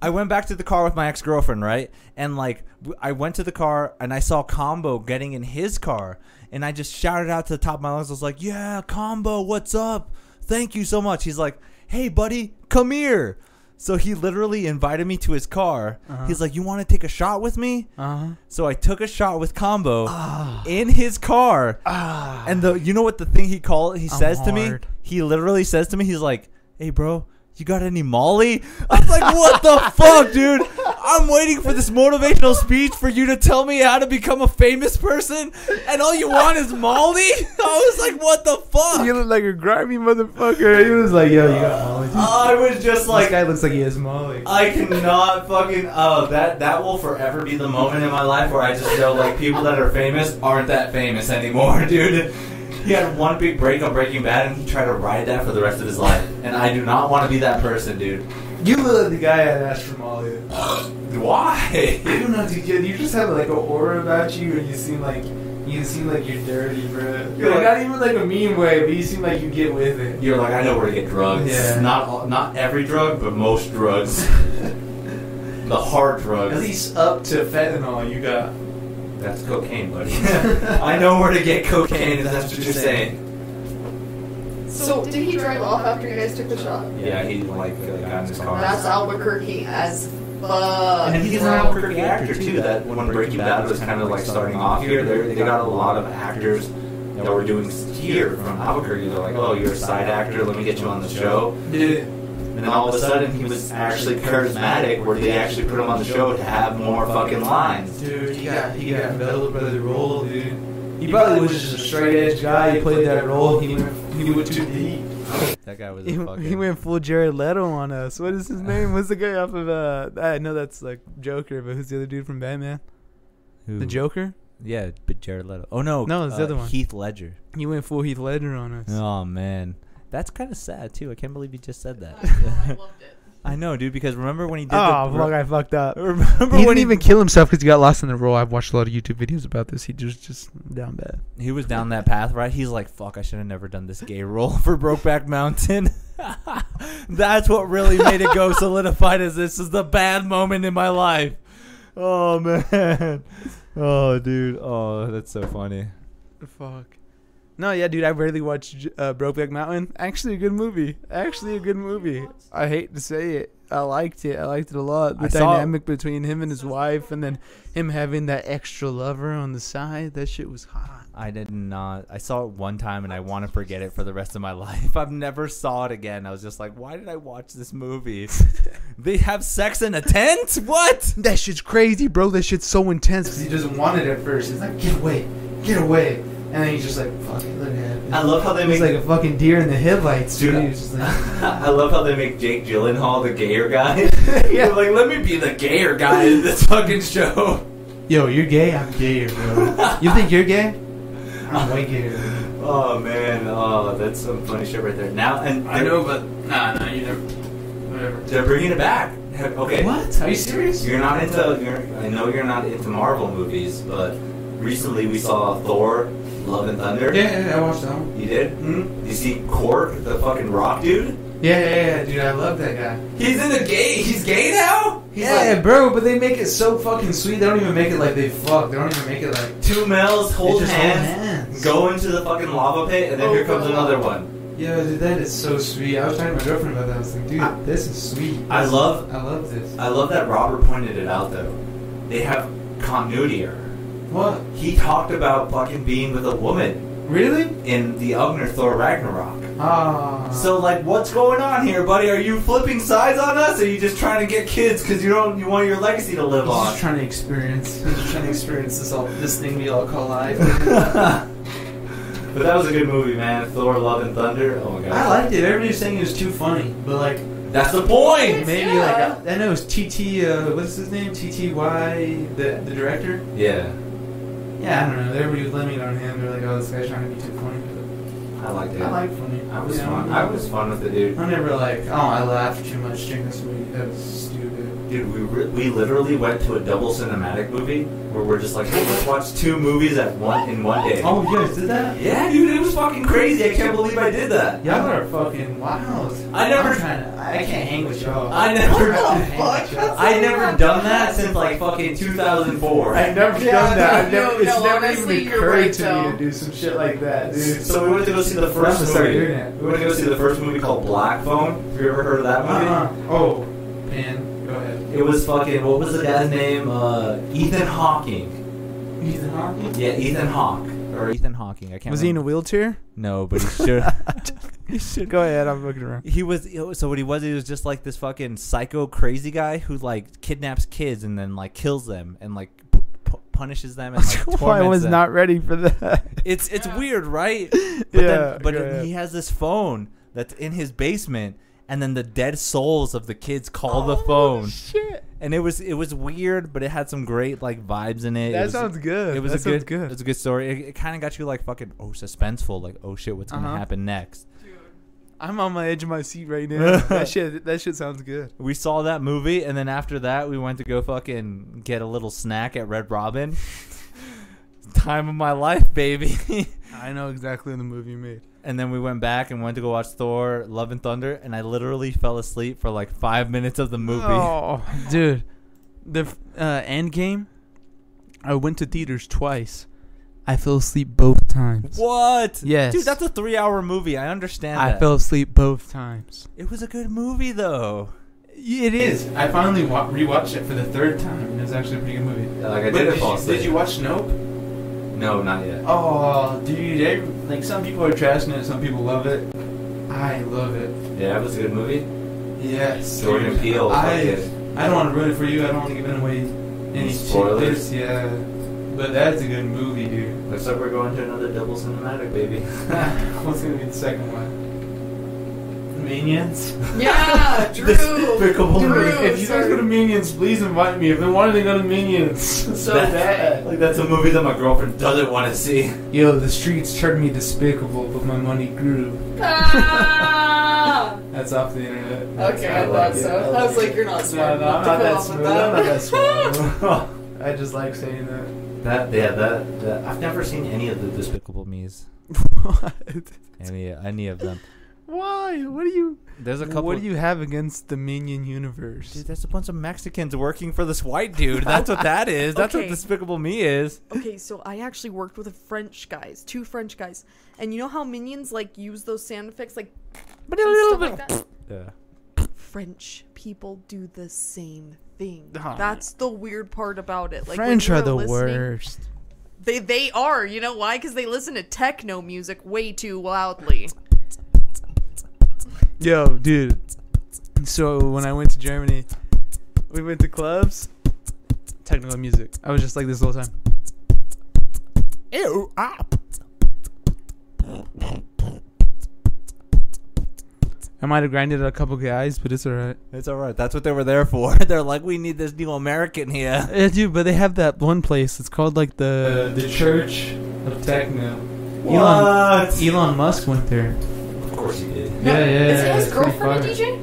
A: I went back to the car with my ex girlfriend, right? And like, w- I went to the car and I saw Combo getting in his car. And I just shouted out to the top of my lungs. I was like, yeah, Combo, what's up? Thank you so much. He's like, hey, buddy, come here. So he literally invited me to his car. He's like, you want to take a shot with me?
B: Uh-huh.
A: So I took a shot with Combo
T: Ah.
A: in his car. And the you know what the thing he call he
B: I'm
A: says to me?
B: hard.
A: He literally says to me, he's like, "Hey, bro, you got any Molly?" I was like, "What the fuck, dude? I'm waiting for this motivational speech for you to tell me how to become a famous person, and all you want is Molly." I was like, "What the fuck?"
B: You look like a grimy motherfucker. He was like, yo, you got Molly. dude.
K: I was just
B: this
K: like,
B: guy looks like he has Molly.
K: I cannot fucking. Oh, that that will forever be the moment in my life where I just know like people that are famous aren't that famous anymore, dude. He had one big break on Breaking Bad, and he tried to ride that for the rest of his life. And I do not want to be that person, dude.
T: You look like the guy that asked for Molly.
K: Why?
T: I don't know, dude. You you just have like an aura about you, and you seem like you seem like you're dirty, bro. You're like not even like a mean way, but you seem like you get with it.
K: You're like, I know where to get drugs.
T: Yeah.
K: Not all, not every drug, but most drugs. the hard drugs.
T: At least up to fentanyl, you got.
K: That's cocaine, buddy. I know where to get cocaine. If that's what you're saying.
D: So, did he drive off after you guys took the shot?
K: Yeah, he like uh, got in his car.
D: That's Albuquerque as fuck.
K: And he's an
D: bro.
K: Albuquerque actor too. That when Breaking Bad was kind of like starting off here, they they got a lot of actors that were doing here from Albuquerque. They're like, oh, you're a side actor. Let me get you on the show. And then all of a sudden, he was actually charismatic, where they actually put him on the show to have more fucking lines.
T: Dude, he got he got metal by the role, dude. He probably was just a straight edge guy. He played that role. He went he went too deep.
A: that guy was
B: He,
A: a
B: he
A: fucking.
B: went full Jared Leto on us. What is his name? What's the guy off of, uh, I know that's like Joker, but who's the other dude from Batman?
A: Who?
B: The Joker?
A: Yeah, but Jared Leto. Oh no,
B: No, it's the other one.
A: Heath Ledger.
B: He went full Heath Ledger on us.
A: Oh man, that's kind of sad too. I can't believe you just said
F: I know, I
A: that.
F: loved it.
A: I know, dude, because remember when he did
B: Oh,
A: the
B: fuck, I fucked up.
A: Remember
B: He
A: when
B: didn't
A: he
B: even kill himself because he got lost in the role. I've watched a lot of YouTube videos about this. He just just down bad.
A: he was down that path, right? He's like, "Fuck, I should have never done this gay role for Brokeback Mountain." That's what really made it go solidified as this is the bad moment in my life. Oh man. Oh dude. Oh, that's so funny.
B: Fuck.
J: No, yeah, dude, I rarely watch J- uh, Brokeback Mountain. Actually, a good movie. Actually, a good movie. I hate to say it. I liked it. I liked it a lot. The
A: I saw-
J: dynamic between him and his wife, and then him having that extra lover on the side. That shit was hot.
A: I did not. I saw it one time and I want to forget it for the rest of my life. I've never saw it again. I was just like, why did I watch this movie? they have sex in a tent? What?
J: That shit's crazy, bro. That shit's so intense.
B: 'Cause he doesn't want it at first. He's like, get away, get away. And then he's just like, fuck it, let it happen.
K: I love how they
B: He's
K: make-
B: like a fucking deer in the headlights, dude.
K: Dude,
B: He's just like,
K: I love how they make Jake Gyllenhaal the gayer guy. yeah, like let me be the gayer guy in this fucking show.
B: yo, you're gay? I'm gayer, bro. you think you're gay? I'm way gayer.
K: Oh man, oh that's some funny shit right there. Now and
B: I know, but nah, nah, you never. Whatever.
K: they're bringing it back. Okay,
B: What? Are you serious?
K: You're not into. You're, I know you're not into Marvel movies, but recently we saw Thor: Love and Thunder.
B: Yeah, yeah, I watched that one.
K: You did? Hmm? You see Cork, the fucking rock dude?
B: Yeah, yeah, yeah, dude, I love that guy.
K: He's in the gay. He's gay now. He's
B: yeah,
K: like,
B: bro, but they make it so fucking sweet. They don't even make it like they fuck. They don't even make it like
K: two males hold
B: They just
K: hands,
B: hands.
K: go into the fucking lava pit, and then
D: Oh,
K: here comes
D: God.
K: another one.
B: Yo, dude, that is so sweet. I was talking to my girlfriend about that. I was like, dude,
K: I-
B: this is sweet.
K: I
B: This-
K: love-
B: I love this.
K: I love that Robert pointed it out though. They have continuity error.
B: What?
K: He talked about fucking being with a woman
B: Really?
K: in the Ugner Thor Ragnarok.
B: Ah.
K: So like, what's going on here, buddy? Are you flipping sides on us? Or are you just trying to get kids because you don't you want your legacy to live
B: He's
K: on?
B: just trying to experience. He's just trying to experience this all this thing we all call life.
K: but that was a good movie, man. Thor: Love and Thunder. Oh my god,
B: I liked it. Everybody was saying it was too funny, but like
K: That's the point.
B: maybe
D: yeah.
B: like I, I know it's TT. Uh, what's his name? TTY, the the director.
K: Yeah,
B: Yeah, I don't know. Everybody was limiting on him. They're like, oh, this guy's trying to be too funny.
K: I liked
B: But
K: it.
B: I like funny.
K: I was
B: Yeah,
K: fun. I was fun with it, dude.
B: I never like. Oh, I laughed too much during this movie. That was stupid.
K: Dude, we re- we literally went to a double cinematic movie where we're just like, hey, let's watch two movies at one in one day.
B: Oh, you guys did that?
K: Yeah, dude, it was fucking crazy. I can't believe I did that.
B: Y'all are fucking wild.
K: I never-
B: I'm trying to. I can't hang with y'all.
K: I never-
B: I'm trying to
D: What the
B: hang with y'all.
K: I never done that since like fucking 2004.
B: I've never
D: Yeah,
B: done that.
D: no,
B: I've never,
D: no,
B: it's
D: no,
B: never
D: honestly,
B: even
D: you're
B: occurred
D: right,
B: to me
D: though.
B: to do some shit like that, dude.
K: So we went to go see the first
B: I'm
K: movie.
B: gonna start doing that.
K: We went to go see the first movie called Black Phone. Have you ever heard of that movie?
B: Uh-huh. Oh, man. Go ahead.
K: It was fucking what was the guy's name? Uh, Ethan Hawking.
B: Ethan Hawke?
K: Yeah, Ethan Hawke or Ethan Hawking. I can't.
J: Was he in a
A: remember.
J: wheelchair?
A: No, but he should. he should.
J: Go ahead, I'm looking around.
A: He was so what he was. He was just like this fucking psycho crazy guy who like kidnaps kids and then like kills them and like p- p- punishes them and like torments
J: I was
A: them.
J: not ready for that.
A: It's it's
D: Yeah.
A: weird, right? But
J: Yeah,
A: then, but
J: go
A: then
J: ahead.
A: he has this phone that's in his basement, and then the dead souls of the kids call
J: Oh,
A: the phone,
J: Shit.
A: and it was it was weird, but it had some great like vibes in it.
J: That
A: it was,
J: sounds good.
A: It was
J: That
A: a
J: sounds
A: good,
J: good.
A: It was a good story. It, it kind of got you like fucking oh suspenseful, like oh shit, what's
J: Uh-huh.
A: gonna happen next?
J: I'm on my edge of my seat right now. that shit. That shit sounds good.
A: We saw that movie, and then after that, we went to go fucking get a little snack at Red Robin. Time of my life, baby.
J: I know exactly the movie you made.
A: and then we went back and went to go watch Thor: Love and Thunder, and I literally fell asleep for like five minutes of the movie.
J: Oh, dude, the f- uh, end game. I went to theaters twice. I fell asleep both times.
A: What?
J: Yes.
A: dude, that's a three-hour movie. I understand.
J: I
A: that.
J: fell asleep both times.
A: it was a good movie though.
B: It
J: It is.
B: is. I finally wa- rewatched it for the third time. and It was actually a pretty good movie.
K: Yeah, like I
B: But
K: did
B: did,
K: it fall
B: you,
K: asleep.
B: did you watch Nope?
K: No, not yet.
B: Oh, dude. every- Like, some people are trashing it, some people love it. I love it.
K: Yeah, it was a good movie.
B: Yes.
K: Jordan
B: dude.
K: Peele.
B: I,
K: fucking-
B: I don't want to ruin it for you. I don't want to give it away any
K: Spoilers?
B: spoilers. Yeah. But that's a good movie, dude.
K: Looks like we're going to another double cinematic, baby.
B: What's going to be the second one? Minions?
D: Yeah, Drew.
B: Despicable
D: Drew,
B: Me. If you guys
D: sorry.
B: go to Minions, please invite me. I've been wanting to go to Minions so bad.
K: Like that's a movie that my girlfriend doesn't want to see.
B: Yo, the streets turned me despicable, but my money grew.
D: Ah!
B: That's off the internet.
D: Okay, I
K: like
D: thought
K: it.
D: so. I was like, you're not smart
B: No, no, I'm
D: enough to
B: not that smooth.
D: go off with
B: I'm not
D: that.
B: that smooth. I just like saying that.
K: That yeah, that, that I've never seen any of the Despicable Me's.
J: What?
A: Any any of them?
J: why? What do you?
A: There's a couple.
J: What do you have against the Minion universe?
A: Dude, that's a bunch of Mexicans working for this white dude. That's what that is. That's
F: Okay.
A: what Despicable Me is.
F: Okay, so I actually worked with a French guys, two French guys, and you know how minions like use those sound effects, like
A: But
F: and stuff like that.
A: Yeah.
F: French people do the same thing.
J: Ah.
F: That's the weird part about it. Like when
J: French
F: you
J: are the
F: listening-
J: worst.
F: They they are. You know why? Because they listen to techno music way too loudly.
J: Yo, dude. So when I went to Germany, we went to clubs. Technical music. I was just like this the whole time. Ew, ah. I might have grinded a couple guys, but it's alright.
A: It's all right. That's what they were there for. They're like, we need this new American here.
J: Yeah, dude, but they have that one place. It's called like
B: Uh,
J: the
B: the Church of Techno.
K: What?
J: Elon Musk went there.
K: Of course he did.
B: Yeah, yeah.
D: Isn't his
B: it's pretty
D: girlfriend a
B: fire.
D: DJ?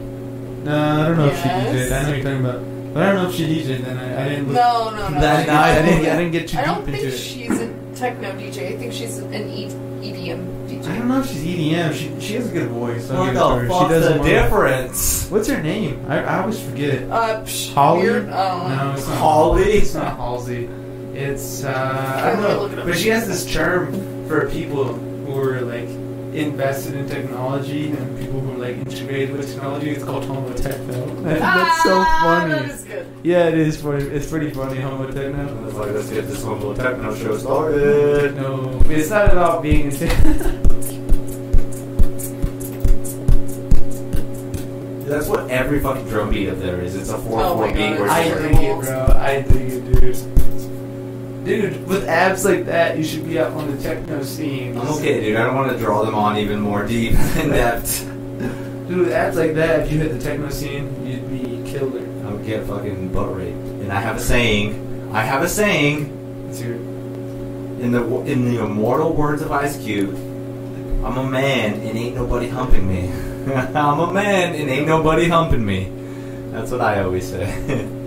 B: No, I don't know if she
D: Yes.
B: DJed. I know what you're talking about. But I don't know if she DJed. Then I, I didn't. Look.
D: No, no, no.
K: That-
B: I, didn't, I, didn't, I didn't get too
D: I
B: deep
D: don't
B: into
D: think
B: it.
D: she's a techno DJ. I think she's an e- EDM
B: I
D: DJ.
B: don't know if she's EDM. She, she has a good voice. I'll
K: What
B: give it to her.
K: the fuck's
B: She does
K: the
B: more-
K: difference?
B: What's her name? I, I always forget it.
D: Uh, psh,
B: Holly?
D: Weird, um,
B: No, it's not
K: Holly?
B: It's not Halsey. It's uh, I don't
D: Look it
B: know,
D: up.
B: but she has this term for people who are like invested in technology and people who are like integrated with technology. It's called homo techno. That's so
D: ah, That
B: funny.
D: is good.
B: Yeah, it is funny. It's pretty funny, homo techno.
K: It's like, let's get this one little techno show started.
B: No, it's not at all being.
K: That's what every fucking drum beat up there is. It's a 4
D: Oh
K: 4
D: my
K: beat
D: God.
K: where
B: I
K: it's
B: dig it, bro. I dig it, dude. Dude, with abs like that, you should be up on the techno scene.
K: I'm okay, dude. I don't want to draw them on even more deep in depth.
B: Dude, with abs like that, if you hit the techno scene, you'd be killer.
K: I'll get fucking butt raped. And I have a saying. I have a saying.
B: It's your
K: In the wo- in the immortal words of Ice Cube, I'm a man and ain't nobody humping me. I'm a man and ain't nobody humping me. That's what I always say.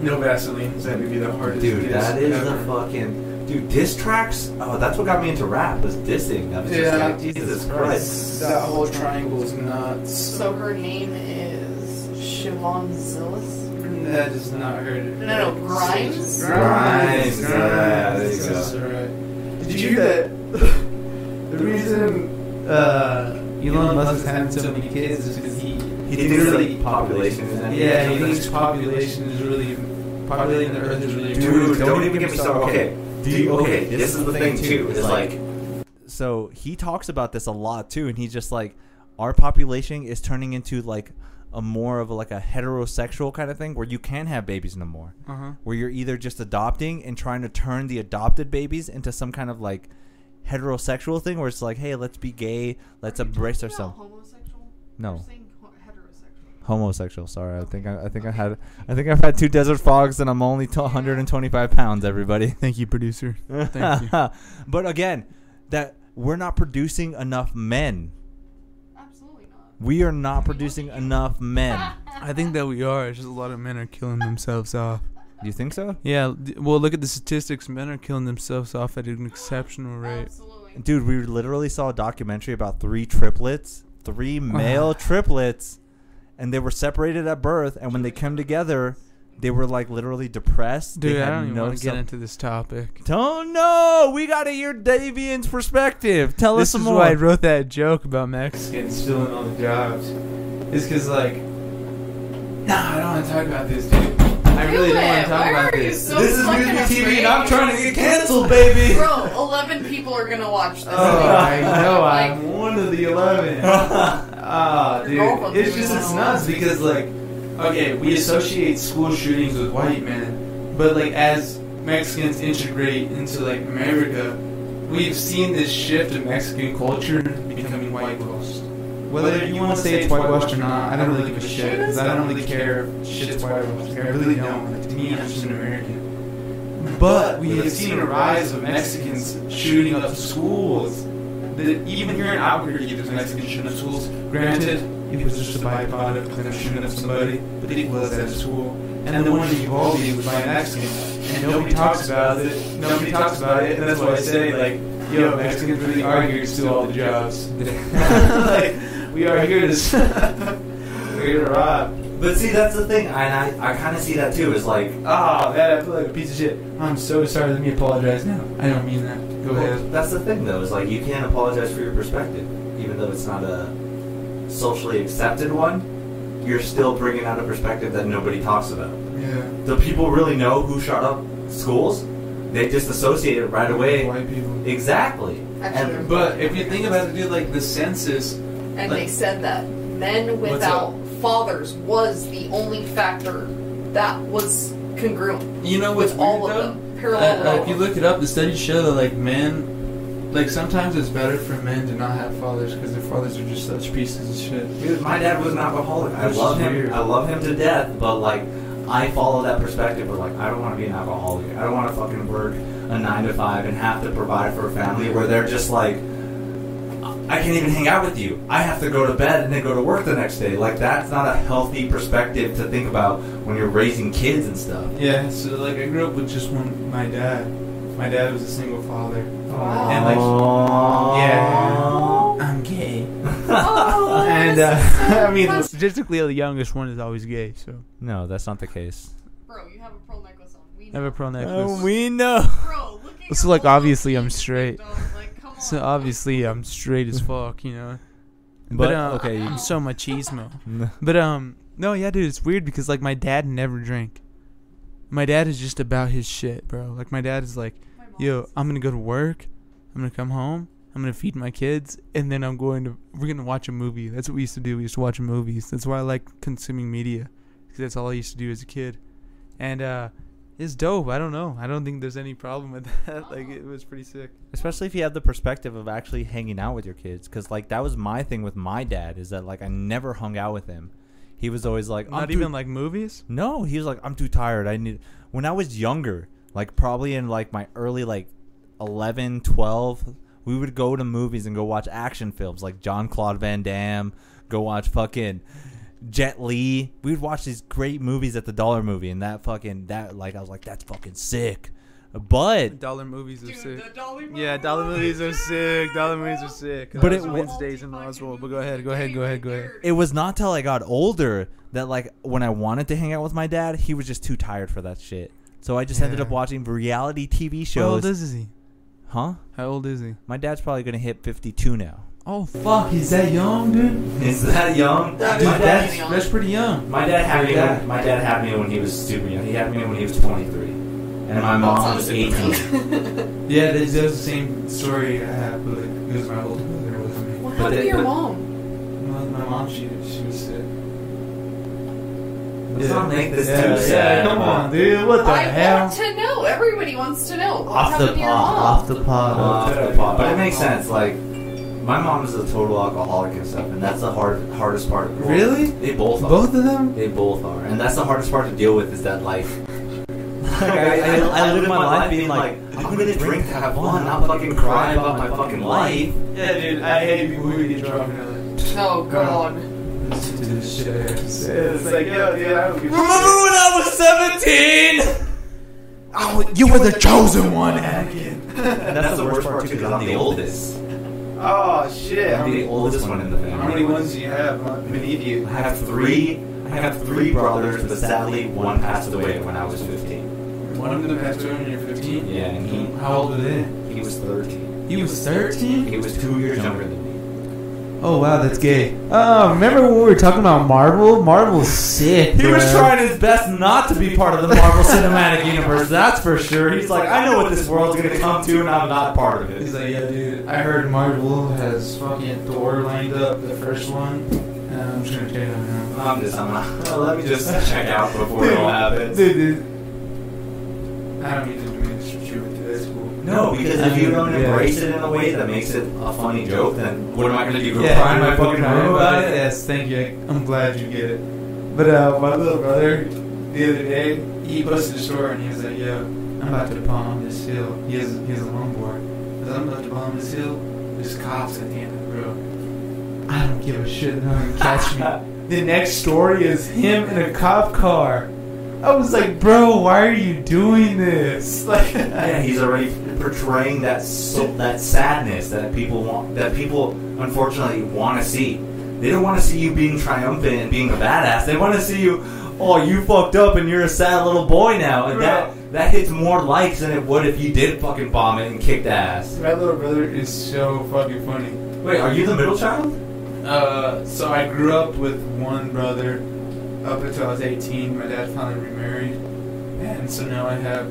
B: No Vaseline. That would be the hardest.
K: Dude,
B: diss
K: that is
B: ever.
K: the fucking dude. Diss tracks. Oh, that's what got me into rap was dissing. That was just
B: Yeah,
K: like, Jesus Christ.
B: That whole triangle is nuts.
D: So her name is Siobhan Zillis.
B: That is not heard.
D: No, no, no, Grimes?
K: Grimes,
B: Grimes.
K: yeah, there you
B: This
K: go.
B: is alright. Did you hear that? the reason uh, Elon Musk is having so many kids is because he
K: He thinks really population. is that-
B: yeah he thinks population is really populating the earth is really
K: Dude, don't even get me started. Okay, do you, okay. This is the thing too. Is like
A: So he talks about this a lot too, and he's just like, our population is turning into like a more of a, like a heterosexual kind of thing where you can have babies no more,
J: Uh-huh.
A: where you're either just adopting and trying to turn the adopted babies into some kind of like heterosexual thing where it's like, hey, let's be gay, let's embrace ourselves. No. homosexual. Sorry, I think I, I think I had I think I've had two desert fogs and I'm only to 125 pounds. Everybody.
J: Thank you, producer. Thank you.
A: but again, that we're not producing enough men.
D: Absolutely not.
A: We are not producing enough men.
J: I think that we are. It's just a lot of men are killing themselves off.
A: You think so?
J: Yeah, d- well, look at the statistics. Men are killing themselves off at an exceptional rate.
D: Absolutely.
A: Dude, we literally saw a documentary about three triplets, three male triplets, and they were separated at birth. And when they came together, they were like literally depressed. They
J: Dude, I
A: had
J: don't even
A: no
J: want to
A: self-
J: get into this topic.
A: Don't know. We got to hear Davian's perspective. Tell us
J: This
A: some
J: is
A: more.
J: why I wrote that joke about Mexico.
B: Mexicans stealing all the jobs is because like nah I don't want to talk about this dude I really
D: Do
B: don't want
D: it.
B: to talk
D: Why
B: about
D: are you
B: this
D: so This is fucking Newsweek TV and I'm afraid? trying to
B: get canceled baby
D: Bro, 11 people are gonna watch this.
B: oh I know
D: Like-
B: I'm one of the eleven ah dude it's just it's nuts because like okay we associate school shootings with white men but like as Mexicans integrate into like America we've seen this shift in Mexican culture becoming whitewashed whether you want to say it's whitewashed or not, I don't really give a shit because I don't really care if shit's whitewashed. I really don't. Like, to me, I'm just an American. But we have seen a rise of Mexicans shooting up schools. That even here in Albuquerque, there's Mexicans shooting up schools. Granted, it was just a byproduct of them shooting up somebody, but it was at a school. And the one in Uvalde was by a Mexican, and nobody talks about it. Nobody talks about it, and that's why I say like, yo, Mexicans really are here to steal all the jobs. like, We are here to. s- We're here to rob.
K: But see, that's the thing, and I, I kind of see that too. Is like,
B: Ah, man, I feel like a piece of shit. I'm so sorry. Let me apologize now. I don't mean that. Go
K: well,
B: ahead.
K: that's the thing though. Is like you can't apologize for your perspective, even though it's not a socially accepted one. You're still bringing out a perspective that nobody talks about.
B: Yeah.
K: The people really know who shot up schools. They just associate it right away.
B: White people.
K: Exactly.
D: Actually,
K: And
B: But if you think about it, dude, like the census.
D: And they said that men
B: What's
D: without fathers was the only factor that was congruent
B: You know what's
D: with all
B: weird,
D: of
B: though?
D: them.
B: Uh,
D: Parallel with
B: uh,
D: all
B: if you
D: of them.
B: look it up, the studies show that like men, like sometimes it's better for men to not have fathers because their fathers are just such pieces of shit.
K: Dude, my dad was an alcoholic. I
B: Which is
K: love him.
B: weird.
K: I love him to death. But like, I follow that perspective of like, I don't want to be an alcoholic. I don't want to fucking work a nine to five and have to provide for a family where they're just like, I can't even hang out with you. I have to go to bed and then go to work the next day. Like that's not a healthy perspective to think about when you're raising kids and stuff.
B: Yeah, so like I grew up with just one. My dad, my dad was a single father,
D: Wow.
B: and like
K: Aww.
B: I'm gay.
D: Oh,
B: And uh,
D: that's so
B: I mean,
D: funny.
J: Statistically, the youngest one is always gay, so.
A: No, that's not the case.
F: Bro, you have a pearl necklace on. We
J: Have
F: know.
J: a pearl
B: Oh.
J: necklace.
A: we know.
F: Bro, look at
J: So,
F: your
J: like,
F: whole
J: obviously I'm
F: outfit,
J: straight.
F: dog. Like, come on.
J: so obviously, I'm straight as fuck, you know.
A: But,
J: um,
A: okay.
J: I'm so machismo.
A: you-
J: But um, no, yeah, dude, it's weird because like my dad never drank. My dad is just about his shit, bro. Like my dad is like,
F: My mom
J: yo,
F: is-
J: I'm gonna go to work, I'm gonna come home, I'm gonna feed my kids, and then I'm going to we're gonna watch a movie. That's what we used to do. We used to watch movies. That's why I like consuming media, because that's all I used to do as a kid, and uh, it's dope. I don't know. I don't think there's any problem with that. like it was pretty sick.
A: especially if you have the perspective of actually hanging out with your kids because like that was my thing with my dad is that like i never hung out with him he was always like
J: Not
A: I'm
J: even
A: too-
J: like movies.
A: no he was like i'm too tired i need when i was younger like probably in like my early like 11 12 we would go to movies and go watch action films like john claude van damme go watch fucking Jet Li. We would watch these great movies at the dollar movie, and that fucking that like I was like that's fucking sick, but
J: Dollar movies are
F: Dude,
J: sick.
F: the dollar
J: Yeah, dollar movies are sick. Dollar movies are sick.
A: But it
J: was
A: wa-
J: Wednesdays in Roswell. But go ahead, go ahead, go ahead, go ahead.
A: it was not till I got older that like when I wanted to hang out with my dad, he was just too tired for that shit. So I just ended
J: Yeah.
A: up watching reality TV
J: How
A: shows.
J: old is he?
A: huh?
J: How old is he?
A: My dad's probably gonna hit 52 now.
J: Oh fuck!
B: fuck, he's that young, dude.
K: Is that young?
D: That
B: Dude,
K: my,
D: is
K: dad,
B: that's that's pretty young.
K: my dad had me.
B: Yeah.
K: When, my dad had me when he was super young. He had me when he was 23, and my mom was 18.
B: Yeah, that's, that's the same story I have, but like, it was my older brother with me.
D: what
K: But
D: happened
K: it-
D: to your
K: but-
D: mom?
B: My, my mom, she she was sick.
K: Let's not make this
B: yeah,
K: too
B: yeah,
K: sad.
B: Come on, dude. What the
D: I
B: hell?
D: want to know. Everybody wants to know. What
K: Off the
D: happened to your
K: pod,
D: mom?
K: off the pod, off the pod. But it makes
B: Off the pod.
K: sense. Like, my mom is a total alcoholic and stuff, and that's the hard, hardest part. Of growing up.
B: Really?
K: They both are.
B: Both of them?
K: They both are, and that's the hardest part to deal with is that life.
A: Like, I, I, I live my life being like,
K: I'm gonna drink to have fun, not fucking cry about my fucking life.
B: Yeah, dude. I hate people who get drunk and they're like,
D: Oh God.
B: listen to this shit. I have to say." It's like, yo, dude, I don't give a shit.
K: Remember when I was 17?
B: Oh, you were the chosen one, Anakin.
K: And that's the worst part too, because I'm the oldest.
B: Oh shit!
K: I'm the oldest one in the
B: How
K: family.
B: many ones do you have huh, beneath you?
K: I have three. I have three brothers, but sadly, one passed away when I was 15.
B: One of them passed away when you're 15.
K: Yeah, and he
B: How old were they?
K: he was 13.
B: He was 13.
K: He was two years younger than me.
B: Oh wow, that's gay. Oh, remember when we were talking about Marvel? Marvel's sick.
A: He was
B: bruh.
A: trying his best not to be part of the Marvel Cinematic Universe, that's for sure. He's like, I know what this world's gonna come to, and I'm not part of
B: He's
A: it.
B: like, yeah, dude. I heard Marvel has fucking Thor lined up, the first one. And I'm just gonna check it out now.
K: I'm just, I'm like, "Oh, let me just check out before it all happens.
B: Dude, dude. I don't mean to diminish you with this. Cool.
K: No, because if you don't
B: Yeah.
K: embrace it in a way that makes it a funny joke, then what am I gonna do? Go
B: Yeah,
K: cry in
B: I'm
K: my fucking room about it?
B: Yes, thank you. I'm glad you get it. But uh, my little brother, the other day, he posted a story and he was like, "Yo, I'm about to bomb this hill." He has he has a longboard. He says, I'm about to bomb this hill. There's cops at the end of the road. I don't give a shit. They're not gonna catch me. the next story is him in a cop car. I was like, bro, why are you doing this? Like,
K: Yeah, he's already portraying that so, that sadness that people want, that people unfortunately want to see. They don't want to see you being triumphant and being a badass. They want to see you, oh, you fucked up and you're a sad little boy now. And that that hits more likes than it would if you did fucking bomb it and kicked ass.
B: My little brother is so fucking funny.
K: Wait, are you the middle child?
B: Uh, so I grew up with one brother up until I was 18. My dad finally remarried, and so now I have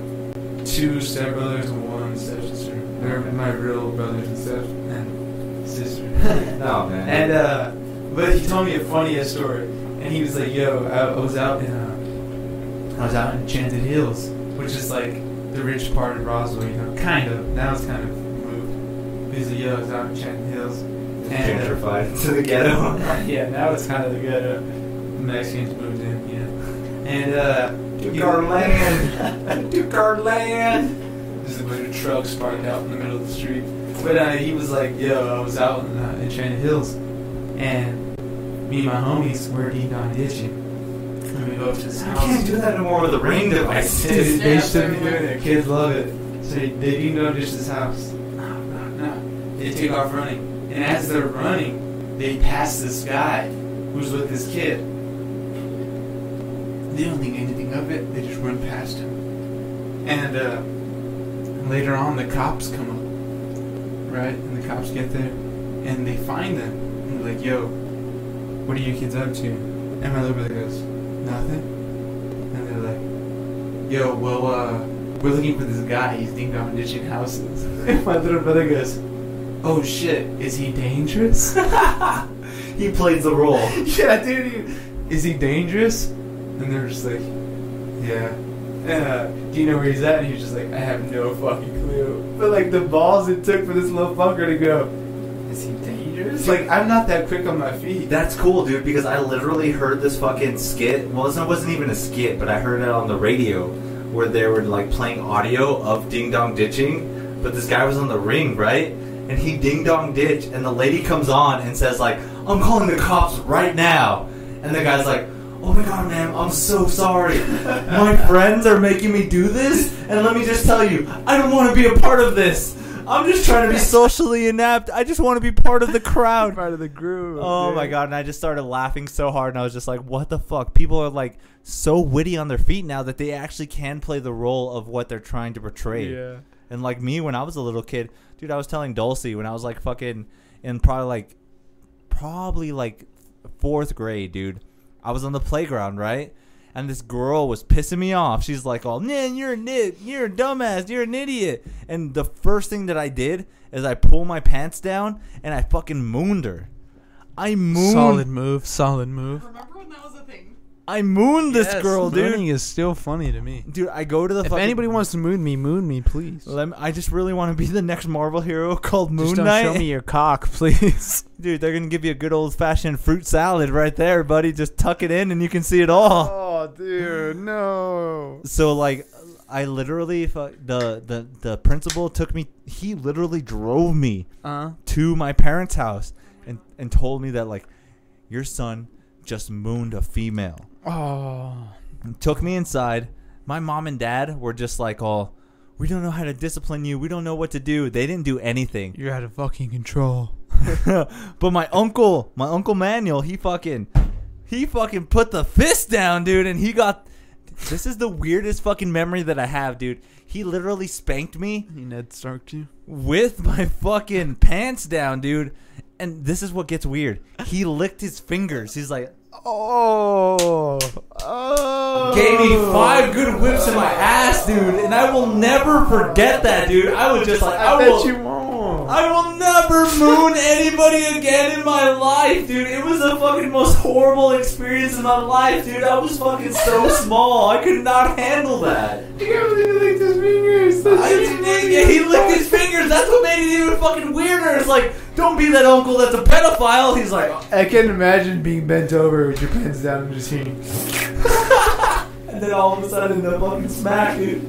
B: two stepbrothers and one stepsister. They're my real brothers and step and sister.
K: No, man.
B: And uh, but he told me a funniest story, and he was like, "Yo, I, I was out in uh, I was out in Enchanted Hills, which is like the rich part of Roswell, you know, kind of. Now it's kind of moved. But He's like, "Yo, I was out in Enchanted Hills, and uh,
K: gentrified to the ghetto.
B: yeah, now it's kind of the ghetto. Mexicans moved in, you know, and uh,
K: Took
B: he-
K: our land. Took our land.
B: This is where the trucks parked out in the middle of the street. But uh, he was like, yo, I was out in, uh, in China Hills, and me and my homies were deep on ditching. And we go up to this
K: I
B: house.
K: can't do that anymore with the ring devices.
B: Dude, they
D: Yeah,
B: shouldn't be
D: everyone.
B: doing it. Kids love it. So they, they do know this is house. No, no, no. They take off running. And as they're running, they pass this guy who's with this kid. They don't think anything of it. They just run past him. And uh, later on, the cops come up. Right? And the cops get there. And they find them. And they're like, yo, what are you kids up to? And my little brother goes, nothing. And they're like, yo, well, uh, we're looking for this guy. He's ding dong ditching houses. And my little brother goes, oh shit, is he dangerous?
K: He plays the role.
B: yeah, dude, he, is he dangerous? And they're just like, yeah. And, uh, do you know where he's at? And he's just like, I have no fucking clue. But like the balls it took for this little fucker to go, is he dangerous? Like I'm not that quick on my feet.
K: That's cool, dude, because I literally heard this fucking skit. Well, it wasn't even a skit, but I heard it on the radio where they were like playing audio of Ding Dong Ditching, but this guy was on the ring, right? And he ding dong ditch, and the lady comes on and says, like, I'm calling the cops right now. And the guy's like, Oh my god, ma'am, I'm so sorry. My friends are making me do this, and let me just tell you, I don't want to be a part of this. I'm just trying to be socially inept. I just want to be part of the crowd.
J: Part of the groove.
A: Oh my god! And I just started laughing so hard, and I was just like, "What the fuck?" People are like so witty on their feet now that they actually can play the role of what they're trying to portray.
J: Yeah.
A: And like me, when I was a little kid, dude, I was telling Dulcie when I was like fucking in probably like probably like fourth grade, dude. I was on the playground, right? And this girl was pissing me off. She's like, "Oh, man, you're a nit, you're a dumbass, you're an idiot." And the first thing that I did is I pulled my pants down and I fucking mooned her. I mooned,
J: Solid move. Solid move.
F: Remember when that was a thing?
A: I mooned this
J: Yes,
A: girl, dude.
J: Mooning is still funny to me.
A: Dude, I go to the
J: If
A: fucking.
J: anybody wants to moon me, moon me, please.
A: Let me- I just really want to be the next Marvel hero called Moon
J: Just don't
A: Knight.
J: show me your cock, please.
A: Dude, they're gonna give you a good old fashioned fruit salad right there, buddy. Just tuck it in and you can see it all.
J: oh, dude, no.
A: So like, I literally fu- the the the principal took me. He literally drove me
J: Uh,
A: to my parents' house and and told me that like, your son just mooned a female.
J: oh.
A: And took me inside. My mom and dad were just like all. We don't know how to discipline you. We don't know what to do. They didn't do anything.
J: You're out of fucking control.
A: but my uncle, my uncle Manuel, he fucking, he fucking put the fist down, dude, and he got. This is the weirdest fucking memory that I have, dude. He literally spanked me
J: He Ned Starked you.
A: with my fucking pants down, dude. And this is what gets weird. He licked his fingers. He's like,
J: Oh. Oh.
A: gave me five good whips in my ass, dude, and I will never forget that, dude. I was just like, I, will.
J: won't.
A: I will never moon anybody again in my life, dude. It was the fucking most horrible experience in my life, dude. I was fucking so small. I could not handle that.
B: You can't believe he licked his fingers. That's
A: I didn't think it. He licked his fingers. That's what made it even fucking weirder. It's like, don't be that uncle that's a pedophile. He's like,
B: I can imagine being bent over with your pants down and just hearing.
A: and then all of a sudden the fucking smack, dude.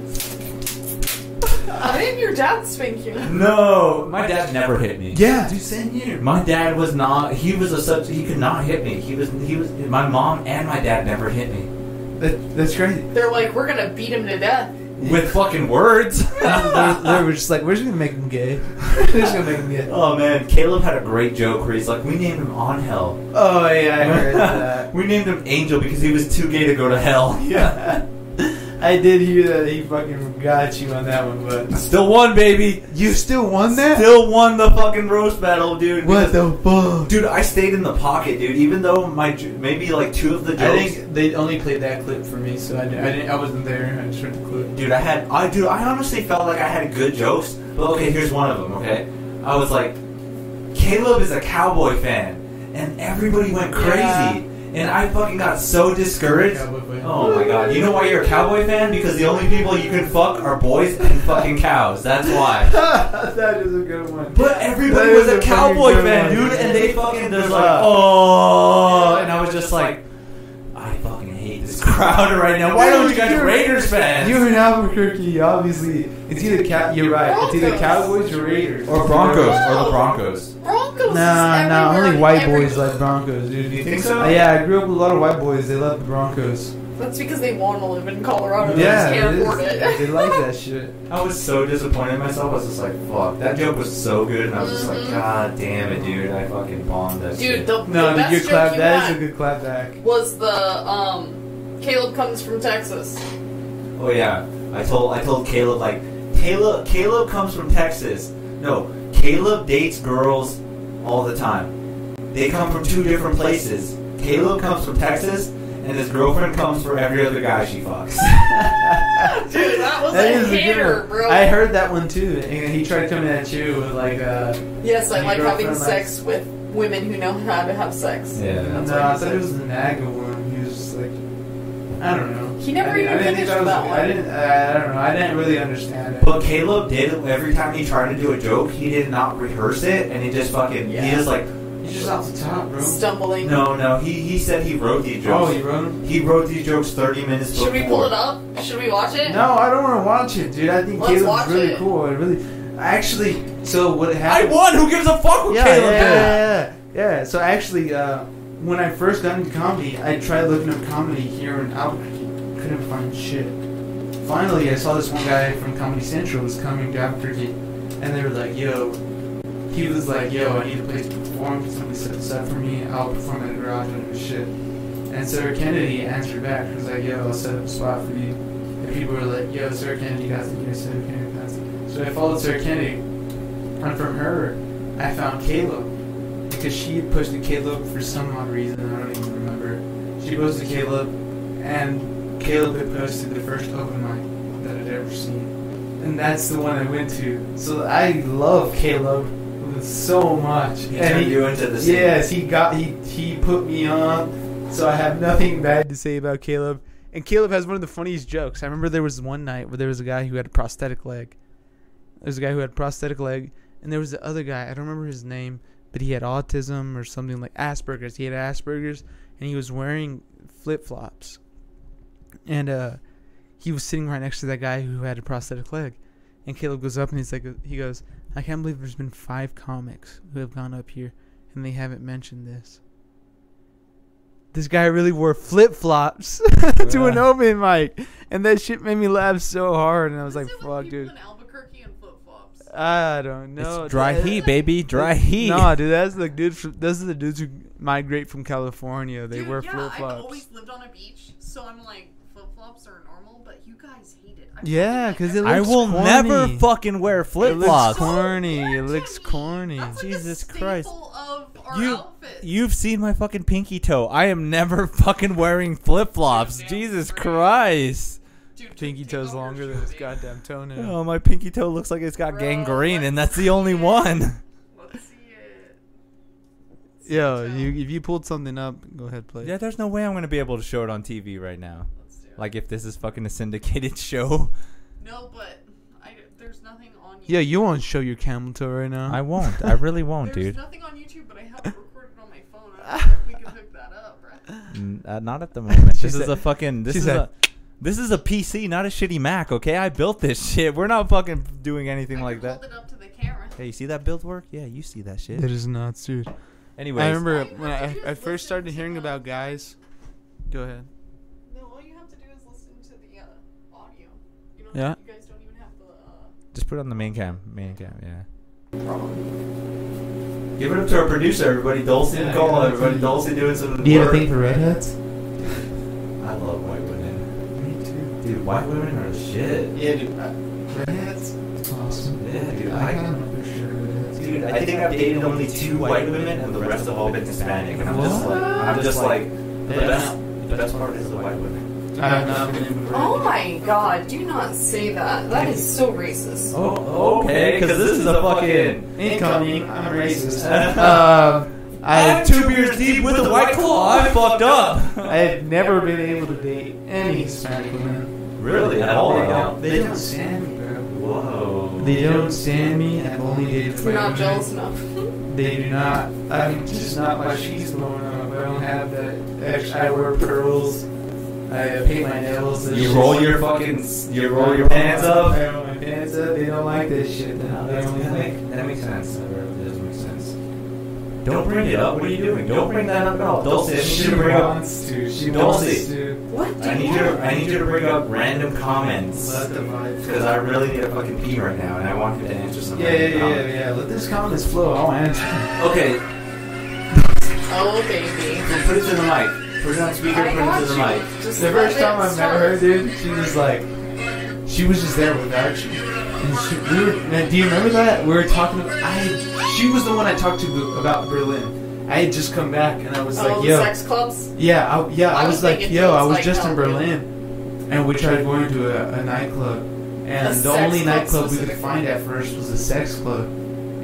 D: I didn't your dad spank you.
A: No, my dad never hit me.
B: Yeah.
K: Dude, same here. My dad was not. He was a sub. He could not hit me. He was. He was. My mom and my dad never hit me.
B: That, that's great.
D: They're like, we're gonna beat him to death.
K: with fucking words.
B: they, they were just like, we're just gonna make him gay. we're just gonna make him gay.
K: Oh man, Caleb had a great joke where he's like, "We named him on hell.
B: Oh yeah, I heard that.
K: we named him Angel because he was too gay to go to hell."
B: Yeah, I did hear that he fucking got you on that one, but
K: Still won, baby.
B: you still won that.
K: Still won the fucking roast battle, dude.
B: what the fuck?
K: Dude, I stayed in the pocket, dude. Even though my j- maybe like two of the jokes.
B: I think they only played that clip for me, so I, didn't, I, didn't, I wasn't there. I just heard the clip.
K: Dude, I had, I dude, I honestly felt like I had good jokes. But okay, here's one of them. Okay, I was like, Caleb is a cowboy fan, and everybody went crazy,
F: Yeah.
K: and I fucking got so discouraged.
B: Cowboy fan.
K: Oh my god! You know why you're a cowboy fan? Because the only people you can fuck are boys and fucking cows. That's why.
B: that is a good one.
K: But everybody
B: That
K: was
B: is
K: a
B: a fucking
K: cowboy
B: good
K: fan,
B: one.
K: dude, and they fucking just like,
B: Yeah.
K: oh, and I was just like, I fucking hate this crowd right now. Why don't you guys
B: You're-
K: Raiders fans?
B: You're in Albuquerque, obviously. It's either cow. You're right. It's either Cowboys or Raiders
K: or Broncos, or the Broncos.
F: Broncos.
B: Nah,
F: is
B: nah.
F: everywhere
B: Only
F: and
B: white
F: every-
B: boys like Broncos, dude.
K: You think so?
B: Oh, Yeah, I grew up with a lot of white boys. They love the Broncos.
F: That's because they want to live in Colorado. They
B: yeah,
F: just can't
B: it is.
F: afford it.
B: they like that shit.
K: I was so disappointed in myself. I was just like, fuck, that joke was so good, and I was just like,
F: Mhm.
K: god damn it, dude, I fucking bombed
F: Dude,
K: that shit.
F: the,
B: No,
F: the
B: dude,
F: best
B: your
F: joke
B: clap.
F: you
B: That is
F: had
B: a good clapback.
F: was the um, Caleb comes from Texas.
K: oh yeah, I told I told Caleb like, Caleb Caleb comes from Texas. No, Caleb dates girls all the time. They come from two different places. Caleb comes from Texas, and his girlfriend comes from every other guy she fucks.
F: Dude, that was
B: That
F: a
B: is a good
F: hammer,
B: one.
F: bro.
B: I heard that one too, and he tried coming at you with like, uh,
F: Yes, I
B: Your
F: like having
B: girlfriend
F: sex with women who know how to have sex.
K: yeah.
B: no, I
F: That's what he
B: thought it
F: said.
B: was the NAGA one. He was just like, I don't know.
F: He never
B: I didn't- I
F: even
B: didn't
F: finished
B: think was,
F: that one.
B: I didn't. I, I don't know. I didn't really understand it.
K: But Caleb did every time he tried to do a joke, he did not rehearse it, and he just fucking he
F: Yeah.
K: just like
B: He's just off the top, bro.
F: Stumbling.
K: no no he he said he wrote these jokes.
B: Oh, you wrote him?
K: He wrote these jokes 30 minutes
F: Should we
K: before.
F: pull it up? Should we watch it?
B: No, I don't want to watch it, dude. I think
F: Let's watch
B: Caleb's really
F: it.
B: cool. I really, actually. So what
K: I
B: happened?
K: won! Who gives a fuck what
B: yeah, yeah,
K: Caleb did?
B: yeah, yeah, yeah. So actually, uh, when I first got into comedy, I tried looking up comedy here in Albuquerque. Couldn't find shit. Finally, I saw this one guy from Comedy Central was coming to Albuquerque, and they were like, "Yo." He was like, "Yo, I need a place to perform. Can somebody set this up for me? I'll perform at a garage and shit." And Sarah Kennedy answered back. He was like, "Yo, I'll set up a spot for you." And people were like, "Yo, Sarah Kennedy got it. Yo, Sarah Kennedy got it." So I followed Sarah Kennedy, and from her, I found Caleb because she had posted Caleb for some odd reason. I don't even remember. She posted Caleb, and Caleb had posted the first open mic that I'd ever seen, and that's the one I went to. So I love Caleb so much.
K: He
B: And
K: turned
B: he-
K: you into this.
B: Yes, he got he he put me on, so I have nothing bad to say about Caleb. And Caleb has one of the funniest jokes. I remember there was one night where there was a guy who had a prosthetic leg. There was a guy who had a prosthetic leg, and there was the other guy. I don't remember his name, but he had autism or something like Asperger's. He had Asperger's, and he was wearing flip flops. And uh, he was sitting right next to that guy who had a prosthetic leg. And Caleb goes up and he's like, he goes, I can't believe there's been five comics who have gone up here and they haven't mentioned this. This guy really wore flip flops to an open mic, and that shit made me laugh so hard. And I was like, "Fuck, dude,
F: In Albuquerque and flip flops.
B: I don't know."
A: it's dry
B: dude."
A: heat, baby. Dry heat.
B: Nah, dude, that's the dude. From, those are the dudes who migrate from California. They
F: Dude,
B: wear
F: yeah,
B: flip
F: I've
B: flops.
F: always lived on a beach, so I'm like, flip flops are normal, but you guys hate it. I
B: Yeah,
F: fucking
B: because
F: hate
B: it
F: it.
B: looks
A: I will
B: corny.
A: never fucking wear
B: It
A: flip
B: looks
A: flops.
B: corny. It
F: Damn,
B: looks
F: Jimmy.
B: corny.
F: That's like
A: Jesus
F: a staple
A: Christ.
F: Of our
A: You-
F: outfit.
A: You've seen my fucking pinky toe. I am never fucking wearing flip flops.
F: Damn,
A: Jesus
F: great.
A: Christ.
F: Dude,
B: Pinky
F: take
B: toe's
F: off your
B: longer than his
F: shirt,
B: goddamn toenail.
A: Oh, my pinky toe looks like it's got
F: Bro,
A: gangrene, and
F: let's
A: that's the only
F: see it.
A: one.
F: Let's see it.
B: Yo,
F: Toe.
B: you, if you pulled something up, go ahead, play.
A: Yeah, there's no way I'm gonna be able to show it on TV right now.
F: Let's do it.
A: Like if this is fucking a syndicated show,
F: no, but I, there's nothing on. YouTube.
B: Yeah, you won't show your camel toe right now.
A: I won't. I really won't,
F: There's
A: dude.
F: nothing on YouTube, but I have it recorded on my phone. I don't know if we can hook that up, right?
A: N- uh, not at the moment.
B: She
A: this is
B: said-
A: a fucking. This
B: she
A: is
B: said-
A: a. This is a PC, not a shitty Mac. Okay, I built this shit. We're not fucking doing anything
F: I
A: like
F: can
A: that.
F: Hold it up to the camera.
A: Hey, you see that build work? Yeah, you see that
B: That
A: shit.
B: is nuts, dude.
A: Anyways,
B: I remember
F: All you
B: when
F: have
B: I,
F: to do
B: I
F: is
B: first
F: listen
B: started
F: to
B: hearing
F: the-
B: about guys. Go ahead.
F: No, all you have to do is listen to the uh, audio. You know
A: Yeah.
F: You guys don't even have the
A: Just put it on the main cam. Main cam, yeah.
F: uh, problem.
K: Give it up to our producer, everybody. Dulcie and Cole, everybody. Dulcie doing some.
B: Do you have a
K: work.
B: thing for redheads?
K: I love white women.
B: Me too.
K: Dude, white women are the shit.
B: Yeah, dude. Redheads? It's awesome.
K: Yeah, dude.
B: I
K: I,
B: got a picture of redheads.
K: dude, I think I've dated only two white women, and the rest have all been Hispanic. And I'm just like, I'm just like, the
B: Yeah.
K: best. The best part is the white women.
B: I have not been in
D: Oh my god, do not say that. That is so racist.
K: Oh, okay. Because this is a fucking.
B: Incoming, I'm racist. um, I
K: I'm
B: have
K: two beers deep with a white claw. I fucked up.
B: I have never been able to date any Hispanic women.
K: Really? At all?
B: They don't, they don't stand me, bro.
K: Whoa.
B: They don't stand me. I've only dated
D: We're not
B: white
D: jealous enough.
B: women. They do not. I'm just not my she's blown up. I don't have that. ex- I wear pearls. I paint my nails. It's
K: You
B: just-
K: roll your fucking. You roll your pants up.
B: I roll my pants up. They don't like this shit. Now. They
K: That
B: only like.
K: makes, that makes sense. That does make sense. Don't bring it up. What are you doing? Don't bring that up at all. Dulce, I need you
B: She
K: to bring up.
B: wants to. She
K: Don't
B: wants
K: say-
B: to.
D: What do
K: I
D: you
K: need you.
D: want?
K: to- I need you to bring up random comments
B: Let the vibe.
K: because I really need a fucking pee right now, and I want him to answer some.
B: Yeah, yeah,
K: random
B: yeah, yeah,
K: comments.
B: yeah. Let this comments flow. I'll answer.
K: Okay,
D: Oh baby.
K: then put it to the mic. Put it on speaker.
D: I
K: Put it to
D: got
K: the
D: you.
K: mic.
D: Just
B: The
D: let
B: first
D: it
B: time I've met
D: start.
B: her, dude, she was like, she was just there without you. And she, we were, now, do you remember that? We were talking. I, she was the one I talked to about Berlin. I had just come back, and I was
D: Oh,
B: like,
D: the
B: yo,
D: sex clubs.
B: Yeah, I, yeah, I,
D: I
B: was,
D: was
B: like,
D: thinking
B: yo, I
D: it's
B: was
D: like,
B: just
D: oh,
B: in Berlin, and we tried going to a, a nightclub, and
D: A
B: the
D: sex
B: only
D: club
B: nightclub we could
D: specifically.
B: find at first was a sex club,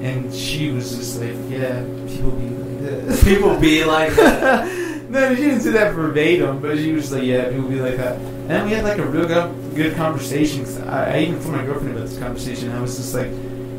B: and she was just like, yeah, people be like this.
K: People be like, that.
B: no, she didn't say that verbatim, but she was just like, yeah, people be like that. And then we had like a real go- good conversation. 'cause I, I even told my girlfriend about this conversation. I was just like,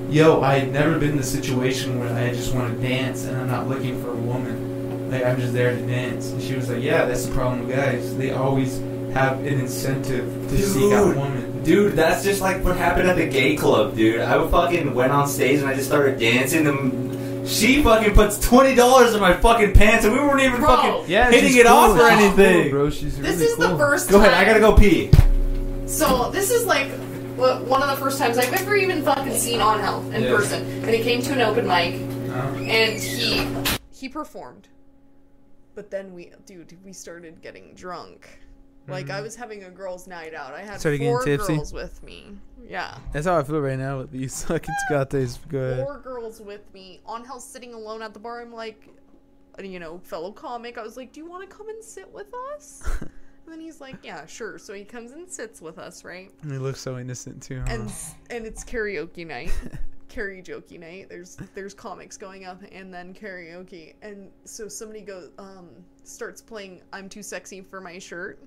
B: yo, I had never been in a situation where I just want to dance and I'm not looking for a woman. Like, I'm just there to dance. And she was like, yeah, that's the problem with guys. They always have an incentive to seek out
K: Dude.
B: women.
K: dude, that's just like what happened at the gay club, dude. I fucking went on stage and I just started dancing. And she fucking puts twenty dollars in my fucking pants, and we weren't even
D: Bro.
K: fucking.
B: Yeah,
K: Hitting
B: she's
K: it off
B: cool.
K: or
B: She's cool,
K: anything.
B: bro. She's
D: This
B: really
D: is the
B: cool.
D: first
K: Go
D: time.
K: ahead, I gotta go pee.
D: So this is like wha- one of the first times I've ever even fucking seen on health in
B: Yeah.
D: person. And he came to an open mic
B: Uh,
D: and he
F: He performed. But then we, dude, we started getting drunk. Like I was having a girls' night out. I had
J: Started getting
F: four
J: tipsy?
F: girls with me. Yeah,
J: That's how I feel right now with these fucking Scotties. Go ahead.
F: four girls with me. On hell, sitting alone at the bar. I'm like, you know, fellow comic. I was like, "Do you want to come and sit with us?" and then he's like, "Yeah, sure." So he comes and sits with us, right?
J: And He looks so innocent too. Huh?
F: and s- and it's karaoke night karaoke night there's there's comics going up and then karaoke and so somebody goes um starts playing i'm too sexy for my shirt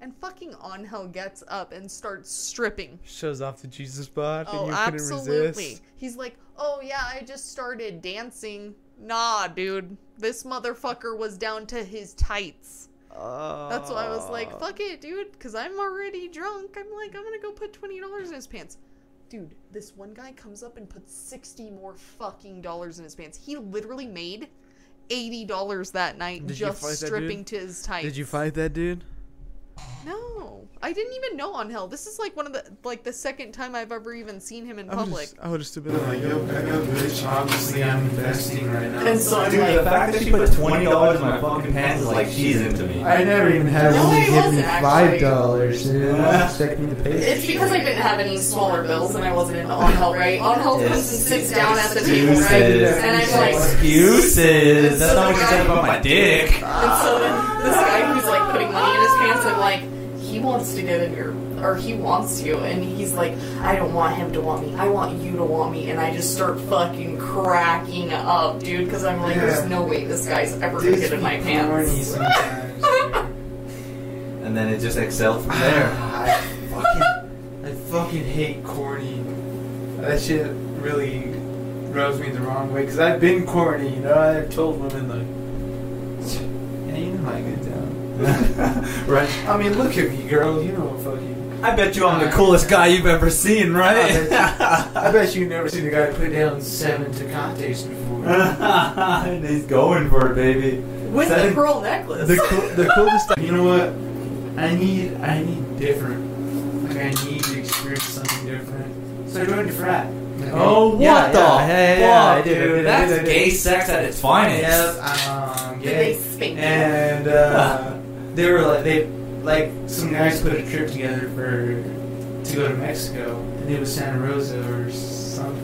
F: and fucking onhell gets up and starts stripping
J: shows off the Jesus bod, and
F: oh
J: you couldn't
F: absolutely
J: resist.
F: he's like oh yeah i just started dancing nah dude this motherfucker was down to his tights that's why I was
J: Oh.
F: like, fuck it, dude, because I'm already drunk. I'm like, I'm gonna go put twenty dollars in his pants. Dude, this one guy comes up and puts sixty more fucking dollars in his pants. He literally made eighty dollars that night
J: Did you
F: just
J: fight that dude?
F: stripping to his tights.
J: Did you fight that dude?
F: No, I didn't even know on hell. This is like one of the like the second time I've ever even seen him in
J: I would
F: public.
J: have. I would have stood
B: I'm like, yo, back up, bitch. Obviously, I'm investing right now.
D: and so I'm
K: Dude,
D: like,
K: the fact that she put twenty dollars in my fucking pants is like she's into me.
B: I never even had
D: No,
B: one
D: it
B: give me
D: wasn't, actually.
B: five dollars.
K: Yeah.
B: Expect me to pay.
D: it's because I didn't have any smaller bills and I wasn't in on hell, right? On hell
K: Yes.
D: comes and sits down at the table,
K: Excuses.
D: right? And I'm like,
K: Excuses. That's not what you said about my dick.
D: And so then this guy who's like putting money in his pants, I'm like, he wants to get in your, or he wants you, and he's like, I don't want him to want me, I want you to want me, and I just start fucking cracking up, dude, because I'm like, there's no way this guy's ever gonna get in my pants.
B: sometimes.
K: And then it just excelled from
B: there.
K: there.
B: I fucking, I fucking hate corny. That shit really rubs me the wrong way because I've been corny. You know, I've told women like, yeah, you know how I get down.
K: right.
B: I mean, look at me, girl. You know I'm fucking.
K: I bet you I'm the coolest guy you've ever seen,
B: I
K: right?
B: bet you've never seen a guy put down seven Tecates before.
K: and he's going for it, baby.
D: With the pearl necklace.
B: the, cool, the coolest. You know what? I need I need different. Like I need to experience something different. So I joined a frat.
K: Oh, what
B: Yeah,
K: the
B: yeah, yeah, yeah, I
K: fuck,
B: did, I
K: dude?
B: did, I
K: That's
B: did, I did.
K: gay sex at its finest.
B: Yep, um,
D: Did
B: gay.
D: they spank you?
B: and uh, they were like they like some guys put a trip together for to go to Mexico, and it was Santa Rosa or something.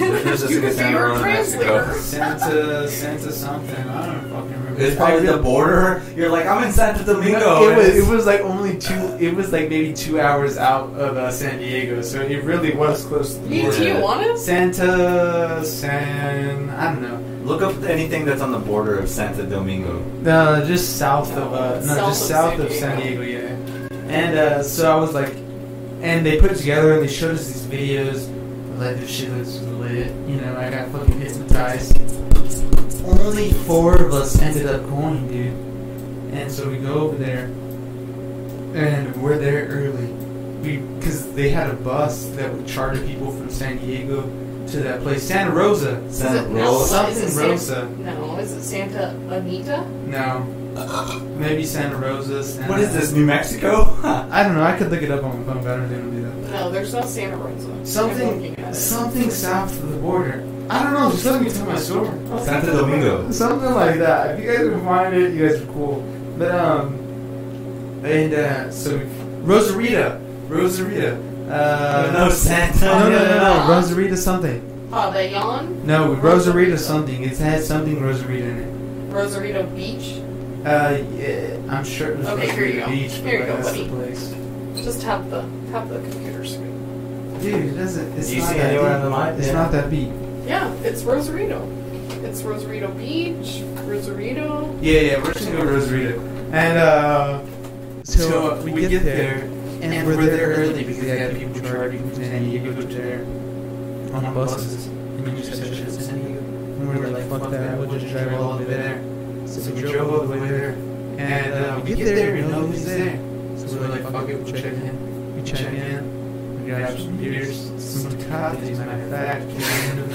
K: There's this
D: You
K: in
D: could be
K: Santa
D: your
K: Rosa, Mexico.
D: translator.
B: Santa Santa something. I don't fucking remember.
K: It's probably the border. You're like, I'm in Santo Domingo.
B: it was it was like only two. It was like maybe two hours out of uh, San Diego, so it really was close to the
D: You
B: border.
D: Tijuana?
B: Santa San I don't know.
K: Look up anything that's on the border of Santo Domingo.
B: No, just south of uh, no,
D: South
B: just
D: of
B: south
D: San
B: of San Diego, yeah. And uh, so I was like, and they put it together and they showed us these videos. Like this shit was lit, you know. I got fucking hypnotized. Only four of us ended up going, dude. And so we go over there, and we're there early, because they had a bus that would charter people from San Diego to that place, Santa Rosa,
K: Santa
D: it
K: Rosa.
D: Elsa? Is it
B: something
D: Santa-
B: Rosa.
D: No, is it Santa Anita?
B: No. Maybe Santa Rosa. Santa
K: What is this, New Mexico? Huh.
B: I don't know. I could look it up on my phone, but I don't think I'll do that.
D: No, there's no Santa Rosa. I'm looking
B: Something,
D: at it.
B: something south of the border. I don't know. Just let me tell my story.
K: Santo Domingo.
B: Something like that. If you guys can find it, you guys are cool. But um, and uh, so Rosarita, Rosarita. Uh,
K: no, Santa.
B: no, no, no, no, Rosarita something.
D: Pabellon?
B: No, Rosarita something. It had something Rosarita in it.
D: Rosarito Beach?
B: Uh, yeah, I'm sure it was
D: Okay,
B: Rosarita
D: here you go.
B: Beach, but
D: Here you go,
B: that's
D: buddy.
B: the place.
D: Just have the have the computer screen.
B: Dude, it doesn't. It's
K: Do you
B: not
K: see
B: that
K: anyone
B: deep.
K: on the mic?
B: It's
K: Yeah.
B: not that deep.
D: Yeah, it's Rosarito. It's Rosarito Beach, Rosarito.
B: Yeah, yeah, we're just gonna go to Rosarita. And uh,
J: So, we, get, there,
B: and, we're, there early because they have people driving from San Diego to there on buses. And you just said shit San Diego. And we were like, fuck that, we'll just drive all the way there. So we drove all the way there. And uh, we get there and nobody's there. So we're like, fuck it, we'll check in. We check in. We grab some beers, some coffees, matter of fact.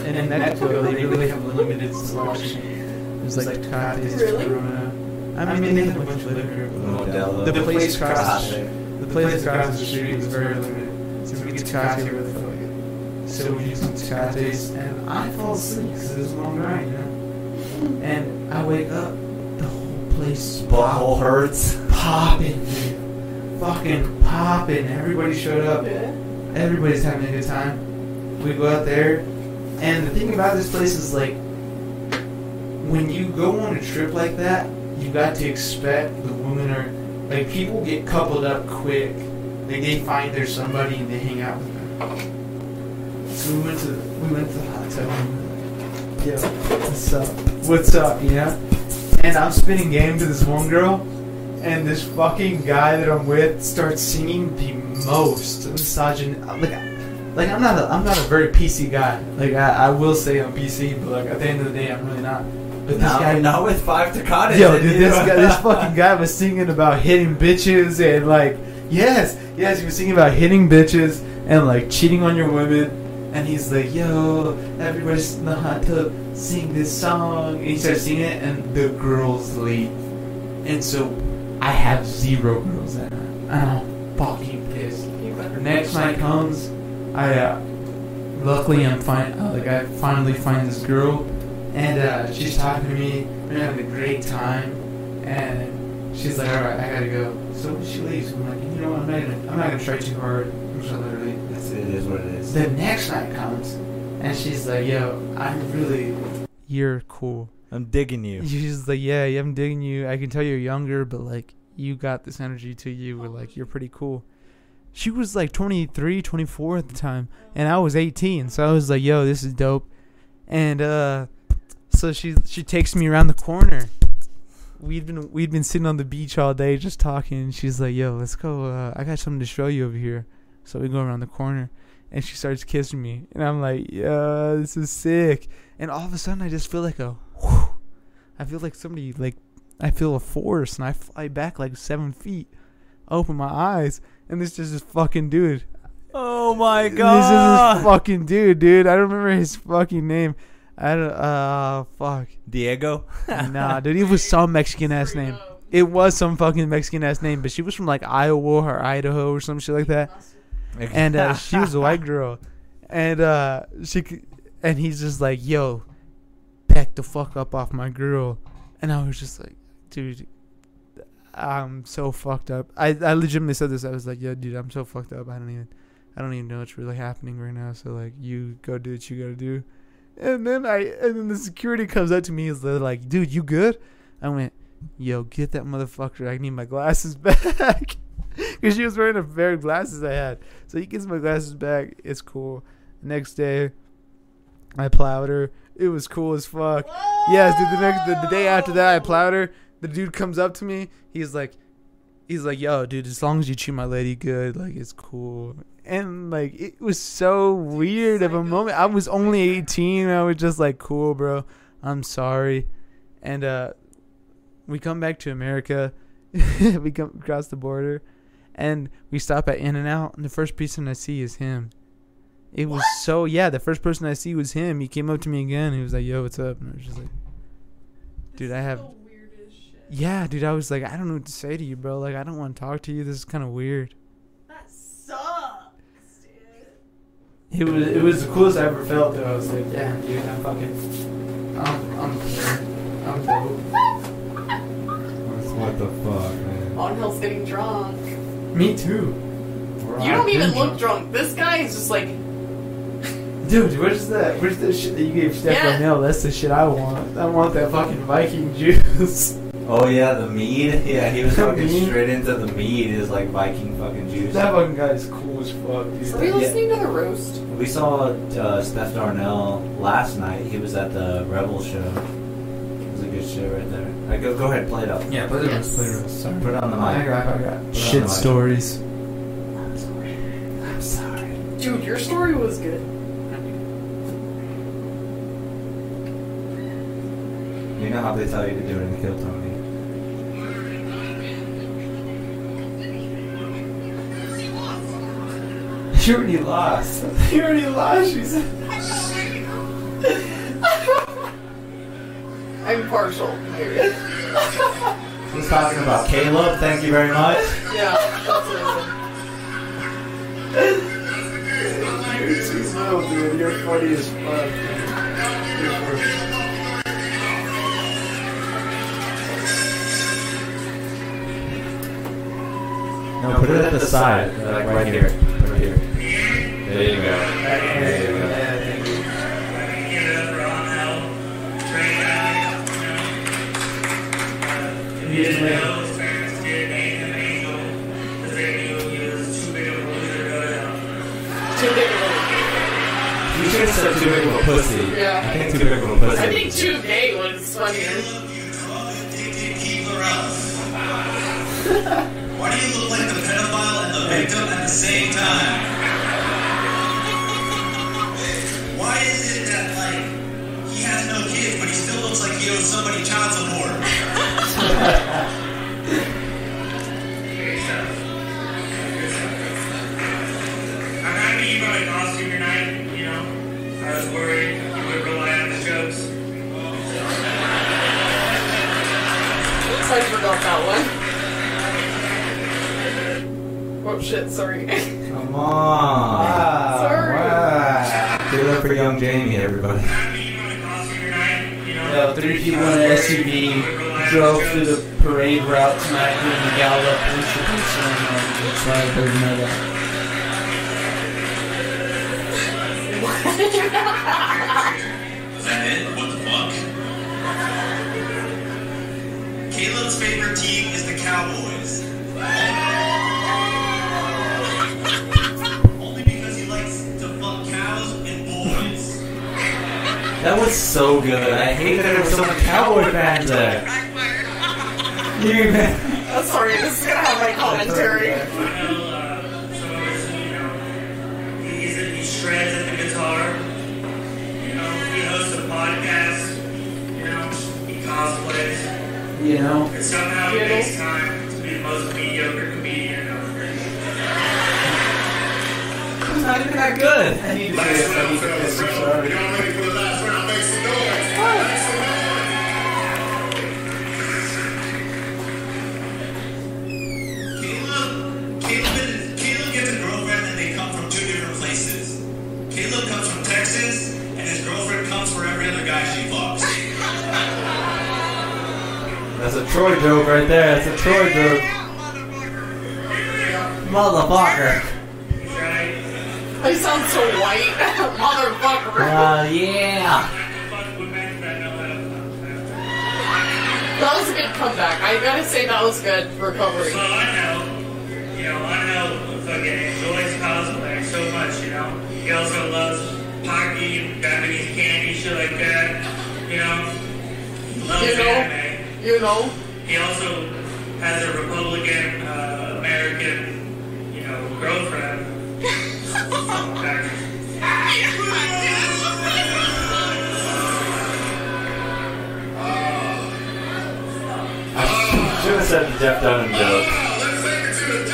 B: And in Mexico, they really have limited selection. It's like coffees,
D: Really?
B: Corona.
J: I mean, they have a bunch
B: of liquor.
K: Modelo.
J: The
B: The place
J: place
B: across
J: across
B: the street. The
J: place
B: place across the street is very limited. So we get Tecate with the fuck. So we do some Tecates, and I fall asleep because it was a long night, you know? And I wake up, the whole place is
K: Butthole hurts.
B: popping, dude. Fucking popping. Everybody showed up. Everybody's having a good time. We go out there, and the thing about this place is like, when you go on a trip like that, you got to expect the women are like people get coupled up quick. Like they find there's somebody and they hang out with them. So we went to we went to the hotel. and we were like, Yo, what's up? What's up? You know? And I'm spinning game to this one girl, and this fucking guy that I'm with starts singing the most misogyn. Like, I- like I'm not a, I'm not a very PC guy. Like I, I will say I'm PC, but like at the end of the day, I'm really not. But this guy,
K: Not, not with five Tecates.
B: Yo,
K: in
B: dude,
K: you.
B: this guy, this fucking guy was singing about hitting bitches and like, yes, yes, he was singing about hitting bitches and like cheating on your women. And he's like, yo, everybody's in the hot tub, sing this song. And he starts singing it, and the girls leave. And so I have zero girls that night. And I'm fucking pissed.
D: You better
B: Next night comes, I uh, luckily I'm fine. Uh, like I finally find this girl, and uh, she's talking to me. We're having a great time, and she's like, "All right, I gotta go." So she leaves. I'm like, "You know what? I'm not gonna, I'm not gonna try too hard." I'm just gonna literally.
K: That's- It is what it is.
B: The next night comes, and she's like, "Yo, I'm really."
J: You're cool.
A: I'm digging you.
J: You're just like, yeah, yeah, I'm digging you. I can tell you're younger, but like, you got this energy to you. We're like, you're pretty cool. She was like 23, 24 at the time, and I was 18. So I was like, yo, this is dope. And uh, so she she takes me around the corner. We'd been we'd been sitting on the beach all day just talking. and She's like, yo, let's go. Uh, I got something to show you over here. So we go around the corner, and she starts kissing me, and I'm like, yeah, this is sick. And all of a sudden, I just feel like a I feel like somebody like I feel a force and I fly back like seven feet. I open my eyes and this just this fucking dude.
A: Oh my
J: This is this fucking dude, dude. I don't remember his fucking name. I don't uh fuck.
A: Diego.
J: Nah, dude, it was some Mexican ass name. It was some fucking Mexican ass name, but she was from like Iowa or Idaho or some shit like that.
K: Mm-hmm.
J: and uh, she was a white girl, and uh, she c- and he's just like, "Yo, back the fuck up off my girl," and I was just like, "Dude, I'm so fucked up." I I legitimately said this. I was like, "Yo, dude, I'm so fucked up. I don't even, I don't even know what's really happening right now. So like, you go do what you gotta do." And then I and then the security comes up to me. Is they're like, "Dude, you good?" I went, "Yo, get that motherfucker. I need my glasses back." Because she was wearing a pair of glasses I had. So he gets my glasses back. It's cool. Next day, I plowed her. It was cool as fuck. Yes, dude. The next, the, the day after that, I plowed her. The dude comes up to me. He's like, he's like, yo, dude. As long as you treat my lady good, like it's cool. And like, it was so weird of a moment. I was only 18. I was just like, cool, bro. I'm sorry. And uh, we come back to America. we come across the border and we stop at In and Out, and the first person I see is him. It was so yeah. The first person I see was him. He came up to me again. He was like, "Yo, what's up?" And I was just like, "Dude, I have." Yeah, dude, I was like, I don't know what to say to you, bro. Like, I don't want to talk to you. This is kind of weird.
F: That sucks, dude.
B: It was it was the coolest I ever felt though. I was like, yeah, dude, I'm fucking, I'm I'm I'm dope.
A: What the fuck, man?
F: Bonhill's getting drunk.
B: Me too,
F: You don't even look drunk. This guy is just like,
B: dude. Where's that? Where's that shit that you gave Stefan
F: Yeah.
B: Hill? That's the shit I want. I want that fucking Viking juice.
K: Oh yeah, the mead. Yeah, he was fucking
B: Mead.
K: straight into the mead. Is like Viking fucking juice.
B: that fucking guy is cool as fuck,
D: Are we
B: dude.
K: Yeah.
D: listening to the roast?
K: We saw uh, Steph Darnell last night. He was at the Rebel show. It was a good show right there. I go go ahead, play it up.
B: Yeah, play
F: the rest, play the rest.
B: Sorry.
K: Put it on the
B: I
K: mic.
B: got, I got.
K: Put it on the
B: Shit
K: mic.
B: stories.
K: I'm sorry. I'm sorry.
F: dude, your story was good.
K: You know how they tell you to do it in Kill Tony.
B: She already lost. She already lost. She's.
F: I'm partial. Here.
K: He's talking about Caleb. Thank you very much.
F: Yeah, that's it.
B: You're too slow, dude. You're funny as fuck.
K: No, put, it at the side, like right, here. Right here. There you go. There you go.
F: Too big of
K: You should have said too big of a pussy.
F: a- Yeah.
K: I think too big of a pussy.
F: I think too gay was funnier.
U: Why do you look like the pedophile and the victim at the same time? Why is it that, like, he has no kids, but he still looks like he owes somebody child support?
V: I'm happy you probably lost your night, you know. I was worried you would rely on his jokes.
F: Looks like I forgot that one. Oh shit, sorry.
K: Come on.
F: Sorry.
K: Wow. Give it up for young Jamie, everybody.
V: Happy you probably lost your night, you know.
B: Yo, three people in an SUV drove through the parade route tonight during the Gallup Worship Ceremony. That's why I didn't know that.
U: Is that it? What the fuck? Caleb's favorite team is the Cowboys. Only because he likes to fuck cows and boys.
K: That was so good. I hate that there were so many cowboy fans there. You man.
F: I'm sorry, this is gonna have my commentary.
V: Well, uh, so obviously, you know, he's a, he shreds at the guitar. You know, he hosts a podcast. You know, he cosplays.
B: You know?
V: And somehow he makes time to be the most mediocre comedian out there.
K: It's not even that good.
B: I need to say this. I need to piss. I'm sorry.
U: Caleb, Caleb, and, Caleb gets a girlfriend and they come
V: Texans, and his girlfriend comes for every other guy she fucks.
K: That's a Troy joke right there. That's a Troy joke. Motherfucker.
V: Right?
D: I sound so white, motherfucker.
K: Uh, yeah.
V: Fuck, we back to that now, that-
D: That was a good comeback. I gotta say that was good recovery.
V: Well, I know, you know, I know fucking enjoys cosplay so much, you know. He also loves hockey and Japanese candy, shit like that, you know. Loves
D: You know?
V: anime.
D: You know,
V: He also has a Republican uh, American, you know, girlfriend.
K: Should have said the Jeff Dunham joke.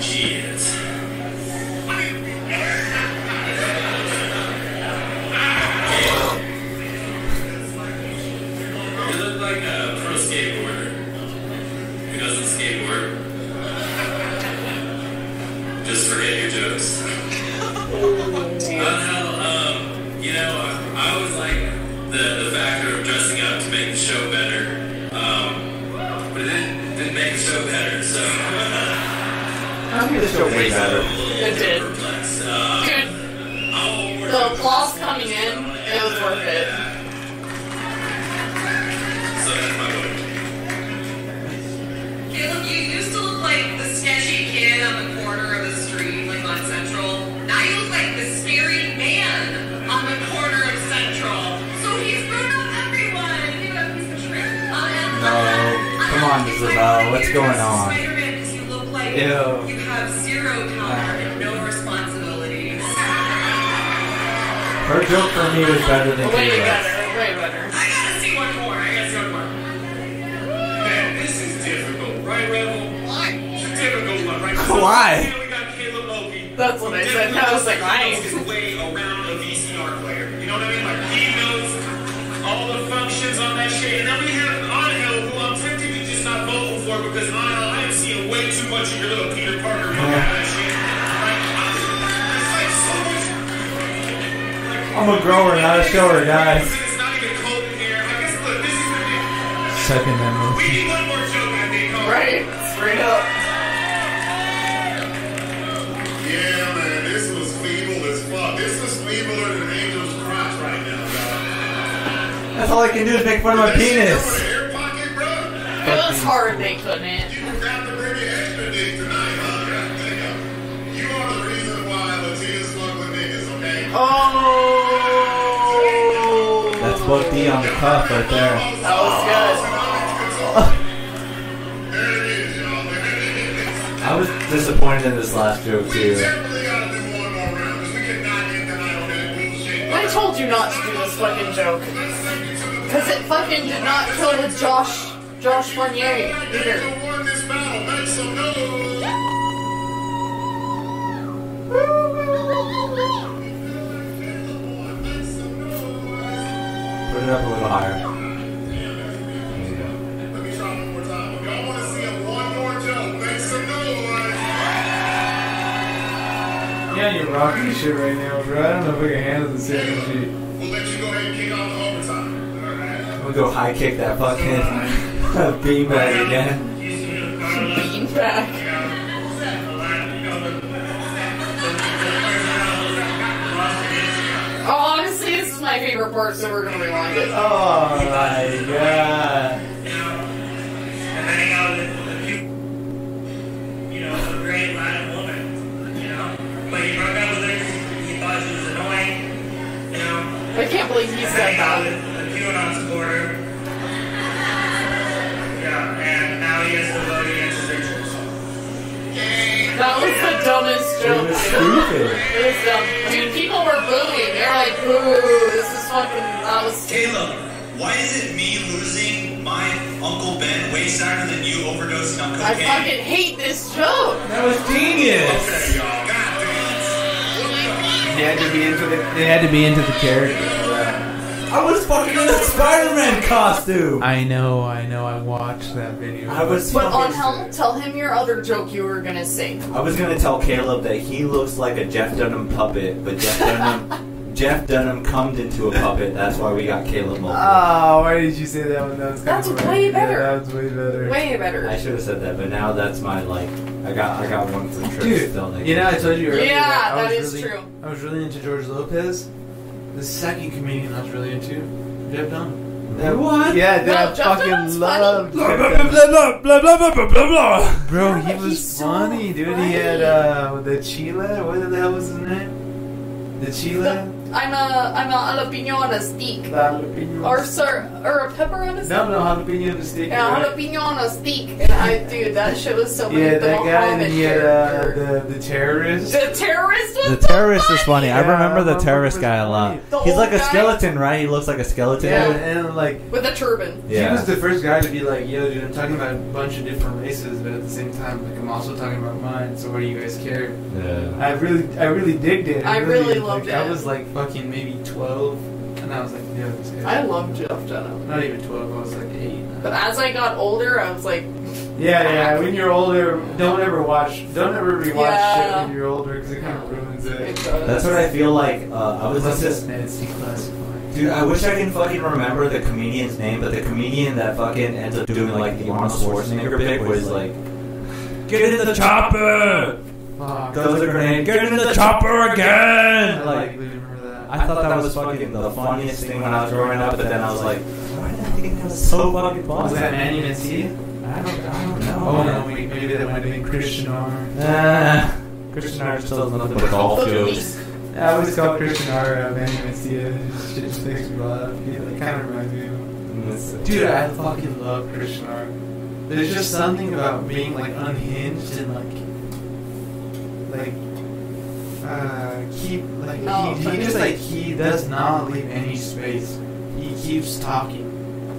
V: Cheers.
W: You look like a pro skateboarder who doesn't skateboard. Just forget your jokes. Well, hell, um, you know, I always like the, the factor of dressing up to make the show better. Um, but it didn't, didn't make the show better, so
K: Way better.
D: it did.
W: perplexed. Uh,
D: Dude,
W: I'll work
D: the applause coming in, it was worth it.
W: so that's my vote.
X: Caleb, you used to look like the sketchy kid on the corner of the street, like on Central. Now you look like the scary man on the corner of Central. So he's grown up, everyone. You know, he's the truth. uh,
K: No. Come on, Isabel. What's going on?
X: Spider-Man, because you look like
K: Ew.
X: you have zero power and no responsibilities.
K: Her joke for me was better than
D: Way
K: Kayla's.
D: better, way better.
X: I gotta see one more. I gotta see one more.
W: Man, this is difficult, right, Rebel?
X: Why?
W: It's difficult, one, right?
K: Why?
W: So, we got Caleb Loki.
D: That's what I said. I was like,
W: his
D: I
W: way around a VCR player. You know what I mean? Like he knows all the functions on that shit. And then we have Angel, who I'm tempted to just not vote for because Angel, I am seeing way too much of your little Peter Parker fucking
K: Uh-huh.
W: that shit. Like, I'm- it's like so much.
K: I'm a grower, not a shower, guys.
W: It's not even cold in here. I guess look, this is ridiculous.
J: Second that
W: We need one more joke, I think. Carl.
D: right, straight up.
V: Yeah, man, this was feeble as fuck. This was feebler than Angel's crotch right now, dog.
K: That's all I can do is make fun of my
V: That shit over
K: penis.
V: the air pocket, bro.
D: It was hard they couldn't.
V: You forgot to bring your extra dick tonight, huh? God damn. You are the reason why Latinas fuck with niggas, okay?
D: Oh,
K: That's both D on the cuff right
D: that
K: there.
D: was good.
V: There it is, y'all. There it is.
K: I was disappointed in this last joke
V: We
K: too.
V: definitely gotta do one more round, 'cause we cannot end the night on that bullshit.
D: I told you not to do this fucking joke. Because it fucking did not kill with Josh, Josh Fournier either.
V: Who won this battle? Make some noise.
K: Put it up a little higher.
V: Let me try one more time. If y'all wanna see a one more joke, make some noise.
B: Yeah, you're rocking this shit right now, bro. I don't know if I can handle this energy.
V: We'll let you go ahead and kick off the overtime. All right.
K: I'm gonna go high kick that fucking beanbag again.
D: Beanbag. Oh, honestly, this is my favorite part, so we're gonna rewind it.
K: Oh my god.
V: You know, a great line woman, you know. But he broke up with her, he thought she was annoying, you know.
D: I can't believe he said
V: Hang out
D: that.
V: with the QAnon supporter. Yeah, and now he has to vote against his interest.
D: That was the dumbest joke.
A: stupid.
D: It was dumb. Dude, people were booing. They're like, boo, this is fucking. That was.
U: Caleb, why is it me losing my Uncle Ben way sadder than you overdosing on
D: I
U: cocaine?
D: fucking hate this joke.
B: That was genius.
U: Okay, y'all. God
B: They had to be into the. They had to be into the character.
A: I was fucking in a Spider-Man costume.
B: I know, I know. I watched that video.
K: I was.
D: But on hell, tell him your other joke you were gonna say.
K: I was gonna tell Caleb that he looks like a Jeff Dunham puppet, but Jeff Dunham, Jeff Dunham cummed into a puppet. That's why we got Caleb Mulder.
B: Oh, why did you say that one? That was kinda
D: That's
B: funny.
D: way better.
B: Yeah, that was way better.
D: Way better.
K: I should have said that, but now that's my like. I got I got one for Trish
B: Dude,
K: still. Like,
B: You know, I told you earlier.
D: Yeah,
B: that I
D: that
B: was
D: is
B: really,
D: true.
B: I was really into George Lopez. The second comedian I was really into, Jeff Dunham.
K: That what?
B: Yeah, dude,
D: No,
B: I
D: Jeff Dunham's
B: fucking loved
A: Blah
B: Jeff
A: blah
B: Dunham.
A: blah blah blah blah blah blah blah.
B: Bro,
D: Yeah,
B: he
D: but he's
B: was
D: so
B: funny, dude. He had uh, the Chila. What the hell was his name? The Chila.
D: I'm a I'm a jalapeno on a steak, or sir, or a pepper on a steak.
B: No, no, jalapeno mistake.
D: Yeah,
B: right?
D: jalapeno on a steak. And I, dude, that shit was so.
B: Yeah,
D: weird. the
B: that guy, and
D: Mohammed
B: then he had uh,
D: character.
B: the the terrorist.
D: the terrorist. Was
A: The terrorist is funny. I
B: Yeah,
A: remember the
B: I
A: terrorist guy a
B: remember
A: lot.
D: The
A: He's
D: old
A: like a
D: guy?
A: skeleton, right? He looks like a skeleton.
B: Yeah,
D: Yeah.
B: and, like
D: with a turban.
A: Yeah.
B: he was the first guy to be like, "Yo, dude, I'm talking about a bunch of different races, but at the same time, like, I'm also talking about mine. So what do you guys care?"
K: Yeah.
B: I really, I really digged it.
D: I really loved
B: like, I
D: it.
B: was like fucking maybe 12, and I was like, "Yo, this guy."
D: I love Jeff Dunham,
B: Not even 12. I was like eight.
D: but as I got older, I was like,
B: Yeah, yeah. When you're older, don't ever watch, don't ever rewatch
D: Yeah.
B: shit when you're older because it kind of ruins
D: it uh,
B: it.
D: does.
K: That's what I feel like. Uh, I was
B: Unless
K: just
B: it's Nancy Classified.
K: Dude, I wish I can fucking remember the comedian's name, but the comedian that fucking ends up doing like the Arnold Schwarzenegger bit was like, "Get in the chopper,
B: Fuck.
K: throws a grenade, get in the chopper
B: I like
K: again." Like,
B: remember that.
K: I thought that was fucking the funniest thing when I was growing up, but then I was like, "Why did I think that was so fucking
B: Was
K: funny?"
B: that Manny Mencia?
K: I don't, I don't know.
B: Oh no, wait, maybe that might have been Christian R.
K: Nah. Christian Art just does nothing but golf jokes.
B: I always call Christian R. Uh, Manny Mencia. Shit just makes me laugh. He like, kind of reminds me of him. Dude, I fucking love Christian R. There's just something about being like unhinged and like, like, uh, keep like
D: Oh,
B: he, he just like he does not leave any space. He keeps talking,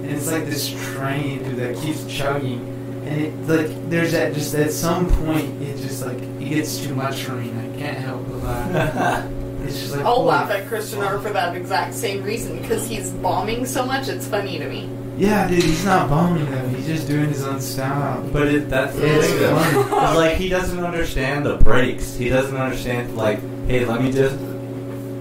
B: and it's like this train dude that keeps chugging. And it, like, there's that just at some point, it just like it gets too much for me, and I can't help but laugh. it's just like
D: I'll
B: holy
D: laugh at Christian
B: fuck.
D: R for that exact same reason because he's bombing so much. It's funny to me.
B: Yeah, dude, he's not bombing them. He's just doing his own style.
K: But it, that's the
B: It's
K: thing, though.
B: funny.
K: It's like he doesn't understand the breaks. He doesn't understand like, hey, let me just.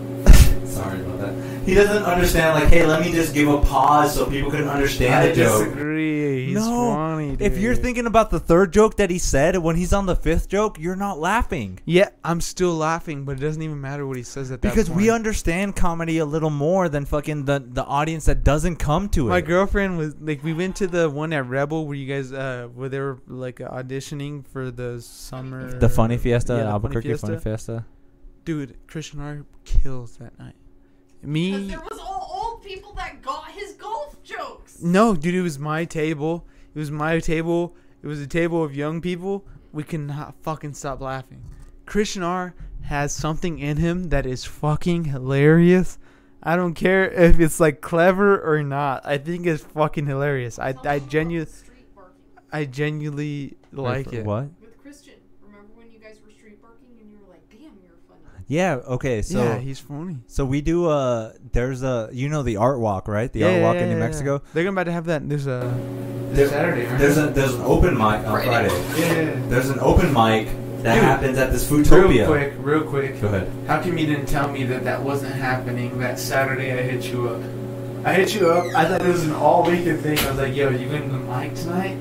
K: Sorry about that. He doesn't understand like, hey, let me just give a pause so people can understand
B: I
K: the joke.
J: disagree. He's
A: No,
J: funny,
A: If you're
J: dude.
A: thinking about the third joke that he said when he's on the fifth joke, you're not laughing.
J: yeah, I'm still laughing, but it doesn't even matter what he says at that
A: Because
J: point.
A: we understand comedy a little more than fucking the, the audience that doesn't come to it.
J: My girlfriend was like, we went to the one at Rebel where you guys, uh, where they were like auditionning for the summer.
A: the Funny Fiesta,
J: Yeah,
A: at
J: the Funny
A: Albuquerque
J: Fiesta.
A: Funny Fiesta.
J: Dude, Christian R kills that night.
D: Because
J: Me,
D: there was all old people that got his golf jokes.
J: no, dude, it was my table. It was my table. It was a table of young people. We cannot fucking stop laughing. Christian R has something in him that is fucking hilarious. I don't care if it's like clever or not. I think it's fucking hilarious. I I genu-
D: Street barking
J: I genuinely like it.
A: What?
D: with Christian. Remember when you guys were street barking and you were like, "Damn, you're funny."
A: Yeah, okay, so
J: yeah, he's funny.
A: so we do uh there's a you know the art walk, right? The
J: yeah,
A: art
J: yeah,
A: walk
J: yeah,
A: in New
J: yeah, yeah.
A: Mexico.
J: They're gonna about to have that. There's a
B: This Saturday, right?
K: There's a there's an open mic on
D: Friday.
K: Friday.
B: yeah.
K: There's an open mic that
B: Dude.
K: happens at this
B: Real
K: Futopia.
B: quick, real quick.
K: Go ahead.
B: How come you didn't tell me that that wasn't happening that Saturday I hit you up? I hit you up. I thought it was an all weekend thing. I was like, yo, you going to the mic tonight?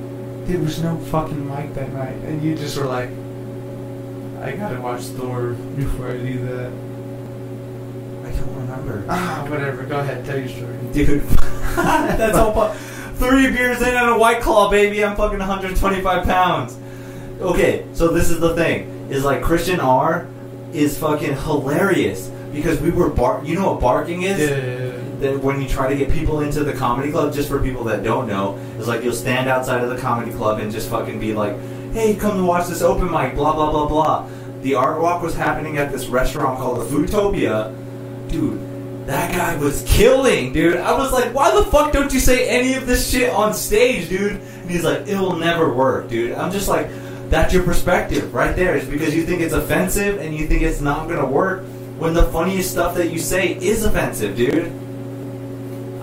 B: There was no fucking mic that night. And you just were like, I gotta watch Thor before I do that.
K: I don't remember.
B: Ah, whatever. Go ahead. Tell your story.
K: Dude, that's all. Fu- Three beers in and a white claw, baby. I'm fucking 125 pounds. Okay, so this is the thing: is like Christian R is fucking hilarious because we were bark. You know what barking is? that when you try to get people into the comedy club, just for people that don't know, is like you'll stand outside of the comedy club and just fucking be like, hey, come to watch this open mic, blah, blah, blah, blah. The art walk was happening at this restaurant called the Foodtopia. Dude, that guy was killing, dude. I was like, why the fuck don't you say any of this shit on stage, dude? And he's like, it'll never work, dude. I'm just like, that's your perspective right there. It's because you think it's offensive and you think it's not gonna work when the funniest stuff that you say is offensive, dude.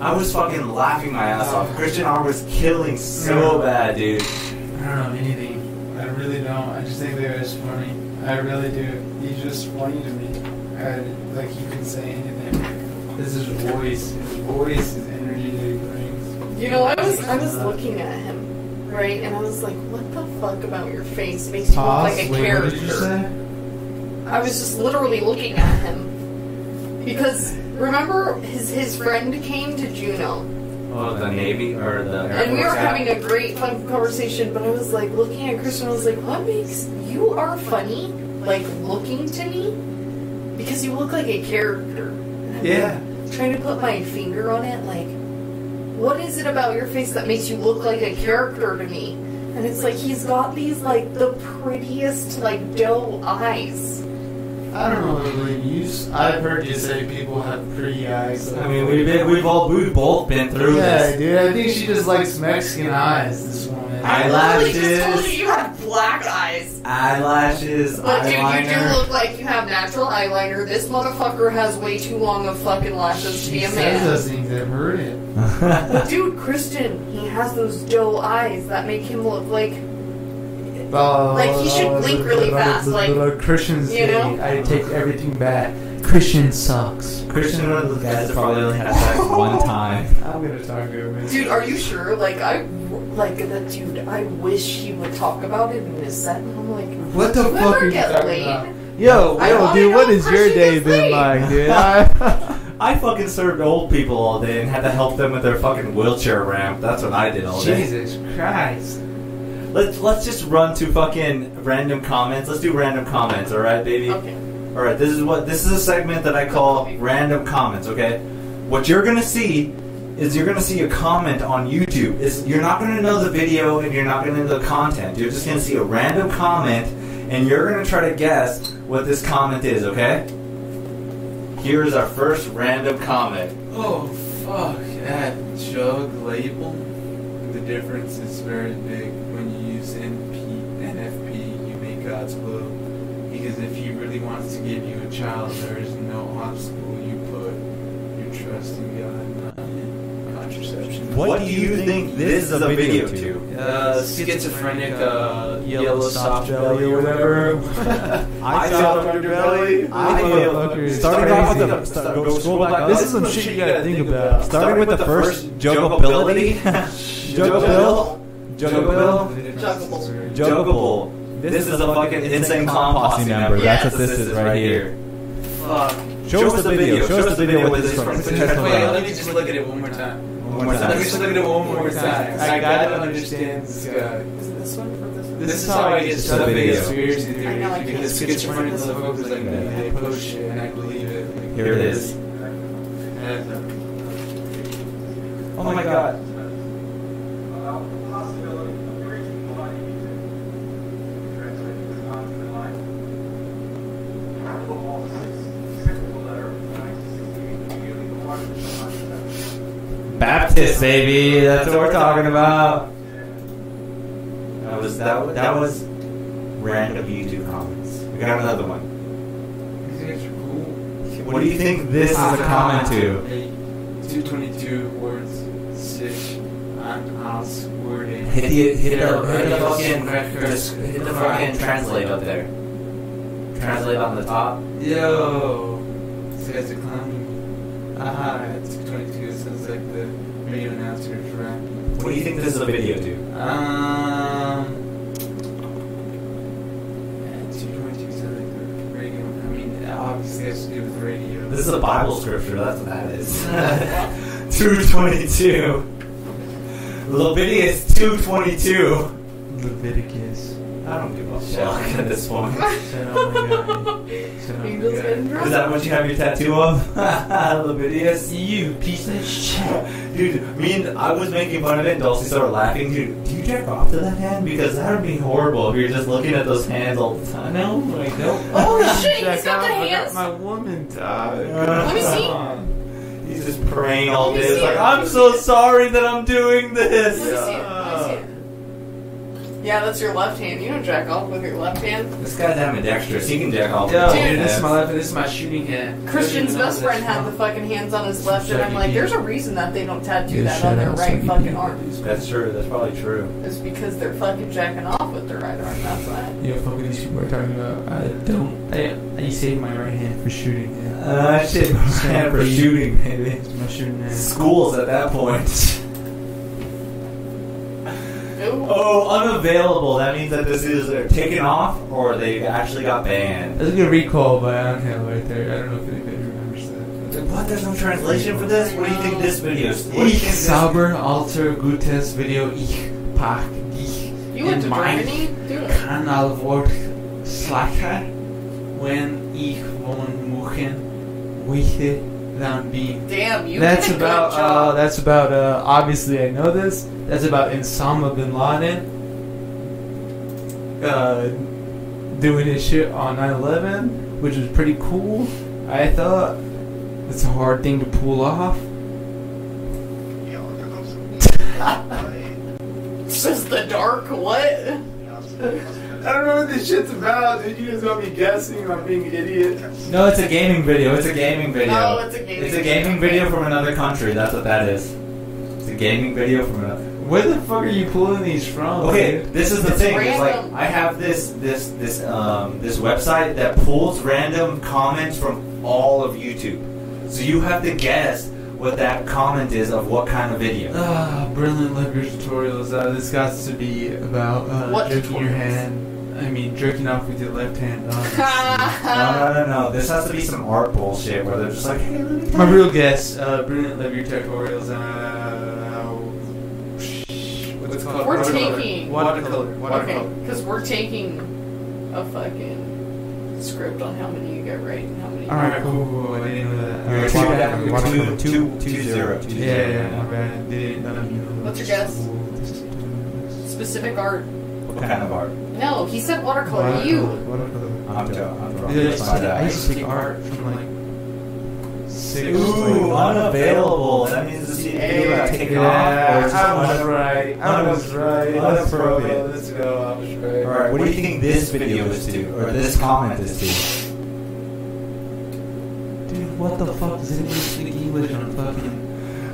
K: I was fucking laughing my ass off. Christian R was killing so bad, dude.
B: I don't know anything. I really don't. I just think that it's funny. I really do. He's just funny to me. I, like he can say anything. This is his voice. His voice, his energy that he brings.
D: You know, I was I was looking at him, right, and I was like, "What the fuck about your face makes you look
B: Pause.
D: like
B: Wait,
D: a
B: what
D: character?"
B: did you say?
D: I was just literally looking at him because remember his his friend came to Juno
K: Oh, the Navy or the Air
D: and we
K: Force
D: were
K: guy?
D: having a great fun conversation, but I was like looking at Christian, I was like, what makes you are funny, like looking to me? Because you look like a character. And I'm
B: Yeah.
D: like, trying to put my finger on it, like, what is it about your face that makes you look like a character to me? And it's like he's got these like the prettiest like doe eyes.
B: I don't know, Lily. You, s- I've heard you say people have pretty eyes.
K: I mean, we've been, we've all we've both been through
B: Yeah,
K: this.
B: dude. I think she just likes Mexican eyes. This woman.
D: literally just told
K: Eyelashes,
D: you you have black eyes.
K: eyelashes,
D: But dude, you do
K: eyeliner.
D: look like you have natural eyeliner. This motherfucker has way too long of fucking lashes to
B: She
D: be a
B: says
D: man.
B: those things. I've heard it.
D: But dude, Christian, he has those doe eyes that make him look like
B: Like
D: he should blink really fast, like,
B: Christians.
D: you know?
B: hate. I take everything back. Christian sucks.
K: Christian, one of those guys that probably only had sex one time.
B: I'm gonna talk to him.
D: dude. Are you sure? Like I, like that dude. I wish he would talk about it in his set. And I'm like,
B: What the
D: "You
B: fuck
D: ever
B: are you
D: get
B: talking
D: laid?
B: about?
J: Yo,
D: I
J: yo,
D: wanna
J: dude,
D: know
J: what has
D: how
J: your
D: she
J: day
D: gets laid.
J: been like, dude? I,
K: I fucking served old people all day and had to help them with their fucking wheelchair ramp. That's what I did
B: Oh,
K: all day.
B: Jesus Christ.
K: Let's let's just run to fucking random comments. Let's do random comments, all right, baby.
D: Okay.
K: All right, this is what this is a segment that I call random comments. Okay, what you're gonna see is you're gonna see a comment on YouTube. Is you're not gonna know the video and you're not gonna know the content. You're just gonna see a random comment and you're gonna try to guess what this comment is. Okay. Here is our first random comment.
B: Oh fuck that jug label. The difference is very big when you use NP, NFP. You make God's will because if He really wants to give you a child, there is no obstacle you put your trust in God, not in contraception.
A: What do you think this is a video to?
B: Uh, schizophrenic, uh, yellow soft belly or whatever.
A: I
B: felt underbelly.
A: I
B: I
A: feel
B: felt
A: fucking
J: starting off with
A: crazy.
J: the
A: Start-
J: go
A: go
J: scroll
A: scroll
J: back.
A: back
J: up.
A: up.
J: This is some shit you gotta think about.
A: Starting with the first
K: juggability.
A: juggability.
K: Juggable.
A: Juggable.
B: Juggable.
K: Juggable. This, is, a fucking insane clown posse number.
A: That's what this is right here.
B: Fuck.
A: Show, us the video. Show us the video with this from.
B: Wait,
A: Test one out.
B: let me just look at it one more time.
K: One more
B: Let me just
K: time.
B: look at it one more time. I gotta understand this guy.
D: Is it this one or this one?
B: This is how I get
K: the
B: stuck in
K: video.
B: conspiracy
D: I know,
B: theories
D: I can't
B: because
D: switch
B: schizophrenic
D: from this
B: motherfuckers
D: one.
B: like me, they post shit and I believe it. Like,
K: Here it is.
B: And,
K: Oh my god. Baptist, baby. That's what we're talking about. That was that. wa- That was random YouTube comments. We got another one.
B: uh, These guys are cool.
K: What do you think this is a comment to?
B: Eight, 222 words, six an ounce wording.
K: Hit
B: Yeah,
K: the hit the, hit the
B: right.
K: fucking hit the fucking translate up there. Translate on the top.
B: Yo, this guy's a clown. Aha, it's 22. It sounds like the radio announcer is rapping.
K: What do you think this is a video to?
B: Um, yeah, 222 sounds like the radio. I mean, obviously it has to do with radio.
K: This is a Bible scripture. That's what that is. Two twenty two. Leviticus two twenty two.
B: Leviticus. I don't give a
K: Shut
B: fuck.
K: up at this point.
B: Shut up, my guy. Shut
K: Oh
B: up, my guy.
K: Is that what you have your tattoo of? Little bit ESU, piece of shit. Dude, me and I was making fun of it, and Dulcie started laughing. Dude, do you jerk off to that hand? Because that would be horrible if you're just looking at those hands all the time.
B: No, I don't.
D: Oh shit, he's
B: Check
D: got
B: out,
D: the
B: I got
D: hands.
B: my woman dog.
D: Let me see.
K: He's just praying all
D: Let me
K: day. It's
D: see
K: like,
D: it.
K: I'm so sorry that I'm doing
D: Let me
K: this.
D: see it. Let me see it. Yeah, that's your left hand. You don't jack off with your left hand.
K: This guy's ambidextrous. He can jack off.
B: Yo,
K: with both
B: dude, this is
K: hands.
B: my life and this is my shooting hand.
D: Christian's best friend had the fucking hands on his left, and I'm like, there's a reason that they don't tattoo that on their right fucking arm.
K: That's true. That's probably true.
D: It's because they're fucking jacking off with their right arm. That's why.
B: You know, fuck what these people are talking about. I don't. I, I saved my right hand for shooting. Yeah.
K: Uh, shit. Man, for shooting, baby.
B: It's my shooting hand.
K: Schools at that point.
D: Ooh.
K: Oh, unavailable. That means that this is either taken off or they actually got banned.
B: That's a good recall by Angel right there. I don't know if anybody remembers that.
K: What? There's no translation for this? What do you think this video is? What do you think this?
B: Sauber alter gutes Video ich pack dich
D: You went to
B: in mein
D: Germany? Do it.
B: Kanalwort slacker when ich von Muchen wiche dann bin.
D: Damn, you
B: That's
D: did a
B: about
D: good
B: uh,
D: job.
B: that's about uh, obviously I know this. That's about Osama bin Laden uh, doing his shit on 9/11, which was pretty cool. I thought it's a hard thing to pull off.
D: It's just the dark what?
B: I don't know what this shit's about. Dude, you just got me guessing. I'm being an idiot.
K: No, it's a gaming video. It's a gaming video.
D: Oh, it's a gaming
K: It's a gaming video from another country. That's what that is. It's a gaming video from another.
B: Where the fuck are you pulling these from?
K: Okay,
B: dude?
K: this is the
D: It's
K: thing. It's like
D: random.
K: I have this this this um, this website that pulls random comments from all of YouTube. So you have to guess what that comment is of what kind of video.
D: Uh.
B: Ah, brilliant liquor tutorials. Uh, this got to be about uh,
D: What
B: jerking your
D: tutorials?
B: hand. I mean, jerking off with your left hand. uh,
K: No,
D: Ha
K: no, no, no. This has to be some art bullshit where they're just like, hey, let me
B: My real guess, uh, brilliant liquor tutorials. Uh, sh- what's it called?
D: We're
B: Watercolor.
D: taking-
B: watercolor.
D: ha. Okay, because we're taking a fucking script on how many you get right and how many. you
B: All right,
D: don't.
B: cool, cool. I didn't know that.
K: You're
B: Alright,
K: two,
B: two
K: down.
B: down.
K: You're two,
A: Watercolor.
K: two,
A: Two-
K: two,
A: two
K: zero.
A: zero.
K: Two
B: Yeah,
K: zero.
B: yeah, yeah. my bad. Didn't- none of you know.
D: What's your guess? Specific art.
K: What kind of art?
D: No, he said watercolor.
B: Watercolor,
D: You.
B: watercolor.
K: I'm Joe. I'm wrong.
B: Dude, I used
K: Let's
B: to
K: find
B: take- I
K: out.
B: used to take art from like six.
K: Ooh,
B: like,
K: unavailable. That means the CD got
B: Yeah,
K: taken off. Or it's just
B: I was
K: unavailable.
B: right. I was right. Let's go.
K: Unappropriate.
B: Let's go. I was right.
K: All right, what do you think this video is to, or this comment is to?
B: Dude, what the fuck does anybody speak English on fucking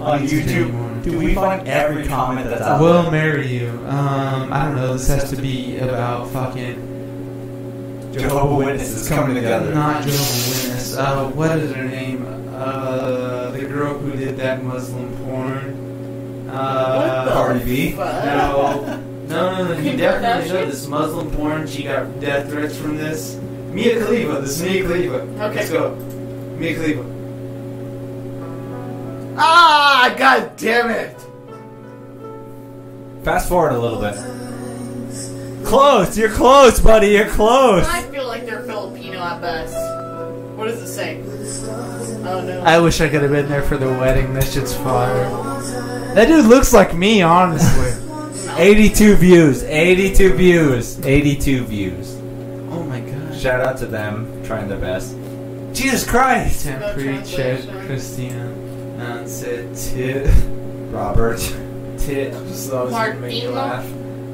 K: On
B: YouTube?
K: YouTube, do we find every comment that's out
B: We'll
K: there?
B: marry you. Um, I don't know. This has to be about fucking
K: Jehovah Witnesses coming together.
B: not Jehovah Witness. Uh, what is her name? Uh, the girl who did that Muslim porn. Uh,
K: Cardi B.
D: But
B: No, no, no, no. You
D: Kim
B: definitely know
D: Kardashian?
B: this Muslim porn. She got death threats from this. Mia Khalifa. This is Mia Khalifa.
D: Okay.
B: Let's go. Mia Khalifa. Ah! God damn it!
K: Fast forward a little bit. Close, you're close, buddy. You're close.
D: I feel like they're Filipino at best. What does it say? Oh no.
B: I wish I could have been there for the wedding. That shit's fire. That dude looks like me, honestly.
K: 82 views. 82 views. 82 views.
B: oh my gosh.
K: Shout out to them, trying their best. Jesus Christ.
B: Temporary check,
D: translation.
B: Christina. And said tit.
K: Robert.
B: Tit. I'm just always gonna make you
D: Martino?
B: laugh.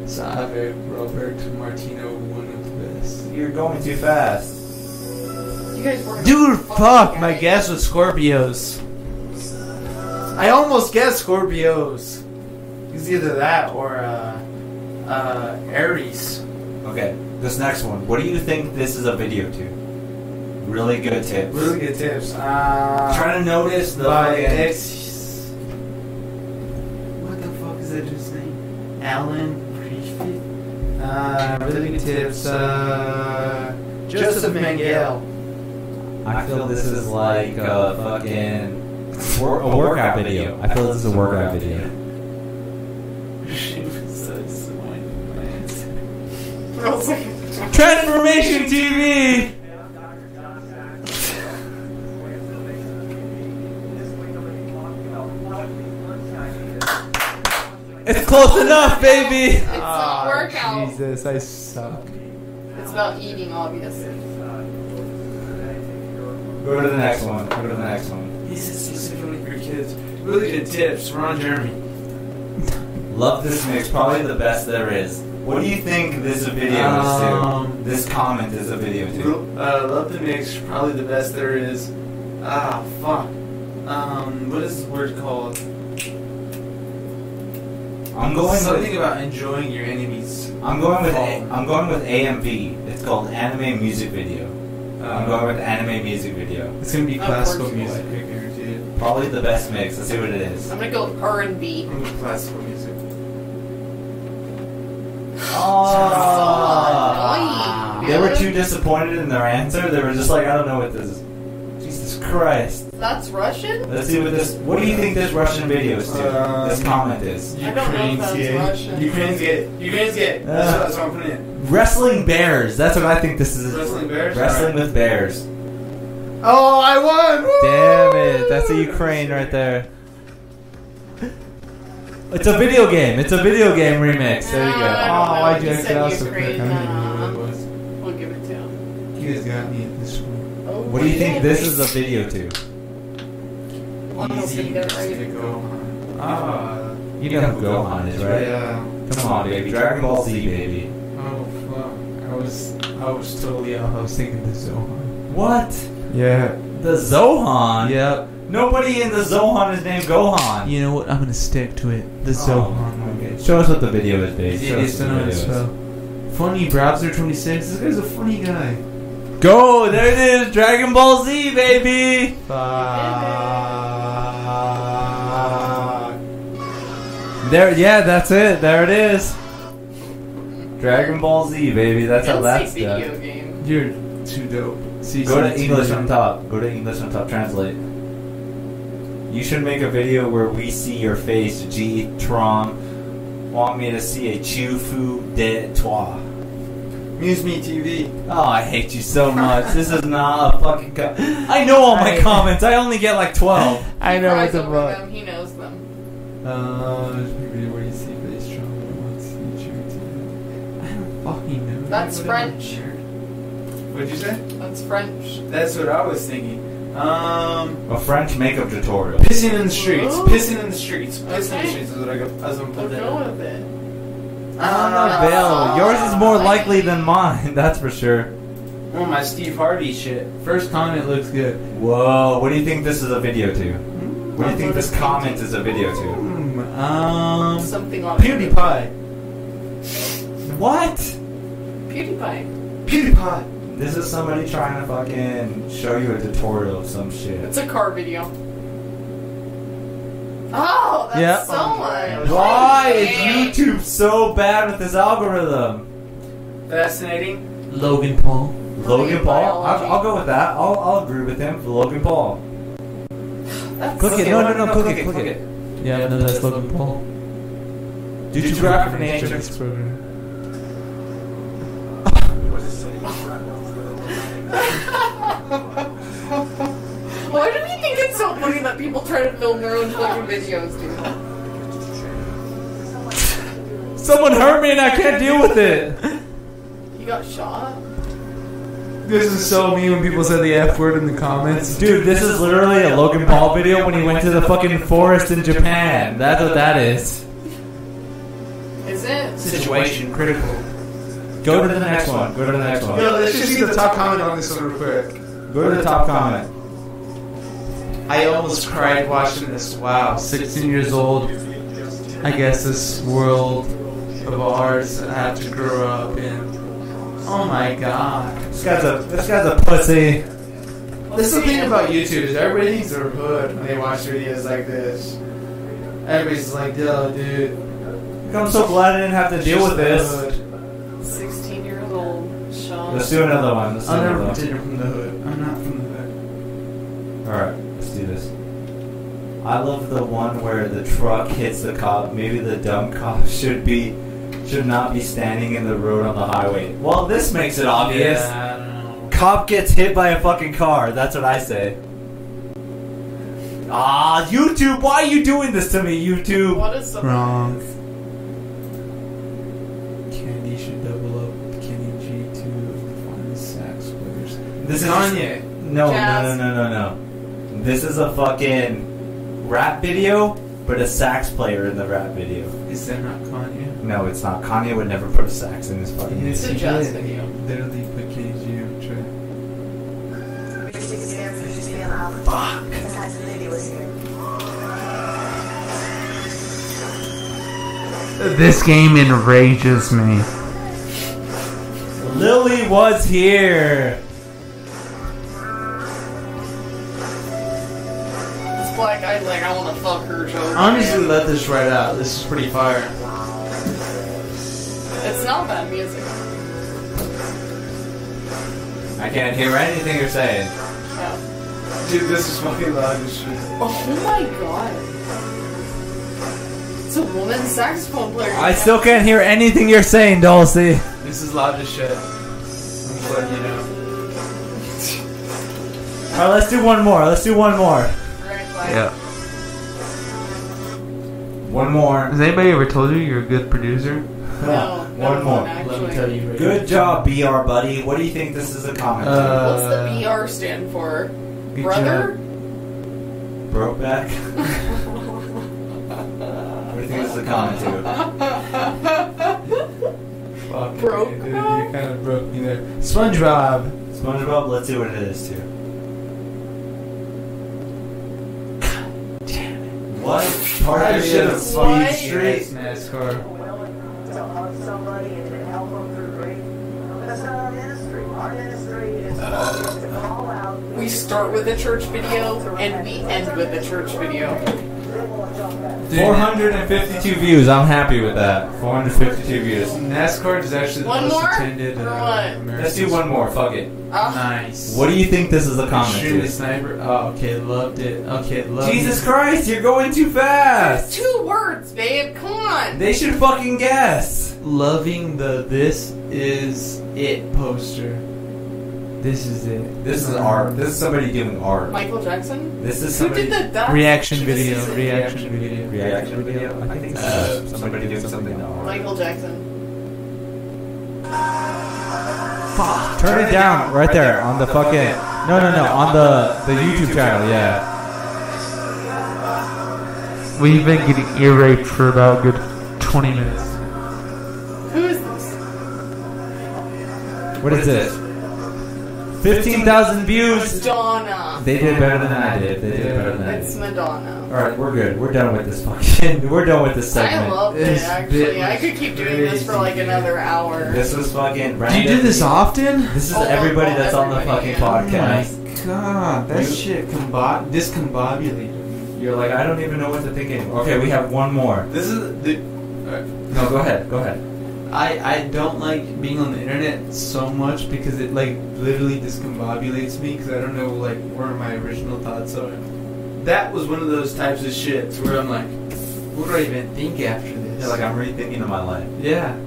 B: Sabe Robert Martino, one of the best.
K: You're going too fast.
D: You guys were
B: Dude, fuck! My guess was Scorpios. I almost guessed Scorpios. It's either that or uh, uh, Aries.
K: Okay, this next one. What do you think this is a video to? Really good tips.
B: Really good tips. Uh,
K: Try to notice the
B: by
K: fucking-
B: X. What the fuck is that dude's name? Alan Griffith. Uh, really good tips. Uh, Joseph Mengele.
K: I feel this is like a fucking wor-
A: A workout video. I feel this is a workout video.
B: She was so disappointed. Transformation TV. It's close enough, baby.
D: It's not workout.
B: Jesus, I suck.
D: It's about eating, obviously.
K: Go to the next one. Go to the next one.
B: This is specifically for kids. Really good tips, Ron Jeremy.
K: Love this mix, probably the best there is. What do you think this video is to?
B: Um,
K: This comment is a video to.
B: Uh, love the mix, probably the best there is. Ah, fuck. Um, what is the word called?
K: I'm going
B: something
K: with
B: about enjoying your enemies.
K: I'm going with A, I'm going with AMV. It's called anime music video. Uh,
B: uh,
K: I'm going with anime music video.
B: It's gonna be
D: Of
B: classical
D: course you
B: music. I guarantee it.
K: Probably the best mix. Let's see what it is.
D: I'm gonna go with R and B.
B: I'm gonna classical music.
K: Oh,
D: annoying,
K: they were
D: dude.
K: too disappointed in their answer. They were just like, I don't know what this is. Jesus Christ.
D: That's Russian.
K: Let's see what this. What do you think this Russian video is to?
B: Um,
K: this comment is.
D: I don't know if that's Russian.
B: Ukraine's gay. Ukraine's gay.
K: Uh.
B: That's what- that's what I'm putting in.
K: Wrestling Bears. That's what I think this is.
B: Wrestling Bears?
K: Wrestling with Bears.
B: Oh, I won! Woo!
A: Damn it. That's a Ukraine right there.
K: It's a video game. It's a video game remix.
D: There you go.
B: Oh,
D: I don't know.
B: I
D: You
B: jacked
D: said
B: it out so quick. I
D: Ukraine,
B: didn't even know
D: um,
B: what it was.
D: We'll give it to him.
B: You guys got me at this one.
D: Oh,
K: What do you think this
D: yeah.
K: is a video to?
D: I don't
B: Easy
D: think that's
B: to
D: right.
B: go on. Ah,
K: You know who Gohan is, right?
B: yeah.
K: Come on, baby. Dragon Ball Z, baby.
B: Oh fuck! I was I was totally off. I was thinking the Zohan.
K: What?
B: Yeah.
K: The Zohan?
B: Yep.
K: Nobody in the Zohan is named Gohan.
B: You know what? I'm gonna stick to it. The Zohan.
K: okay. Show us what the video is, babe.
B: It
K: Show us
B: is
K: what the
B: known
K: video
B: as
K: is.
B: spell. Funny Browser 26. This guy's a funny guy.
A: Go! There it is! Dragon Ball Z, baby!
B: Fuck.
A: There, yeah, that's it. There it is.
K: Dragon Ball Z, baby. That's how
D: Don't
K: that's
D: say
K: done.
D: video game.
B: You're too dope. See,
K: Go to English on top. Go to English on top. Translate. You should make a video where we see your face, G Tron. Want me to see a Chu Fu de Toi.
B: Muse Me TV.
K: Oh, I hate you so much. This is not a fucking. Co- I know all my
B: I-
K: comments. I only get like twelve.
B: I know what
D: Cries
B: the
D: over
B: fuck.
D: them, He knows them.
B: Uh, there's a video where you see face Trump and wants to see Jew TV. I don't fucking know.
D: That's
B: What
D: French.
B: What'd you say?
D: That's French.
B: That's what I was thinking. Um.
K: A French makeup tutorial.
B: Pissing in the streets.
D: Ooh.
B: Pissing in the streets. Pissing in
D: Oh. Okay.
B: the streets is what I got. I was gonna
D: We'll
B: put that.
D: go
B: in.
D: with it.
B: Ah,
D: Uh,
A: Bill, yours is more likely than mine, that's for sure.
B: Oh my Steve Harvey shit. First comment looks good.
K: Whoa, what do you think this is a video to? What do you think this comment is a video to?
B: Hmm, Um.
D: Something on
B: PewDiePie.
K: What?
D: PewDiePie.
B: PewDiePie.
K: This is somebody trying to fucking show you a tutorial of some
D: It's
K: shit.
D: a car video. Oh, that's
A: Yeah.
D: someone.
K: Why is YouTube so bad with this algorithm?
B: Fascinating.
A: Logan Paul.
K: Logan Paul? I'll, I'll go with that. I'll, I'll agree with him. Logan Paul.
D: That's
A: Click it.
D: someone.
A: No, no, no, click it, click it.
J: Yeah, no, that's Logan Paul.
A: Due to
B: Geographic
A: graphic
B: nature.
A: nature.
D: Why do we think it's so funny that people try to film their own fucking videos, dude?
A: Someone hurt me and I can't deal with it!
D: You got shot?
B: This is so me when people say the F word in the comments.
A: Dude, this is literally a Logan Paul video when he went to the fucking forest in Japan. That's what that is.
D: Is it?
B: Situation critical.
A: Go to the next one. Go to the next one.
B: Yo, let's just see the top comment on this one real quick.
A: Go to the top comment.
B: I almost cried watching this. Wow, 16 years old. I guess this world of ours I have to grow up in. Oh my god.
A: This guy's a this guy's a pussy.
B: This is the thing about YouTube is everybody thinks they're hood when they watch videos like this. Everybody's like, yo, dude.
A: I'm so glad I didn't have to
B: it's
A: deal
B: just
A: with
B: the
A: this.
B: hood.
D: 16 years old shot.
K: Let's do another one. Let's do
B: I'm
K: another
B: never
K: one.
B: considered from the hood. I'm not from the hood.
K: Alright, let's do this. I love the one where the truck hits the cop. Maybe the dumb cop should be should not be standing in the road on the highway. Well, this makes it obvious.
B: Yeah, I don't know.
K: Cop gets hit by a fucking car. That's what I say. Ah, YouTube, why are you doing this to me, YouTube?
D: What is the
B: Wrong. Candy should double up. Kenny G to find the sax players.
K: This is
B: Kanye.
K: No, no, no,
D: Jazz.
K: no, no, no. This is a fucking rap video, but a sax player in the rap video.
B: Is that not Kanye?
K: No, it's not. Kanye would never put a sax in his fucking
B: Yes,
D: It's a
B: he
D: jazz
B: did.
D: video.
B: He Literally put Kenny G on the track. This game enrages me.
K: Lily was here.
D: This black guy like I want to fuck her joke.
B: Honestly,
D: man.
B: let this right out. This is pretty fire.
D: it's not bad music.
K: I can't hear anything you're saying.
D: Yeah.
B: Dude, this is fucking loud as shit.
D: Oh my god. It's a woman saxophone player.
K: I still can't hear anything you're saying, Dulcie.
B: This is loud as shit. I'm just letting you know.
K: All right, let's do one more. Let's do one more.
D: Right, like,
K: One more.
J: Has anybody ever told you you're a good producer?
D: Oh, No,
K: One
D: not
K: more.
B: Let
D: actually.
B: me tell you. right
K: Good job, BR buddy. What do you think this is a comment? to?
B: Uh,
D: What's the BR stand for?
B: good
D: Brother?
K: Brokeback. what do you think this is a comment to?
B: Fuck,
D: Broke
B: dude,
D: up.
B: You kind of broke me there. SpongeBob.
K: SpongeBob. Let's see what it is too. What part
B: I
K: of
B: should've
K: you
D: Why?
K: Speed Street?
B: NASCAR.
D: We start with a church video and we end with a church video.
K: 452 views. I'm happy with that. 452 views.
B: NASCAR is actually the
D: One
B: most
D: more?
B: attended.
D: Or
B: Uh,
D: what?
B: American
K: Let's do one more. Fuck it.
D: Ah,
B: Nice.
K: What do you think this is a comment
B: Extremely
K: to?
B: sniper. Oh, okay, loved it. Okay, loved
K: Jesus
B: it.
K: Christ, you're going too fast.
D: two words, babe. Come on.
K: They should fucking guess.
B: Loving the this is it poster. This is it. Uh,
K: This is art. This is somebody doing art.
D: Michael Jackson?
K: This is
D: Who
K: somebody.
D: did the duck?
J: Reaction
D: Jesus.
J: video, reaction video.
K: reaction video? I think uh, somebody doing something else.
D: Michael Jackson.
A: Turn it down right there on the fucking. No, no, no, on the the YouTube channel. Yeah.
J: We've been getting ear raped for about good 20 minutes.
D: Who is this?
A: What is this? Fifteen thousand views.
D: Madonna.
K: They did better than I did. They did better than I
D: It's
K: did.
D: Madonna.
K: All right, we're good. We're done with this fucking. We're done with this
D: I
K: segment.
D: loved it,
B: This bit
D: actually. I
B: was
D: could keep doing this for like
B: crazy.
D: another hour.
K: This was fucking.
B: Do you do this often?
K: This is
D: Oh,
K: everybody that's on the
D: everybody,
K: fucking
D: yeah.
K: podcast.
B: my god, Ah, that
K: You-
B: shit combo- discombobulated.
K: You're like, I don't even know what to think anymore. Okay, we have one more.
B: This is the. Alright.
K: No, go ahead. Go ahead.
B: I, I don't like being on the internet so much because it like literally discombobulates me because I don't know like where my original thoughts are. That was one of those types of shits where I'm like, what do I even think after this?
K: Yeah, like I'm rethinking of my life.
B: yeah.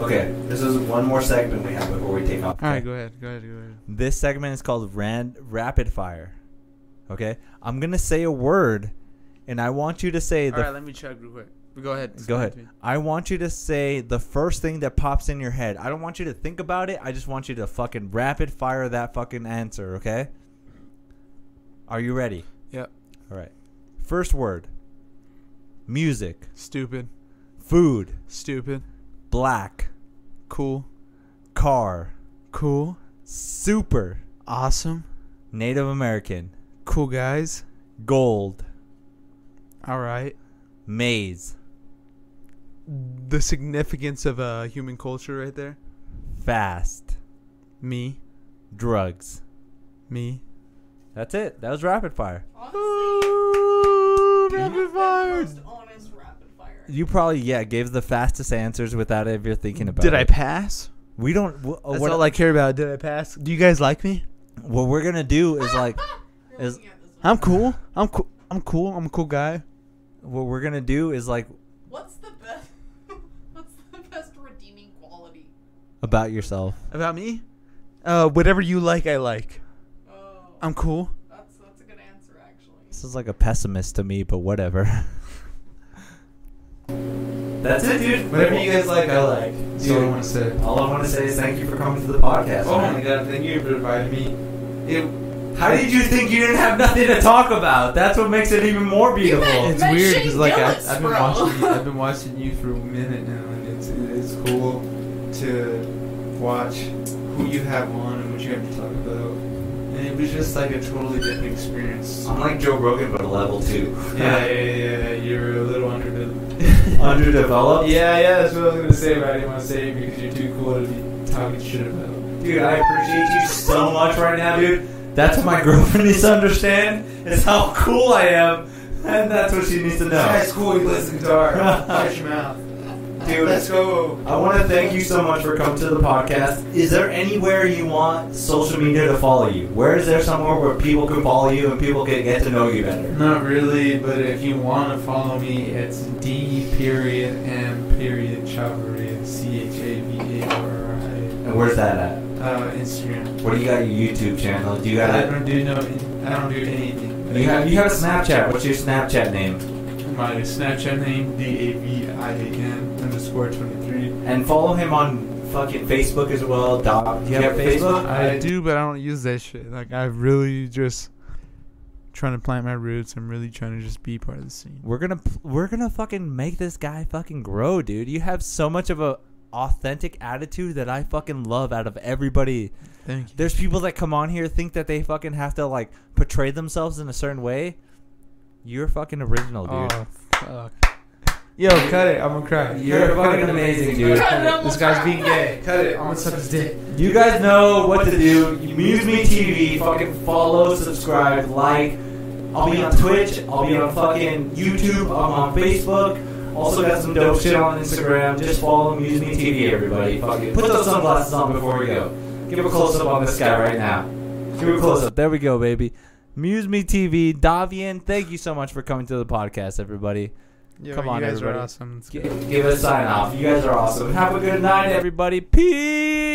K: Okay, this is one more segment we have before we take off.
J: Alright, go ahead, go ahead, go ahead.
A: This segment is called Rand Rapid Fire. Okay, I'm gonna say a word, and I want you to say the.
J: let me chug real quick. Go ahead.
A: Go ahead. I want you to say the first thing that pops in your head. I don't want you to think about it. I just want you to fucking rapid fire that fucking answer, okay? Are you ready?
J: Yep.
A: All right. First word music,
J: Stupid.
A: food,
J: Stupid.
A: black,
J: Cool.
A: car,
J: Cool.
A: super,
J: Awesome.
A: Native American,
J: Cool guys.
A: gold,
J: Alright.
A: maze,
J: The significance of uh, human culture right there.
A: fast,
J: Me.
A: drugs.
J: Me.
A: That's it. That was rapid fire.
D: rapid fire. Most honest rapid fire.
A: You probably yeah gave the fastest answers without ever thinking about
J: Did
A: it.
J: I pass?
A: We don't. W- uh,
J: That's
A: what,
J: all I care about. Did I pass? Do you guys like me?
A: what we're gonna do is like, is
J: I'm cool. I'm cool. I'm cool. I'm a cool guy.
A: what we're gonna do is like,
D: What's the best? What's the best
A: About yourself.
J: About me? Uh, whatever you like, I like.
D: Oh,
J: I'm cool.
A: This is like a pessimist to me, but whatever.
K: That's it, dude.
B: Whatever you guys like, I like.
K: Dude,
B: That's all I want to say.
K: all I want to say is thank you for coming to the podcast.
B: Oh
K: man.
B: my god, thank you for inviting me. It,
K: How did you think you didn't have nothing to talk about? That's what makes it even more beautiful.
B: it's weird because like I,
D: Gillis,
B: I've been
D: bro.
B: watching you, I've been watching you for a minute now, and it's it's cool to watch who you have on and what you have to talk about. And it was just like a totally different experience.
K: I'm like Joe Rogan, but a level two.
B: Yeah, yeah, yeah. yeah, You're a little underdeveloped.
K: Underdeveloped.
B: yeah, yeah. That's what I was gonna say, but I didn't want to say it because you're too cool to be talking shit about.
K: Dude, I appreciate you so much right now, dude. That's what my girlfriend needs to understand is how cool I am, and that's what she needs to
B: This
K: know.
B: guy's cool. He plays the guitar. Shut your mouth,
K: Dude,
B: Let's go.
K: I want to thank you so much for coming to the podcast. Is there anywhere you want social media to follow you? Where is there somewhere where people can follow you and people can get to know you better?
B: Not really, but if you want to follow me, it's D period M period Chavarria C H A V A R I.
K: And where's that at?
B: Uh, Instagram.
K: What do you got? Your YouTube channel? Do you got
B: I
K: a?
B: don't do no. I don't do anything.
K: You have you have a Snapchat. What's your Snapchat name?
B: My Snapchat name D A V I A N underscore twenty three.
K: And follow him on fucking Facebook as well. Doc, do you have Facebook?
J: I do, but I don't use that shit. Like I really just trying to plant my roots. I'm really trying to just be part of the scene.
A: We're gonna pl- we're gonna fucking make this guy fucking grow, dude. You have so much of a authentic attitude that I fucking love out of everybody.
J: Thank you.
A: There's people that come on here think that they fucking have to like portray themselves in a certain way. You're fucking original, dude.
J: Oh fuck.
B: Yo, cut it. I'm gonna cry.
K: You're fucking amazing, dude.
B: This guy's being gay. Cut it. I'm gonna suck his dick.
K: You guys know what to do. Muse Me TV. Fucking follow, subscribe, like. I'll be on Twitch. I'll be on fucking YouTube. I'm on Facebook. Also got some dope shit on Instagram. Just follow Muse Me TV, everybody. Fucking put those sunglasses on before we go. Give a close up on this guy right now. Give a close up.
A: There we go, baby. Muse Me TV, Davian, thank you so much for coming to the podcast, everybody.
J: Yo,
A: Come
J: Come
A: on,
J: on, you guys
A: everybody.
J: are awesome. Let's
K: Give, give us a sign off. You guys are awesome. Have a good night,
A: Everybody, peace.